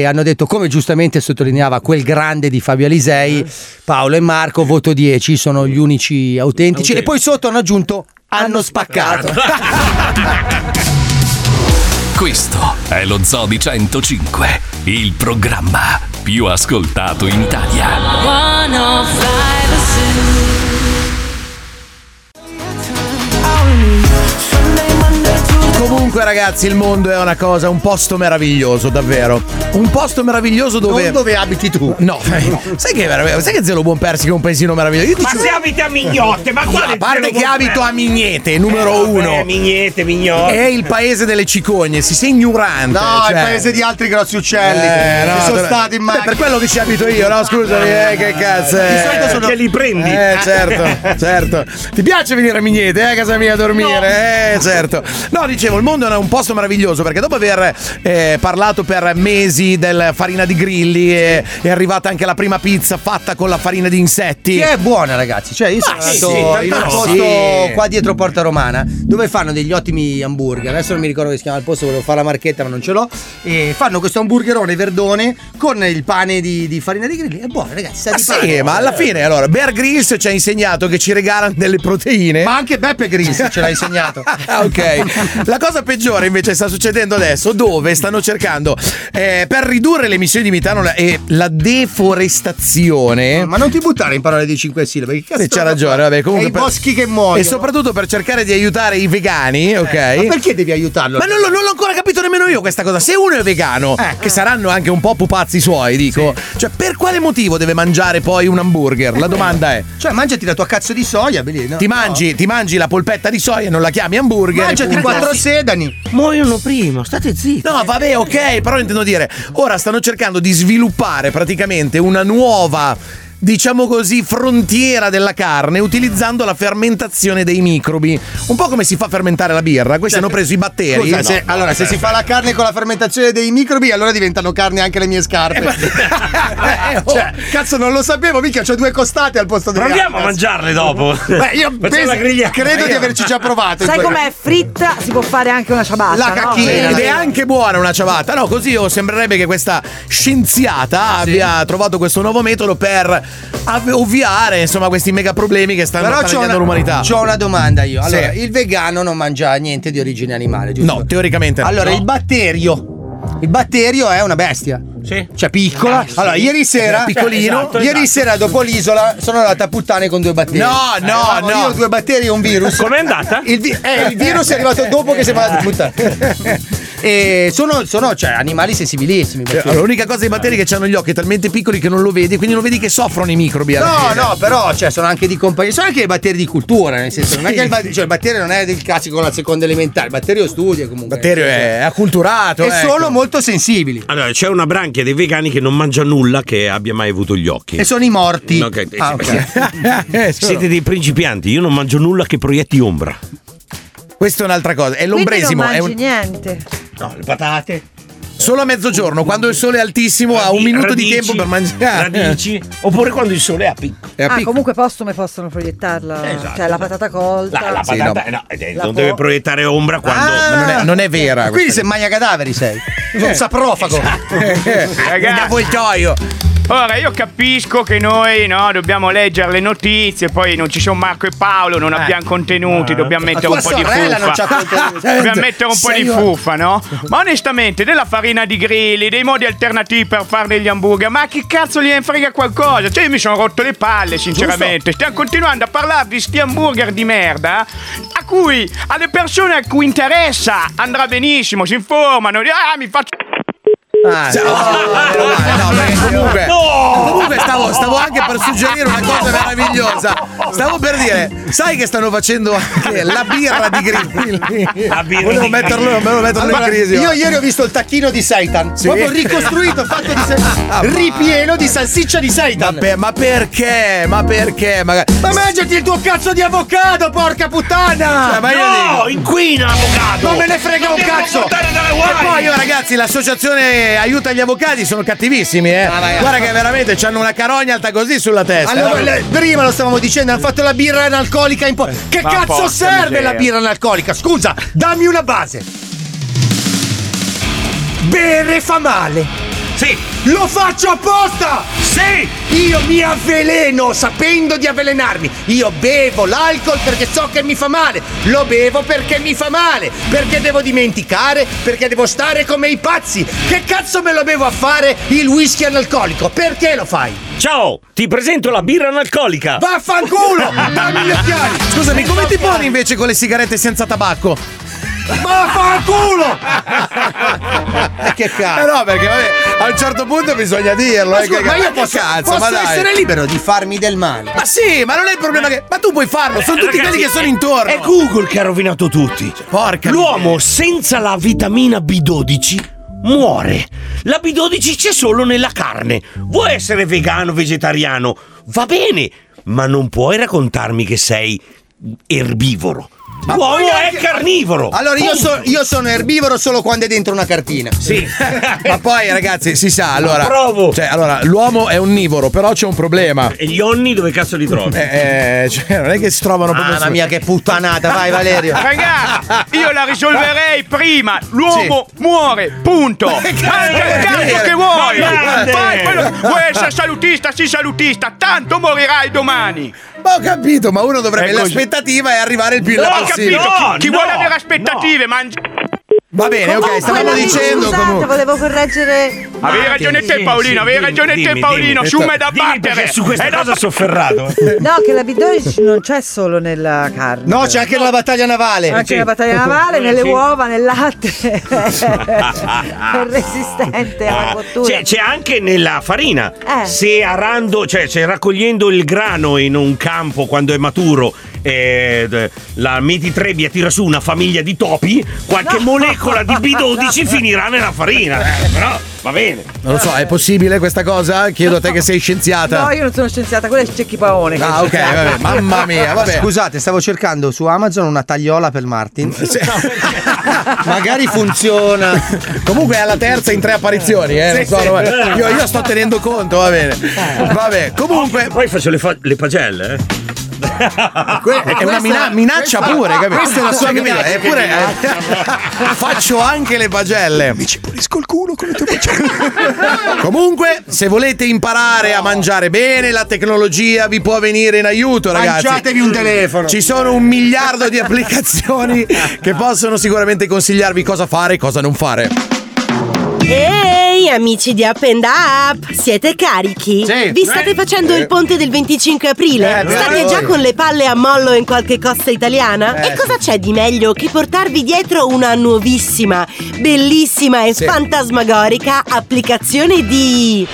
Speaker 6: e hanno detto, come giustamente sottolineava quel grande di Fabio
Speaker 36: Eh.
Speaker 6: Alisei, Paolo e Marco, voto 10, sono gli unici autentici. E poi sotto hanno aggiunto, hanno spaccato.
Speaker 1: Questo è lo Zoo di 105, il programma più ascoltato in Italia.
Speaker 3: Comunque ragazzi il mondo è una cosa, un posto meraviglioso davvero. Un posto meraviglioso dove...
Speaker 6: Non dove abiti tu.
Speaker 3: No, sai che, merav- sai che Zelo Buon Persico è un paesino meraviglioso? Io ti
Speaker 5: Ma
Speaker 3: giuro-
Speaker 5: se abiti a Mignotte, ma quale
Speaker 3: A parte
Speaker 5: Zelo
Speaker 3: che
Speaker 5: Buon
Speaker 3: abito a
Speaker 5: Persico?
Speaker 3: Mignete, numero
Speaker 5: Eh,
Speaker 3: uno.
Speaker 5: vabbè, Mignete, Mignotte.
Speaker 3: È il paese delle cicogne, si sei ignorante.
Speaker 6: No,
Speaker 3: cioè.
Speaker 6: il paese di altri grossi uccelli.
Speaker 3: Eh, no,
Speaker 6: Ci sono
Speaker 3: dove-
Speaker 6: stati in
Speaker 3: Beh,
Speaker 6: macchina.
Speaker 3: Per quello che ci abito io, no? Scusami, eh, che cazzo.
Speaker 6: Di
Speaker 3: eh.
Speaker 6: solito sono-
Speaker 5: Che li prendi?
Speaker 3: Eh, certo, certo. Ti piace venire a Mignete, eh, a casa mia a dormire? Eh, certo. No, dicevo, il mondo è un posto meraviglioso perché dopo aver eh, parlato per mesi del farina di grilli eh, è arrivata anche la prima pizza fatta con la farina di insetti.
Speaker 6: Che è buona, ragazzi. Cioè, io sono
Speaker 3: Ma Ah, sì,
Speaker 6: andato
Speaker 3: sì,
Speaker 6: in un
Speaker 3: tanta
Speaker 6: posto
Speaker 3: roba. Sì.
Speaker 6: qua dietro Porta Romana dove fanno degli ottimi hamburger. Adesso non mi ricordo come si chiama il posto, volevo fare la marchetta, ma non ce l'ho. E fanno questo hamburgerone verdone con il pane di, di farina di grilli. È buono, ragazzi. Sa
Speaker 3: Ma
Speaker 6: di pane.
Speaker 3: Ah, sì, ma
Speaker 6: Eh.
Speaker 3: alla fine, allora, Bear Grylls ci ha insegnato che ci regalano delle proteine. Ma
Speaker 6: anche Beppe Grills ce l'ha insegnato.
Speaker 3: ok. La cosa peggiore invece sta succedendo adesso, dove stanno cercando, eh, per ridurre le emissioni di metano la- e la deforestazione.
Speaker 6: Eh, Ma non ti buttare in parole di 5 sillabe. Che cazzo
Speaker 3: Sì, c'ha ragione, vabbè, comunque
Speaker 6: È i
Speaker 3: per-
Speaker 6: boschi che muoiono. Eh,
Speaker 3: E soprattutto per cercare di aiutare i vegani, ok?
Speaker 6: ma perché devi aiutarlo?
Speaker 3: Ma non, l'ho- non l'ho ancora capito nemmeno io questa cosa. Se uno è vegano,
Speaker 6: Eh. Ah.
Speaker 3: che saranno anche un po' pupazzi suoi, dico, cioè per quale motivo deve mangiare poi un hamburger? La domanda è.
Speaker 6: Cioè, mangiati la tua cazzo di soia, bellino.
Speaker 3: Ti mangi, ti mangi la polpetta di soia e non la chiami hamburger.
Speaker 6: Mangiati
Speaker 3: punto.
Speaker 6: quattro sedani.
Speaker 3: Muoiono prima, state zitti. No, vabbè, ok, però intendo dire, ora stanno cercando di sviluppare praticamente una nuova diciamo così, frontiera della carne utilizzando la fermentazione dei microbi. Un po' come si fa a fermentare la birra. Questi
Speaker 6: Cioè,
Speaker 3: hanno preso i batteri.
Speaker 6: Scusa, se- allora, se si fa la carne con la fermentazione dei microbi, allora diventano carne anche le mie
Speaker 3: Eh,
Speaker 6: scarpe. Cioè,
Speaker 3: oh.
Speaker 6: cazzo, non lo sapevo, mica c'ho due costate al posto delle
Speaker 5: Proviamo a
Speaker 6: altre, cazzo.
Speaker 5: mangiarle dopo.
Speaker 6: Beh, io
Speaker 5: Facciamo
Speaker 6: penso-
Speaker 5: la grigliata.
Speaker 6: credo di averci già provato.
Speaker 4: Sai com'è? Fritta si può fare anche una
Speaker 6: Ah,
Speaker 4: ciabatta.
Speaker 3: La
Speaker 4: no?
Speaker 3: cacchina ed è anche buona una ciabatta. No, così oh, sembrerebbe che
Speaker 6: Ah,
Speaker 3: questa scienziata abbia trovato questo nuovo metodo per av- ovviare insomma questi mega problemi che stanno
Speaker 6: Però c'ho
Speaker 3: prendendo
Speaker 6: una,
Speaker 3: l'umanità.
Speaker 6: c'ho una domanda io. Allora,
Speaker 3: Sì.
Speaker 6: il vegano non mangia niente di origine animale, giusto?
Speaker 3: No, teoricamente no.
Speaker 6: Allora,
Speaker 3: No.
Speaker 6: il batterio. Il batterio è una bestia.
Speaker 5: Sì.
Speaker 6: Cioè, piccola.
Speaker 3: Ah, sì.
Speaker 6: Allora, ieri sera.
Speaker 3: Eh, piccolino. Esatto,
Speaker 6: ieri
Speaker 3: esatto.
Speaker 6: sera dopo l'isola sono andata a puttane con due batteri.
Speaker 3: No, no,
Speaker 6: Avevamo
Speaker 3: no.
Speaker 6: Io due batteri e un virus.
Speaker 5: Com'è andata?
Speaker 6: Il, vi- eh, il virus è arrivato dopo che siamo andati a puttane. e sono, sono, cioè, animali sensibilissimi.
Speaker 3: Eh, allora, l'unica cosa dei batteri è che hanno gli occhi talmente piccoli che non lo vedi, quindi non vedi che soffrono i microbi. alla
Speaker 6: No,
Speaker 3: fine. Eh,
Speaker 6: no, però cioè, sono anche di compagnia, sono anche i batteri di cultura, nel senso, non è che il, bat- cioè, il batterio non è del classico la seconda elementare, il batterio studia comunque. Il
Speaker 3: batterio è acculturato.
Speaker 6: cioè. E
Speaker 5: ecco.
Speaker 6: sono molto sensibili.
Speaker 5: Allora, c'è una branchia dei vegani che non mangia nulla che abbia mai avuto gli occhi.
Speaker 6: E sono i morti.
Speaker 5: No, che-
Speaker 6: Ah, ok.
Speaker 5: Siete dei principianti, io non mangio nulla che proietti ombra.
Speaker 3: Questa è un'altra cosa.
Speaker 4: Quindi
Speaker 3: È
Speaker 4: non
Speaker 3: l'ombresimo.
Speaker 4: mangi
Speaker 3: è un-
Speaker 4: niente.
Speaker 5: No, le patate.
Speaker 3: Solo a mezzogiorno, quando il sole è altissimo, ha un minuto di tempo per mangiare.
Speaker 5: Radici, oppure quando il sole è a picco.
Speaker 3: È a
Speaker 4: Ah,
Speaker 3: picco.
Speaker 4: comunque postume possono proiettarla.
Speaker 5: Esatto.
Speaker 4: Cioè la patata colta.
Speaker 5: La, la
Speaker 3: Sì,
Speaker 5: patata
Speaker 3: no.
Speaker 5: no, eh,
Speaker 4: La
Speaker 5: non
Speaker 4: po-
Speaker 5: deve proiettare ombra quando.
Speaker 6: Ah,
Speaker 3: non, è, non è vera.
Speaker 6: Quindi sei maglia cadaveri sei.
Speaker 3: Eh.
Speaker 6: Sono un saprofago.
Speaker 9: Esatto.
Speaker 3: Esatto.
Speaker 6: Eh,
Speaker 9: Ragazzi.
Speaker 3: Da voltoio.
Speaker 9: Ora io capisco che noi no, dobbiamo leggere le notizie, poi non ci sono Marco e Paolo, non abbiamo contenuti, dobbiamo
Speaker 6: Ma
Speaker 9: mettere un
Speaker 6: tua
Speaker 9: po' di
Speaker 6: sorella non c'ha
Speaker 9: fuffa.
Speaker 6: contenuti.
Speaker 9: dobbiamo mettere un po' di
Speaker 6: Signora.
Speaker 9: fuffa, no? Ma onestamente, della farina di grilli, dei modi alternativi per fare degli hamburger, ma che cazzo gliene frega qualcosa? Cioè, io mi sono rotto le palle, sinceramente. Stiamo continuando a parlare di sti hamburger di merda, a cui alle persone a cui interessa andrà benissimo, si informano, ah, mi faccio.
Speaker 3: Ah,
Speaker 6: Ah,
Speaker 3: Comunque,
Speaker 6: Oh!
Speaker 3: comunque stavo, stavo anche per suggerire una cosa meravigliosa. Stavo per dire, sai che stanno facendo anche la birra di Grilli? Volevo metterlo, volevo metterlo in
Speaker 6: Allora,
Speaker 3: crisi. oh.
Speaker 6: Io ieri ho visto il tacchino di Seitan,
Speaker 3: Sì.
Speaker 6: proprio ricostruito, fatto di se-
Speaker 3: Ah, ma-
Speaker 6: ripieno di salsiccia di Seitan.
Speaker 3: Beh, ma perché? Ma perché? Ma,
Speaker 6: Ma mangiati il tuo cazzo di avocado, porca puttana!
Speaker 3: Cioè, ma io dico-
Speaker 5: inquina avvocato!
Speaker 6: Ma me ne frega un cazzo!
Speaker 3: E poi io ragazzi l'associazione aiuta gli avvocati sono cattivissimi eh.
Speaker 6: Ah, vai,
Speaker 3: Guarda
Speaker 6: vai.
Speaker 3: che veramente hanno una carogna alta così sulla testa.
Speaker 6: Allora,
Speaker 3: Eh.
Speaker 6: le- prima lo stavamo dicendo, hanno fatto la birra analcolica in po'. Che
Speaker 3: Ma
Speaker 6: cazzo
Speaker 3: porca
Speaker 6: serve
Speaker 3: miseria.
Speaker 6: la birra analcolica? Scusa, dammi una base. Bere fa male.
Speaker 5: Sì.
Speaker 6: Lo faccio apposta!
Speaker 5: Sì!
Speaker 6: Io mi avveleno sapendo di avvelenarmi. Io bevo l'alcol perché so che mi fa male. Lo bevo perché mi fa male. Perché devo dimenticare, perché devo stare come i pazzi. Che cazzo me lo bevo a fare il whisky analcolico? Perché lo fai?
Speaker 5: Ciao, ti presento la birra analcolica.
Speaker 6: Vaffanculo! Dammi gli occhiali!
Speaker 3: Scusami, come ti poni invece con le sigarette senza tabacco?
Speaker 6: Vaffanculo!
Speaker 3: che cazzo? Eh no, perché vabbè, a un certo punto bisogna dirlo.
Speaker 6: Ma,
Speaker 3: eh,
Speaker 6: scusa,
Speaker 3: che-
Speaker 6: ma io
Speaker 3: che
Speaker 6: posso,
Speaker 3: cazzo,
Speaker 6: posso
Speaker 3: ma dai.
Speaker 6: essere libero di farmi del male.
Speaker 3: Ma sì, ma non è il problema che. Ma tu puoi farlo, sono tutti
Speaker 5: Eh, Ragazzi,
Speaker 3: quelli che sono
Speaker 5: è-
Speaker 3: intorno.
Speaker 5: È Google che ha rovinato tutti.
Speaker 3: Porca
Speaker 5: L'uomo senza la vitamina B12 muore. La B12 c'è solo nella carne. Vuoi essere vegano, vegetariano? Va bene, ma non puoi raccontarmi che sei erbivoro. L'uomo è carnivoro.
Speaker 6: Allora, io, so-
Speaker 5: Punto.
Speaker 6: io sono erbivoro solo quando è dentro una cartina.
Speaker 5: Sì.
Speaker 3: Ma poi, ragazzi, si sa, allora.
Speaker 5: Ma provo.
Speaker 3: Cioè, allora, l'uomo è onnivoro, però c'è un problema.
Speaker 5: E gli onni dove cazzo li trovi?
Speaker 3: Eh, eh, cioè, non è che si trovano proprio.
Speaker 6: Mamma Ah, mia, che puttanata, vai Valerio.
Speaker 9: Raga, io la risolverei prima. L'uomo muore, punto. Mangia il cazzo che vuoi.
Speaker 5: Ma grande!
Speaker 9: Fai quello- Vuoi essere salutista? Sì, salutista. Tanto morirai domani.
Speaker 3: Ma ho capito, ma uno dovrebbe.
Speaker 9: Ecco-
Speaker 3: L'aspettativa è arrivare il più in là
Speaker 9: Ho
Speaker 3: possibile.
Speaker 9: capito. chi chi
Speaker 3: No,
Speaker 9: vuole
Speaker 3: no,
Speaker 9: avere aspettative, mangia.
Speaker 3: Va bene, ok, stavamo
Speaker 4: Quella lì,
Speaker 3: dicendo
Speaker 4: scusate,
Speaker 3: comunque.
Speaker 4: volevo correggere.
Speaker 9: Avevi ragione te Paolino, avevi ragione te Paolino, su me da battere.
Speaker 5: Su
Speaker 3: Eh,
Speaker 5: questa
Speaker 9: È da-
Speaker 5: cosa sofferrato.
Speaker 4: No, che la B12 non c'è solo nella carne.
Speaker 6: No, c'è anche la battaglia navale.
Speaker 4: Anche
Speaker 6: Sì.
Speaker 4: nella battaglia navale, nelle uova, nel latte.
Speaker 5: Ah.
Speaker 4: È resistente alla cottura.
Speaker 5: C'è, c'è anche nella farina.
Speaker 4: Eh.
Speaker 5: Se arando, cioè, se raccogliendo il grano in un campo quando è maturo, eh, d- la mititrebbia tira su una famiglia di topi, qualche molecola di B12 finirà nella farina. Eh, però Va bene.
Speaker 3: Non lo so, è possibile questa cosa? Chiedo a te che sei scienziata.
Speaker 4: No, io non sono scienziata, quella è Cecchi Paone. che è
Speaker 3: Ah, ok,
Speaker 4: scienziata.
Speaker 3: vabbè, mamma mia, vabbè.
Speaker 6: Scusate, stavo cercando su Amazon una tagliola per Martin.
Speaker 3: Magari funziona. Comunque è alla terza in tre apparizioni, eh. non
Speaker 6: Sì,
Speaker 3: so,
Speaker 6: sì.
Speaker 3: vabbè. Io, io sto tenendo conto, va bene. Vabbè,
Speaker 5: Ah,
Speaker 3: comunque. Ah,
Speaker 5: Poi faccio le, fa- le pagelle, eh.
Speaker 3: è una mina- minaccia pure, capito? Cioè, capito? Eppure, eh, faccio anche le pagelle. Mi ci pulisco il culo con le tue pagelle. Comunque, se volete imparare a mangiare bene, la tecnologia vi può venire in aiuto, ragazzi.
Speaker 37: Lanciatevi un telefono.
Speaker 3: Ci sono un miliardo di applicazioni che possono sicuramente consigliarvi cosa fare e cosa non fare.
Speaker 17: Ehi, amici di Up and Up, siete carichi?
Speaker 3: Sì.
Speaker 17: Vi state
Speaker 3: Eh.
Speaker 17: facendo il ponte del 25 aprile?
Speaker 3: Eh,
Speaker 17: state
Speaker 3: bravo.
Speaker 17: già con le palle a mollo in qualche costa italiana?
Speaker 38: Eh,
Speaker 17: E cosa c'è di meglio che portarvi dietro una nuovissima, bellissima e fantasmagorica applicazione di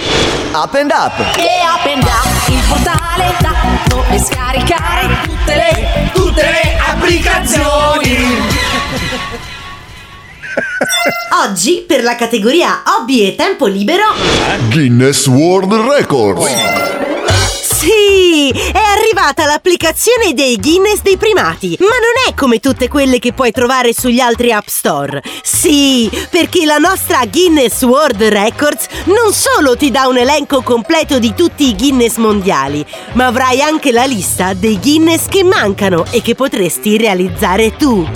Speaker 17: Up and Up?
Speaker 10: E Up Up, il portale da dove scaricare tutte le, tutte le applicazioni.
Speaker 17: Oggi, per la categoria hobby e tempo libero,
Speaker 8: Guinness World Records.
Speaker 17: Sì, è arrivata l'applicazione dei Guinness dei primati, ma non è come tutte quelle che puoi trovare sugli altri app store. Sì, perché la nostra Guinness World Records non solo ti dà un elenco completo di tutti i Guinness mondiali, ma avrai anche la lista dei Guinness che mancano e che potresti realizzare tu.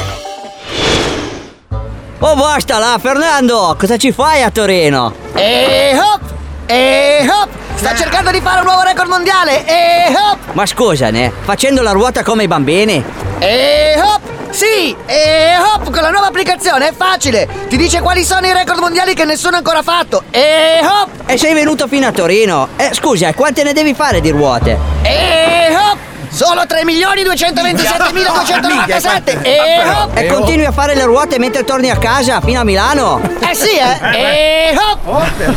Speaker 23: Oh basta là Fernando, cosa ci fai a Torino?
Speaker 10: E hop, e hop,
Speaker 3: Eh.
Speaker 10: sto cercando di fare un nuovo record mondiale. E hop,
Speaker 23: Ma scusa, ne, facendo la ruota come i bambini?
Speaker 10: e hop, sì, e hop, con la nuova applicazione è facile. Ti dice quali sono i record mondiali che nessuno ha ancora fatto. E hop,
Speaker 23: E sei venuto fino a Torino? Eh scusa, quante ne devi fare di ruote?
Speaker 10: e hop, solo 3.227.297. E hop.
Speaker 23: eh, E continui a fare le ruote mentre torni a casa fino a Milano?
Speaker 10: Eh sì, eh! E
Speaker 6: Oh,
Speaker 10: hop!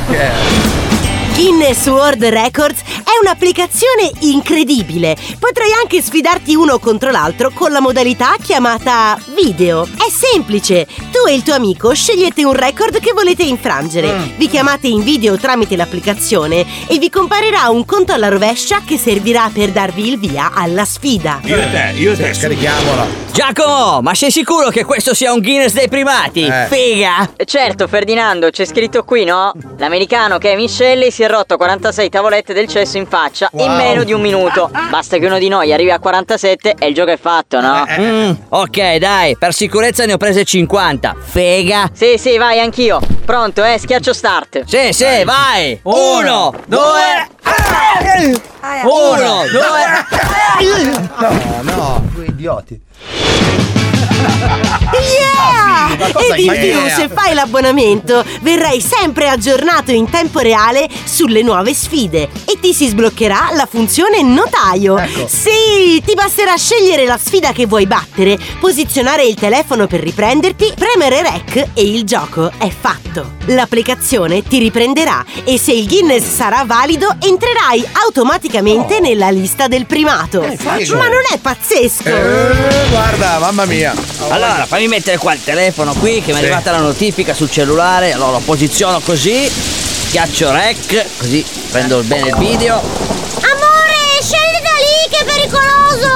Speaker 17: Guinness World Records è un'applicazione incredibile. Potrai anche sfidarti uno contro l'altro con la modalità chiamata video. È semplice. Tu e il tuo amico scegliete un record che volete infrangere. Vi chiamate in video tramite l'applicazione e vi comparirà un conto alla rovescia che servirà per darvi il via alla sfida.
Speaker 5: Io e te, io e te. Scarichiamola.
Speaker 23: Giacomo, ma sei sicuro che questo sia un Guinness dei primati?
Speaker 5: Eh.
Speaker 23: Figa!
Speaker 39: Certo, Ferdinando, c'è scritto qui, no? L'americano Kevin Shelley si è rotto 46 tavolette del cesso in faccia in
Speaker 23: Wow.
Speaker 39: meno di un minuto. Basta che uno di noi arrivi a 47 e il gioco è fatto, no?
Speaker 23: Mm, ok, dai, per sicurezza ne ho prese 50. Figa!
Speaker 39: Sì, sì, vai anch'io. Pronto, eh? Schiaccio start.
Speaker 23: Sì, sì, vai! Uno,
Speaker 39: due,
Speaker 23: Uno, due,
Speaker 6: No, no, due idioti.
Speaker 17: Yeah!
Speaker 6: Ma cosa
Speaker 17: E in
Speaker 6: idea?
Speaker 17: più, se fai l'abbonamento, verrai sempre aggiornato in tempo reale sulle nuove sfide e ti si sbloccherà la funzione notaio.
Speaker 3: Ecco.
Speaker 17: Sì, ti basterà scegliere la sfida che vuoi battere, posizionare il telefono per riprenderti, premere REC e il gioco è fatto. L'applicazione ti riprenderà e se il Guinness sarà valido entrerai automaticamente nella lista del primato.
Speaker 3: Oh. figo.
Speaker 17: Ma non è pazzesco!
Speaker 3: Eh, guarda, mamma mia.
Speaker 23: Allora, fammi mettere qua il telefono qui che mi è arrivata la notifica sul cellulare. Allora lo posiziono così, schiaccio rec, così prendo bene il video.
Speaker 10: Amore, scendi da lì che è pericoloso!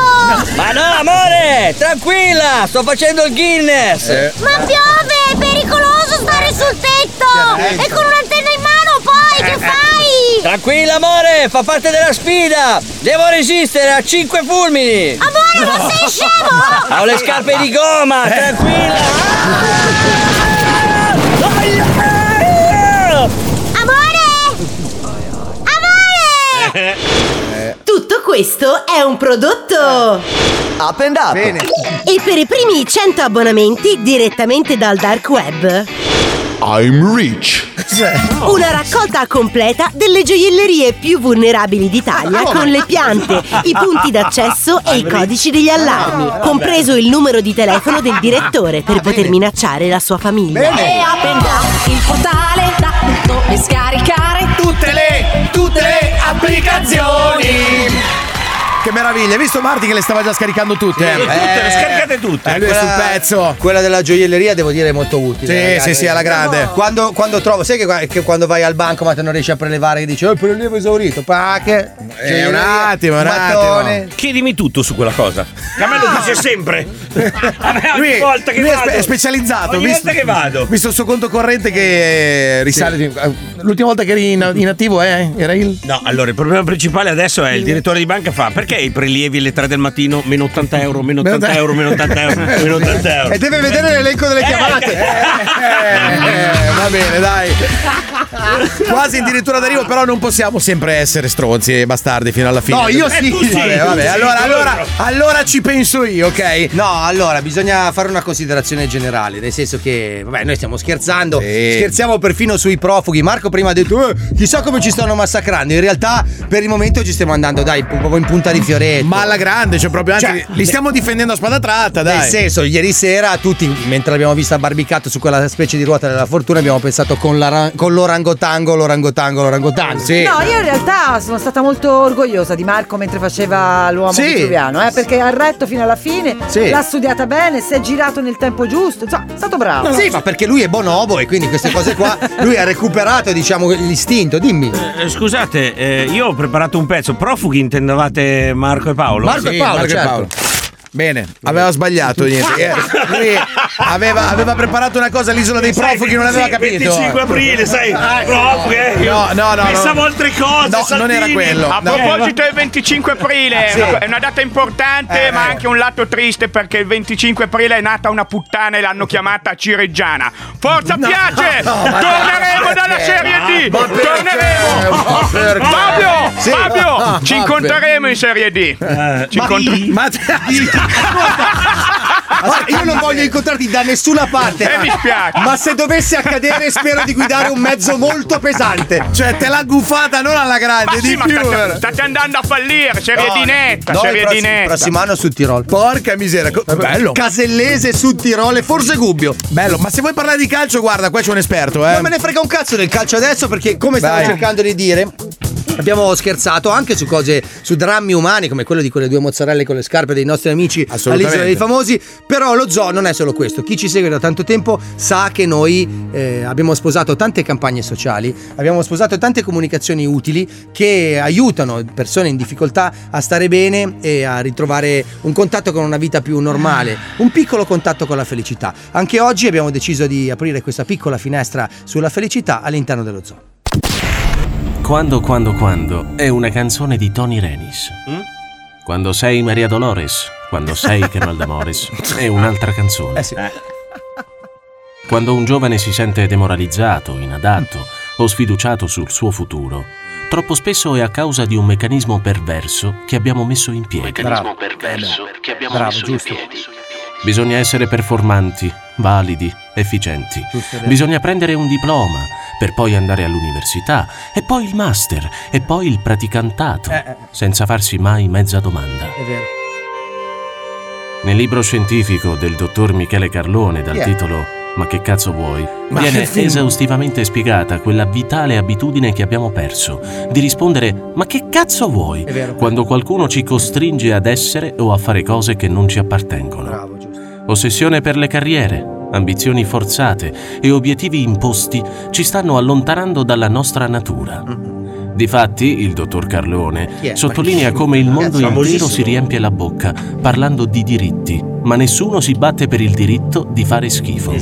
Speaker 23: Ma no, amore, tranquilla, sto facendo il Guinness.
Speaker 10: Ma piove, è pericoloso stare sul tetto! E con un'antenna in mano poi
Speaker 6: Eh,
Speaker 10: che fai?
Speaker 23: Tranquilla, amore, fa parte della sfida. Devo resistere a 5 fulmini.
Speaker 10: Amore, ma sei scemo?
Speaker 6: Ah,
Speaker 23: Ho le scarpe di goma, tranquilla.
Speaker 10: Amore!
Speaker 6: Eh,
Speaker 17: Tutto questo è un prodotto Up and Up. E per i primi 100 abbonamenti direttamente dal dark web.
Speaker 8: I'm rich.
Speaker 17: Una raccolta completa delle gioiellerie più vulnerabili d'Italia con le piante, i punti d'accesso e i codici degli allarmi, compreso il numero di telefono del direttore
Speaker 3: Ah,
Speaker 17: per poter minacciare la sua famiglia.
Speaker 10: E Up and Up, Eh, il portale da dove scaricare tutte le, tutte le applicazioni!
Speaker 3: Che meraviglia, hai visto Marti che le stava già scaricando tutte? eh?
Speaker 6: tutte, le scaricate
Speaker 3: Eh, lui è sul pezzo.
Speaker 6: Quella della gioielleria devo dire è molto
Speaker 3: Sì,
Speaker 6: utile. Eh,
Speaker 3: sì, sì, alla grande.
Speaker 6: Quando, quando trovo, sai che, qua- che quando vai al banco ma te non riesci a prelevare e dici, oh, il prelevo esaurito, pache.
Speaker 3: Eh, un attimo, un
Speaker 6: Cioè, mattone.
Speaker 3: attimo.
Speaker 5: Chiedimi tutto su quella cosa. A me lo dice sempre. A me ogni
Speaker 3: Lui-
Speaker 5: volta che
Speaker 3: lui è
Speaker 5: vado.
Speaker 3: spe- è specializzato.
Speaker 5: Ogni
Speaker 3: visto,
Speaker 5: volta che vado.
Speaker 3: Visto il suo conto corrente che eh, risale. di- L'ultima volta che eri in, in attivo eh, era il.
Speaker 5: No, allora il problema principale adesso è il direttore di banca fa perché i prelievi alle 3 del mattino meno 80 euro, meno 80 euro, meno 80 euro, meno 80 euro.
Speaker 6: E deve vedere l'elenco delle chiamate.
Speaker 10: eh,
Speaker 3: Eh, va bene, dai. Quasi addirittura d'arrivo, però non possiamo sempre essere stronzi e bastardi fino alla fine. Eh,
Speaker 6: No, io sì.
Speaker 3: Vabbè, vabbè, allora, allora, allora ci penso io, ok?
Speaker 6: No, allora bisogna fare una considerazione generale, nel senso che, vabbè, noi stiamo scherzando, scherziamo perfino sui profughi. Marco prima ha detto, "Eh, chissà come ci stanno massacrando. In realtà, per il momento ci stiamo andando, dai, proprio in punta di fioretto. Ma
Speaker 3: alla grande, cioè proprio anche li- li stiamo difendendo a spada tratta, dai.
Speaker 6: Nel senso, ieri sera tutti, mentre l'abbiamo vista barbicato su quella specie di ruota della fortuna, abbiamo pensato con, la- con l'orangotango, l'orangotango, l'orangotango. Sì.
Speaker 4: No, io in realtà sono stata molto orgogliosa di Marco mentre faceva l'uomo
Speaker 6: Sì.
Speaker 4: vitruviano, eh, perché ha retto fino alla fine,
Speaker 6: Sì.
Speaker 4: l'ha studiata bene, si è girato nel tempo giusto, insomma, è stato bravo.
Speaker 6: Sì, ma perché lui è bonobo e quindi queste cose qua, lui ha recuperato, diciamo, l'istinto, dimmi.
Speaker 5: Eh, Scusate, eh, io ho preparato un pezzo. Profughi intendevate Marco e Paolo?
Speaker 3: Marco e Sì, Paolo, Marco e certo. Paolo. Bene, aveva sbagliato
Speaker 5: Ah,
Speaker 3: niente. Eh, lui aveva, aveva preparato una cosa all'isola dei
Speaker 5: Sai,
Speaker 3: profughi, non aveva
Speaker 5: sì,
Speaker 3: capito.
Speaker 5: 25 aprile, sai,
Speaker 3: Ah, ecco.
Speaker 5: profughi, eh, io
Speaker 3: No, no, no.
Speaker 5: pensavo
Speaker 3: no.
Speaker 5: altre cose,
Speaker 3: No, non
Speaker 5: Salvini.
Speaker 3: era quello.
Speaker 8: A
Speaker 3: no.
Speaker 9: Eh,
Speaker 3: Ah,
Speaker 8: proposito del 25 aprile,
Speaker 3: Sì. Eh.
Speaker 8: è una data importante, ma anche un lato triste perché il 25 aprile è nata una puttana e l'hanno chiamata Cireggiana. Forza piace!
Speaker 3: No, ma-
Speaker 8: Torneremo dalla
Speaker 3: perché?
Speaker 8: Serie D!
Speaker 3: Ma perché? Ma
Speaker 8: Torneremo!
Speaker 3: perché?
Speaker 8: Fabio!
Speaker 3: Sì.
Speaker 8: Fabio!
Speaker 3: Ah,
Speaker 8: ci
Speaker 3: vabbè.
Speaker 8: incontreremo in Serie D! Ci
Speaker 6: ma-
Speaker 8: incontri-
Speaker 3: Ma
Speaker 10: eh.
Speaker 6: Guarda, io non voglio incontrarti da nessuna parte.
Speaker 8: Eh, mi spiace.
Speaker 6: Ma se dovesse accadere, spero di guidare un mezzo molto pesante.
Speaker 3: Cioè, te l'ha guffata non alla grande,
Speaker 8: Ma sì,
Speaker 3: di
Speaker 8: ma
Speaker 3: più. eh.
Speaker 8: state,
Speaker 3: era.
Speaker 8: state andando a fallire, Serie
Speaker 6: No,
Speaker 8: D netta,
Speaker 6: no, il
Speaker 8: Serie D
Speaker 6: prossimo-
Speaker 8: netta.
Speaker 6: prossimo anno su Tirol.
Speaker 3: Porca miseria, co- bello.
Speaker 6: Casellese su Tirol e forse Gubbio.
Speaker 3: Bello, ma se vuoi parlare di calcio, guarda, qua c'è un esperto, eh.
Speaker 6: Non me ne frega un cazzo del calcio adesso perché come stavo
Speaker 3: Vai.
Speaker 6: cercando di dire abbiamo scherzato anche su cose su drammi umani come quello di quelle due mozzarelle con le scarpe dei nostri amici
Speaker 3: Assolutamente.
Speaker 6: all'isola dei famosi però lo zoo non è solo questo chi ci segue da tanto tempo sa che noi eh, abbiamo sposato tante campagne sociali abbiamo sposato tante comunicazioni utili che aiutano persone in difficoltà a stare bene e a ritrovare un contatto con una vita più normale un piccolo contatto con la felicità anche oggi abbiamo deciso di aprire questa piccola finestra sulla felicità all'interno dello zoo
Speaker 16: Quando, quando, quando è una canzone di Tony Renis.
Speaker 6: Mm?
Speaker 16: Quando sei Maria Dolores, quando sei Carol D'Amores è un'altra canzone.
Speaker 11: Eh,
Speaker 16: Eh. Quando un giovane si sente demoralizzato, inadatto o sfiduciato sul suo futuro, troppo spesso è a causa di un meccanismo perverso che abbiamo messo in piedi.
Speaker 23: Meccanismo
Speaker 16: perverso che abbiamo
Speaker 23: Bravo,
Speaker 16: messo
Speaker 23: giusto.
Speaker 16: in piedi. Bisogna essere performanti, validi, efficienti. Bisogna prendere un diploma per poi andare all'università e poi il master e poi il praticantato,
Speaker 11: Eh.
Speaker 16: senza farsi mai mezza domanda.
Speaker 6: Eh, è vero
Speaker 16: Nel libro scientifico del dottor Michele Carlone dal
Speaker 6: Chi è?
Speaker 16: titolo Ma che cazzo vuoi?
Speaker 6: Ma che
Speaker 16: viene
Speaker 6: film?
Speaker 16: esaustivamente spiegata quella vitale abitudine che abbiamo perso di rispondere Ma che cazzo vuoi?
Speaker 6: È vero.
Speaker 16: quando qualcuno ci costringe ad essere o a fare cose che non ci appartengono. Ossessione per le carriere, ambizioni forzate e obiettivi imposti ci stanno allontanando dalla nostra natura. Difatti, il dottor
Speaker 13: Chi è?
Speaker 16: Carlone sottolinea
Speaker 13: Ma chi-
Speaker 16: come il mondo
Speaker 13: Cazzo,
Speaker 16: intero
Speaker 13: famosissimo.
Speaker 16: si riempie la bocca parlando di diritti, ma nessuno si batte per il diritto di fare schifo.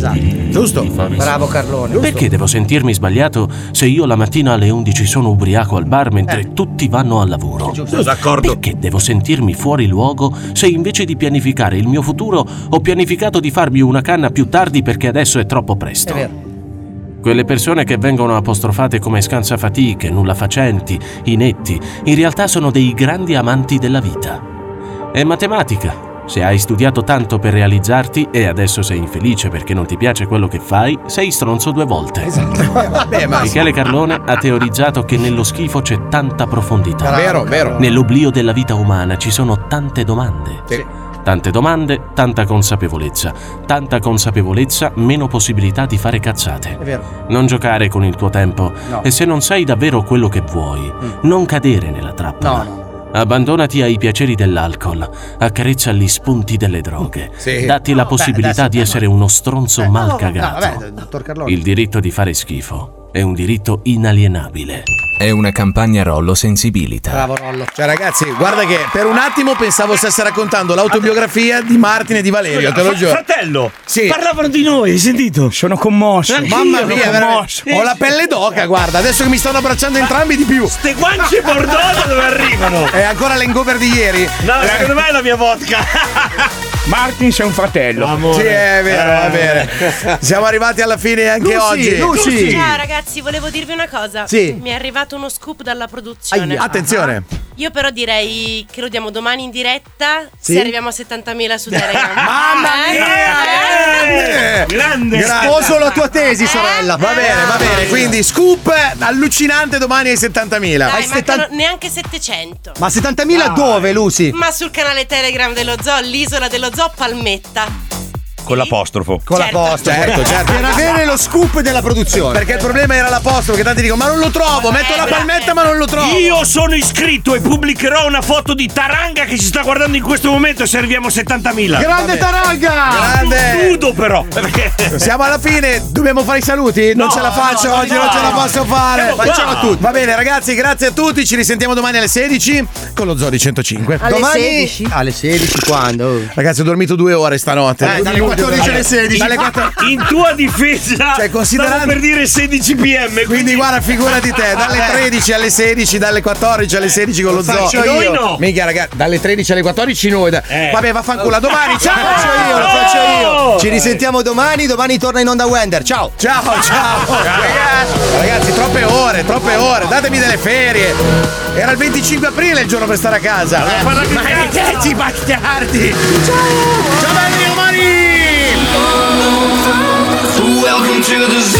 Speaker 6: Giusto. Bravo Carlone.
Speaker 16: Perché devo sentirmi sbagliato se io la mattina alle 11 sono ubriaco al bar mentre tutti vanno al lavoro?
Speaker 5: Sono d'accordo.
Speaker 16: Perché devo sentirmi fuori luogo se invece di pianificare il mio futuro ho pianificato di farmi una canna più tardi perché adesso è troppo presto? Quelle persone che vengono apostrofate come scansafatiche, nullafacenti, inetti, in realtà sono dei grandi amanti della vita. È matematica. Se hai studiato tanto per realizzarti e adesso sei infelice perché non ti piace quello che fai, sei stronzo due volte.
Speaker 3: Vabbè, Eh, ma.
Speaker 6: Oh,
Speaker 16: Michele Carlone ha teorizzato che nello schifo c'è tanta profondità.
Speaker 3: Vero, vero.
Speaker 16: Nell'oblio della vita umana ci sono tante domande. Tante domande, tanta consapevolezza. Tanta consapevolezza, meno possibilità di fare cazzate.
Speaker 6: È vero.
Speaker 16: Non giocare con il tuo tempo
Speaker 6: No. Mm.
Speaker 16: e se non sei davvero quello che vuoi, non cadere nella trappola. Abbandonati ai piaceri dell'alcol, accarezza gli spunti delle droghe,
Speaker 6: Sì.
Speaker 16: datti la
Speaker 6: Beh,
Speaker 16: possibilità
Speaker 6: adesso-
Speaker 16: di essere uno stronzo
Speaker 6: Eh, No,
Speaker 16: malcagato.
Speaker 6: vabbè, dottor Carlone.
Speaker 16: Il diritto di fare schifo è un diritto inalienabile.
Speaker 17: È una campagna Rollo sensibilita.
Speaker 3: Bravo Rollo. Cioè ragazzi, guarda che per un attimo pensavo stesse raccontando l'autobiografia di Martin e di Valerio, te lo
Speaker 5: Fra-
Speaker 3: giuro.
Speaker 5: Fratello,
Speaker 3: Sì.
Speaker 5: parlavano di noi, hai sentito?
Speaker 9: Sono commosso.
Speaker 3: Mamma mia, veramente. ho la pelle d'oca, guarda, adesso che mi stanno abbracciando entrambi di più.
Speaker 5: Ste guance bordeaux da dove arrivano?
Speaker 3: È ancora l'hangover di ieri. Eh.
Speaker 5: No, secondo me è la mia vodka.
Speaker 9: Martin sei un fratello.
Speaker 3: Sì, è vero, va bene.
Speaker 5: Eh.
Speaker 3: Siamo arrivati alla fine anche oggi.
Speaker 17: Ciao ragazzi, volevo dirvi una cosa.
Speaker 3: Sì.
Speaker 17: Mi è arrivato uno scoop dalla produzione.
Speaker 3: Aia. Attenzione.
Speaker 17: Io però direi che lo diamo domani in diretta.
Speaker 3: Sì?
Speaker 17: Se arriviamo a 70.000 su Telegram.
Speaker 3: Mamma
Speaker 5: Eh,
Speaker 17: mia!
Speaker 3: Grande.
Speaker 6: Sposo la tua tesi, sorella.
Speaker 3: Va bene, va bene. Quindi scoop eh, allucinante domani ai 70.000.
Speaker 17: Dai, mancano neanche 700.
Speaker 6: Ma 70.000 dove, Lucy?
Speaker 17: Ma sul canale Telegram dello Zoo, l'isola dello Zoo Palmetta.
Speaker 5: Con l'apostrofo.
Speaker 6: Con
Speaker 17: Certo.
Speaker 6: l'apostrofo.
Speaker 3: Certo, certo.
Speaker 6: Per avere lo scoop della produzione.
Speaker 3: Perché il problema era l'apostrofo, che tanti dicono "Ma non lo trovo, metto la palmetta ma non lo trovo".
Speaker 5: Eh, Io sono iscritto e pubblicherò una foto di Taranga che ci sta guardando in questo momento e serviamo 70.000.
Speaker 3: Grande
Speaker 5: Taranga!
Speaker 3: Grande.
Speaker 5: Nudo però.
Speaker 3: Siamo alla fine, dobbiamo fare i saluti? Non
Speaker 5: No,
Speaker 3: ce la faccio
Speaker 5: no,
Speaker 3: oggi,
Speaker 5: no. Eh,
Speaker 3: non ce la posso fare.
Speaker 5: Siamo qua.
Speaker 3: Facciamo a tutti. Va bene, ragazzi, grazie a tutti. Ci risentiamo domani alle 16 con lo Zodi 105.
Speaker 6: Alle
Speaker 3: domani
Speaker 6: 16?
Speaker 3: alle 16 quando? Ragazzi, ho dormito due ore stanotte.
Speaker 6: Eh, dalle 14 alle 16.
Speaker 3: Dalle 14.
Speaker 5: In tua difesa,
Speaker 3: Cioè, considerando-
Speaker 5: stavo per dire 16 pm. Quindi,
Speaker 3: Quindi guarda, figurati te, dalle 13 alle 16, dalle 14 alle 16 con lo
Speaker 5: Lo
Speaker 3: zoo.
Speaker 5: faccio Noi io. no.
Speaker 3: Mica ragazzi, dalle 13 alle 14 noi. da- Vabbè, vaffanculo, a domani. Ciao.
Speaker 6: Lo faccio io, lo faccio io.
Speaker 3: Oh!
Speaker 6: Ci risentiamo domani, domani torna in onda Wender. Ciao.
Speaker 3: Ciao, ciao.
Speaker 6: eh.
Speaker 3: Ragazzi, ragazzi, troppe ore, troppe ore. Datemi delle ferie. Era il 25 aprile il giorno per stare a casa.
Speaker 10: Eh.
Speaker 5: Ma che
Speaker 3: ci bastardi? Ciao. Ciao belli, domani.
Speaker 24: Welcome to the zoo.